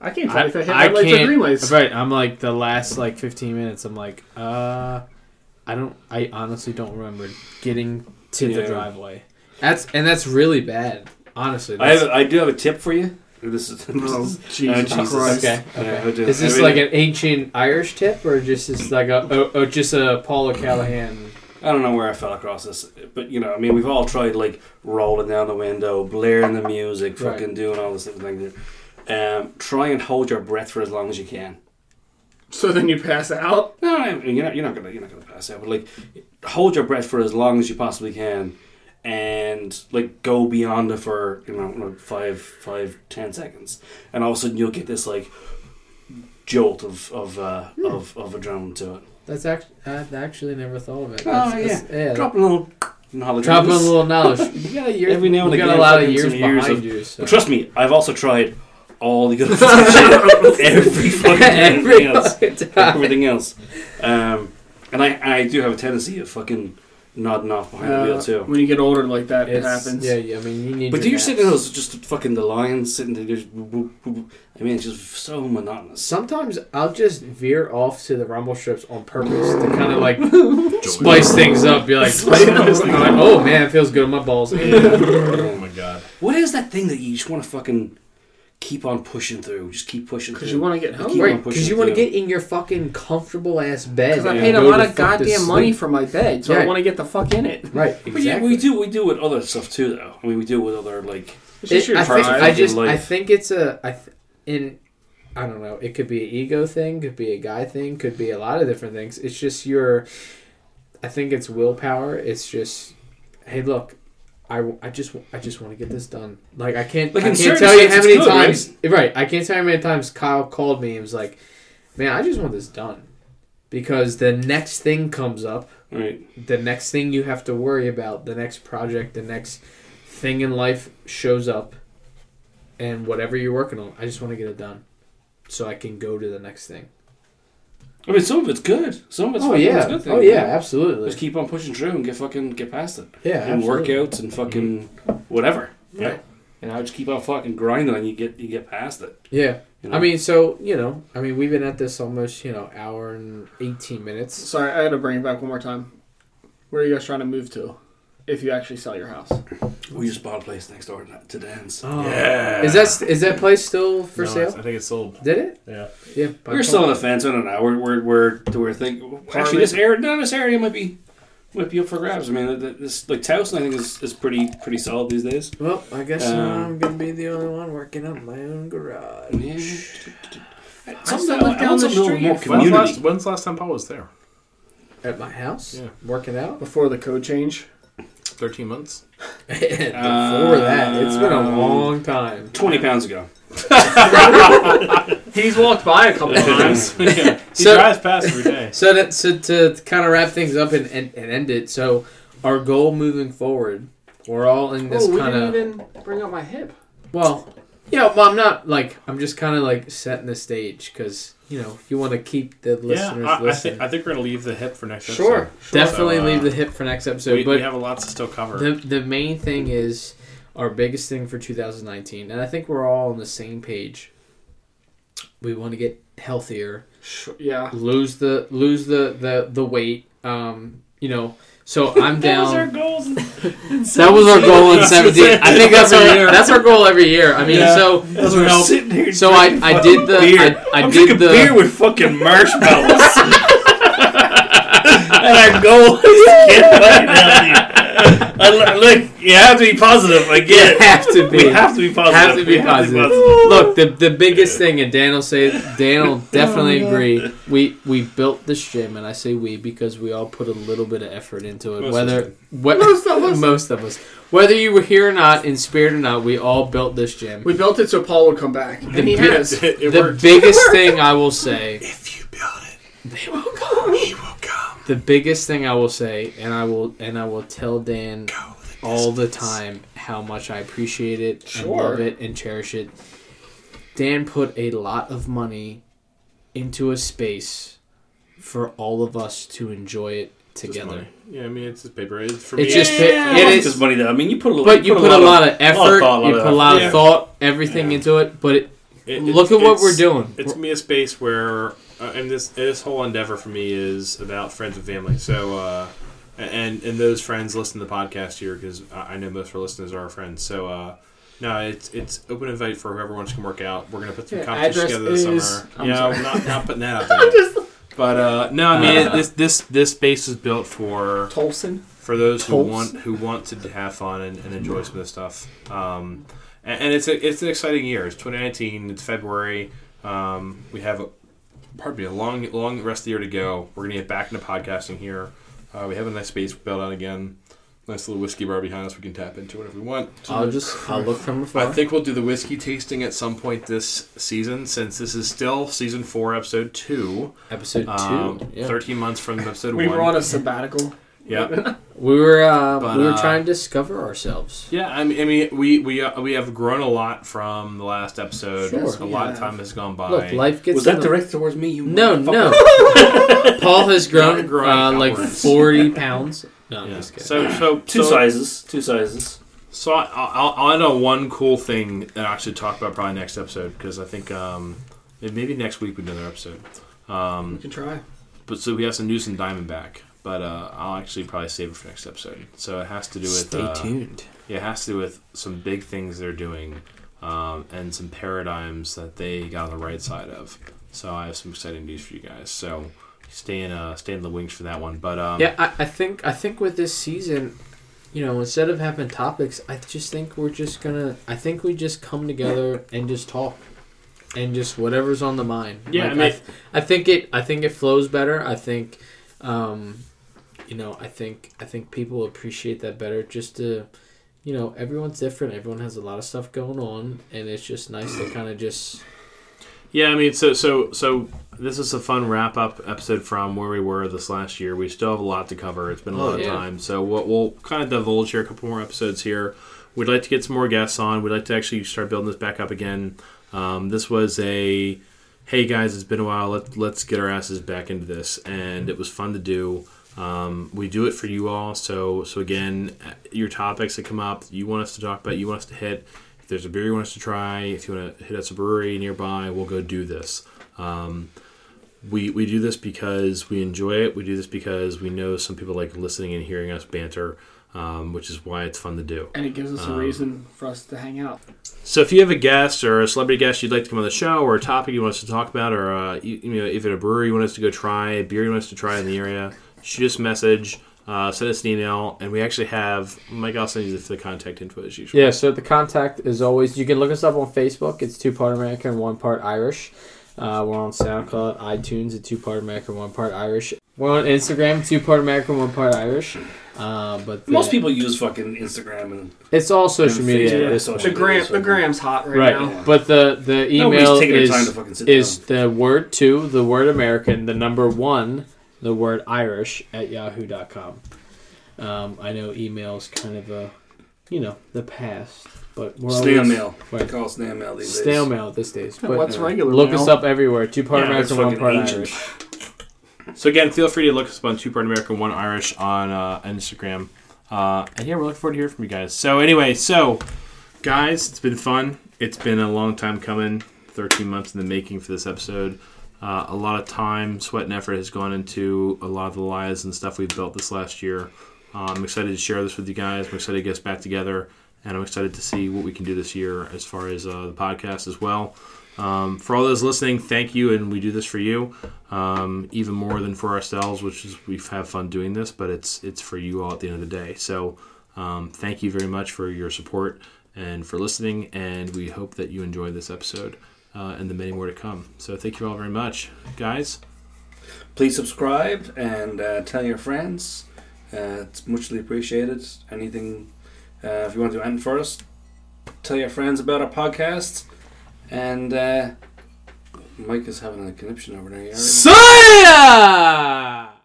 S4: I can't
S3: I-
S4: tell if I hit
S3: I
S4: red lights or
S3: can't-
S4: green lights.
S3: right, I'm like the last like 15 minutes. I'm like, uh, I don't, I honestly don't remember getting to the
S1: Yeah.
S3: driveway. That's and that's really bad. Honestly,
S1: I
S3: that's,
S1: have, I do have a tip for you. This is, this
S4: Oh,
S1: is
S4: Jesus,
S1: Jesus.
S4: Christ.
S3: Okay.
S1: Yeah, I do.
S3: Is
S1: I
S3: this
S1: mean-
S3: like an ancient Irish tip, or just is like a oh, oh, just a Paula Callahan?
S1: I don't know where I fell across this, but you know, I mean, we've all tried like rolling down the window, blaring the music,
S3: Right.
S1: fucking doing all this stuff like that. Um, try and hold your breath for as long as you can.
S4: So then you pass out.
S1: No, I mean, you're not. You're not gonna. You're not gonna pass out. But like, hold your breath for as long as you possibly can, and like go beyond it for you know like five, five, ten seconds, and all of a sudden you'll get this like jolt of of uh,
S3: Hmm.
S1: of, of adrenaline to it.
S3: That's actually I actually never thought of it.
S1: Oh,
S3: That's-
S1: yeah.
S3: that's- yeah.
S1: Drop a little knowledge.
S3: drop a little knowledge. You got a year.
S1: Every now and
S3: you got
S1: again,
S3: a lot of
S1: fucking
S3: years
S1: some years
S3: behind
S1: of-
S3: you. So.
S1: But trust me, I've also tried all the other fucking shit. Every fucking
S3: Every
S1: everything else.
S3: fucking time.
S1: Everything else. Um, and I, I do have a tendency of fucking nodding off behind the
S4: Uh,
S1: wheel too.
S4: when you get older like that, it
S3: It's-
S4: happens.
S3: Yeah, yeah, I mean, you need.
S1: But
S3: your
S1: you're sitting in
S3: naps.
S1: those just fucking the lions sitting there. Just, whoop, whoop, whoop. I mean, it's just so monotonous.
S3: Sometimes I'll just veer off to the rumble strips on purpose to kind of like spice things up. Be like, oh man, it feels good in my balls.
S2: Oh my god.
S1: What is that thing that you just want to fucking keep on pushing through? Just keep pushing through.
S4: Because you want to get home.
S1: keep
S3: Right,
S1: on pushing
S3: because you want to
S1: through.
S3: get in your fucking comfortable ass bed.
S4: Because I
S3: and
S4: paid a
S3: go
S4: lot
S3: the
S4: of
S3: fuck to
S4: goddamn money
S3: sleep.
S4: for my bed, so
S3: Yeah.
S4: I want to get the fuck in it.
S3: Right,
S1: But yeah, we do we do with other stuff too, though. I mean, we do with other like
S4: It's
S3: It-
S4: just your
S3: I think
S4: pride.
S3: I just
S1: Life.
S3: I think it's a I th- in I don't know. It could be an ego thing, could be a guy thing, could be a lot of different things. It's just your I think it's willpower. It's just hey, look, I, w- I just w- I just want to get this done. Like I can't
S1: Like,
S3: I
S1: in
S3: can't
S1: certain
S3: tell you
S1: sense,
S3: how
S1: it's
S3: many
S1: good,
S3: times right? I can't tell you how many times Kyle called me and was like, "Man, I just want this done." Because the next thing comes up
S1: right.
S3: the next thing you have to worry about, the next project, the next thing in life shows up, and whatever you're working on, I just want to get it done, so I can go to the next thing.
S1: I mean, some of it's good. Some of it's
S3: oh
S1: fucking
S3: yeah,
S1: it's good thing.
S3: oh yeah, absolutely.
S1: Just keep on pushing through and get fucking get past it.
S3: Yeah,
S1: and
S3: absolutely.
S1: workouts and fucking whatever.
S3: Yeah.
S1: Yeah. You know, just keep on fucking grinding and you get you get past it.
S3: Yeah,
S1: you
S3: I
S1: know?
S3: mean, so you know, I mean, we've been at this almost you know hour and eighteen minutes.
S4: Sorry, I had to bring it back one more time. Where are you guys trying to move to if you actually sell your house?
S1: we just bought a place next door to- to dance.
S3: Oh.
S2: Yeah.
S3: Is that is that place still for
S2: No,
S3: sale?
S2: I think it's sold.
S3: Did it?
S2: Yeah.
S3: Yeah, by
S1: We're still on the fence. I don't know. We're we're we're, we're thinking. Actually, this area, no, this area might be might be up for grabs. I mean, th- th- this like Towson, I think is, is pretty pretty solid these days.
S3: Well, I guess
S1: Um,
S3: now I'm gonna be the only one working up my own garage.
S1: Yeah.
S4: still
S1: Something
S4: live
S1: I want
S4: down the
S1: something a little
S4: street.
S1: more
S2: When's
S1: community.
S2: the last, when's the last time Paul was there?
S3: At my house,
S2: Yeah.
S3: working out.
S4: Before the code change?
S2: 13 months?
S3: Before that, it's been
S2: Um,
S3: a long time.
S1: Twenty pounds ago.
S4: He's walked by a couple times.
S2: yeah. He
S3: So-
S2: drives past every day.
S3: So that so to kind of wrap things up and, and, and end it. So our goal moving forward, we're all in this
S4: Oh, we
S3: kind
S4: didn't
S3: of
S4: even bring up my hip.
S3: well, yeah. Well, I'm not like I'm just kind of like setting the stage because you know you want to keep the listeners
S2: yeah, I, I,
S3: listening.
S2: think, I think we're going to leave the hip for next
S4: Sure.
S2: episode.
S3: Definitely
S2: So, uh,
S3: leave the hip for next episode.
S2: we,
S3: but
S2: we have a lot to still cover.
S3: The the main thing is our biggest thing for 2019, and I think we're all on the same page. We want to get healthier,
S4: Sh- yeah.
S3: lose the lose the the the weight. Um, you know, so I'm down.
S1: goals. In, in
S3: that was our goal in 17. I think that's our
S1: Every year.
S3: that's our goal every year. I mean,
S2: Yeah.
S3: so
S1: As we're
S2: Well,
S1: sitting here
S3: so I
S1: drinking
S3: I
S1: fucking
S3: did the
S1: beer.
S3: I, I
S1: am
S3: did
S1: drinking beer
S3: the
S1: with fucking marshmallows. and our goal is to get fucking healthy. I, li- look, you have to be positive. I get it.
S3: have to
S1: We
S3: be.
S1: have to be positive.
S3: Have to be
S1: We
S3: positive. Look, the the biggest thing, and Dan will say, Dan will definitely agree. We we built this gym, and I say we because we all put a little bit of effort into it.
S2: Most
S3: whether
S2: of
S3: what,
S4: Most of us.
S3: most of us, whether you were here or not, in spirit or not, we all built this gym.
S4: We built it so Paul would come back, and he
S3: bit-
S4: has.
S2: it it
S3: the
S2: worked.
S3: biggest thing I will say,
S2: if you build it,
S4: He will come.
S2: he will come.
S3: the biggest thing I will say, and I will and I will tell Dan
S2: Go the
S3: all the time how much I appreciate it and
S4: Sure.
S3: love it and cherish it. Dan put a lot of money into a space for all of us to enjoy it together.
S2: money. Yeah, I mean it's just paper. It's for me.
S3: It's just
S1: Yeah,
S3: it
S1: it
S3: is,
S1: is money though. I mean, you put a little,
S3: but you put, a lot of effort,
S1: thought, a lot
S3: you
S1: of
S3: put a lot of
S2: effort.
S3: thought, everything
S1: Yeah.
S3: into it. But it,
S2: It-
S3: look at
S2: it's-
S3: what we're
S2: it's-
S3: doing.
S2: It's me a space where, uh, and this this whole endeavor for me is about friends and family. So, uh, and and those friends listen to the podcast here because I I know most of our listeners are our friends. So, uh, no, it's it's open invite for whoever wants to come work out. We're gonna put some
S4: Yeah,
S2: competition
S4: address
S2: together this
S4: is-
S2: summer.
S4: I'm
S2: yeah,
S4: sorry.
S2: I'm not not putting that out there. but uh, no, I mean it, this this this space is built for
S4: Tolson.
S2: for those who
S4: Tolls.
S2: want who want to have fun and, and enjoy some of this stuff. Um, and, and it's a, it's an exciting year. It's 2019. It's February. Um, we have a, probably a long long rest of the year to go. We're gonna get back into podcasting here. Uh, we have a nice space built out again. Nice little whiskey bar behind us. We can tap into whenever we want.
S3: I'll just I'll look from afar.
S2: I think we'll do the whiskey tasting at some point this season, since this is still season four, episode two.
S3: Episode two,
S2: Um,
S3: yeah.
S2: Thirteen months from episode
S4: We
S2: one.
S4: were on a sabbatical.
S2: yeah.
S3: we were uh,
S2: But,
S3: we were
S2: uh,
S3: trying to discover ourselves.
S2: Yeah, I mean, I mean we we uh, we have grown a lot from the last episode.
S3: Sure.
S2: a lot of
S4: Yeah.
S2: time has gone by.
S3: Look, life gets
S1: Was
S3: in
S1: that
S3: the-
S1: directed towards me? You
S3: No,
S1: motherfucker?
S3: no. Paul has grown,
S2: You're growing
S3: uh, like
S2: outwards.
S3: forty pounds. No, I'm
S2: Yeah.
S3: just kidding.
S2: So so
S1: Two
S2: so,
S1: sizes. Two sizes.
S2: so I, I'll, I'll end on one cool thing that I should talk about probably next episode because I think um, maybe next week we do another episode.
S4: We
S2: Um,
S4: can try.
S2: but so we have some news in Diamondback, but uh, I'll actually probably save it for next episode. So it has to do with
S3: Stay
S2: uh,
S3: tuned.
S2: Yeah, it has to do with some big things they're doing um, and some paradigms that they got on the right side of. So I have some exciting news for you guys. So stay in, uh, stay in the wings for that one. But um,
S3: Yeah, I, I think I think with this season, you know, instead of having topics, I just think we're just gonna. I think we just come together and just talk, and just whatever's on the mind.
S2: Yeah,
S3: Like,
S2: I mean-
S3: th- I think it. I think it flows better. I think, um, you know, I think I think people appreciate that better. Just to, you know, everyone's different. Everyone has a lot of stuff going on, and it's just nice to kind of just.
S2: Yeah, I mean, so so so this is a fun wrap up episode from where we were this last year. We still have a lot to cover. It's been a
S3: Oh,
S2: lot of
S3: yeah.
S2: time, so we'll, we'll kind of divulge here a couple more episodes here. We'd like to get some more guests on. We'd like to actually start building this back up again. Um, this was a hey guys, it's been a while. Let let's get our asses back into this, and it was fun to do. Um, we do it for you all. So so again, uh, your topics that come up, you want us to talk about, you want us to hit. If there's a beer you want us to try, if you want to hit us a brewery nearby, we'll go do this. Um, we we do this because we enjoy it. We do this because we know some people like listening and hearing us banter, um, which is why it's fun to do.
S4: And it gives us a
S2: Um,
S4: reason for us to hang out.
S2: So if you have a guest or a celebrity guest you'd like to come on the show, or a topic you want us to talk about, or uh, you, you know if it's a brewery you want us to go try, a beer you want us to try in the area, shoot us a message, uh, send us an email, and we actually have Mike. I'll send you the, the contact info as usual.
S3: Yeah, so the contact is always you can look us up on Facebook. It's two part American, one part Irish. Uh, we're on SoundCloud, iTunes at two part American, one part Irish. We're on Instagram, two part American, one part Irish. Uh, but the-
S1: Most people use fucking Instagram and
S3: it's all social
S1: and
S3: media.
S1: Facebook,
S3: at this
S1: so-
S3: point.
S4: The gram, the gram's hot right,
S3: right?
S4: now.
S3: But the the email
S1: nobody's taking
S3: is
S1: their time to fucking sit
S3: is
S1: down.
S3: the word two, the word American, the number one, the word Irish at yahoo.com. Um, I know email's kind of a, you know, the past, but we're
S1: snail
S3: always-
S1: mail. I
S3: Right.
S1: call snail mail these
S3: Snail
S1: days.
S3: mail these days. But
S4: What's regular?
S3: look
S4: mail?
S3: us up everywhere. Two part
S1: Yeah,
S3: American,
S1: they're
S3: one
S1: fucking
S3: part
S1: ancient.
S3: Irish.
S2: So again, feel free to look us up on Two Part American, One Irish on uh, Instagram. Uh, and yeah, we're looking forward to hearing from you guys. So anyway, so guys, it's been fun. It's been a long time coming, 13 months in the making for this episode. Uh, a lot of time, sweat, and effort has gone into a lot of the lies and stuff we've built this last year. Uh, I'm excited to share this with you guys. I'm excited to get us back together, and I'm excited to see what we can do this year as far as uh, the podcast as well. Um, for all those listening, thank you, and we do this for you um, even more than for ourselves, which is we have fun doing this, but it's it's for you all at the end of the day. So um, thank you very much for your support and for listening, and we hope that you enjoy this episode uh, and the many more to come. So thank you all very much, guys.
S1: Please subscribe and uh, tell your friends. Uh, it's muchly appreciated. Anything, uh, if you want to end for us, tell your friends about our podcast. And uh, Mike is having a conniption over there. You already-
S3: Soya!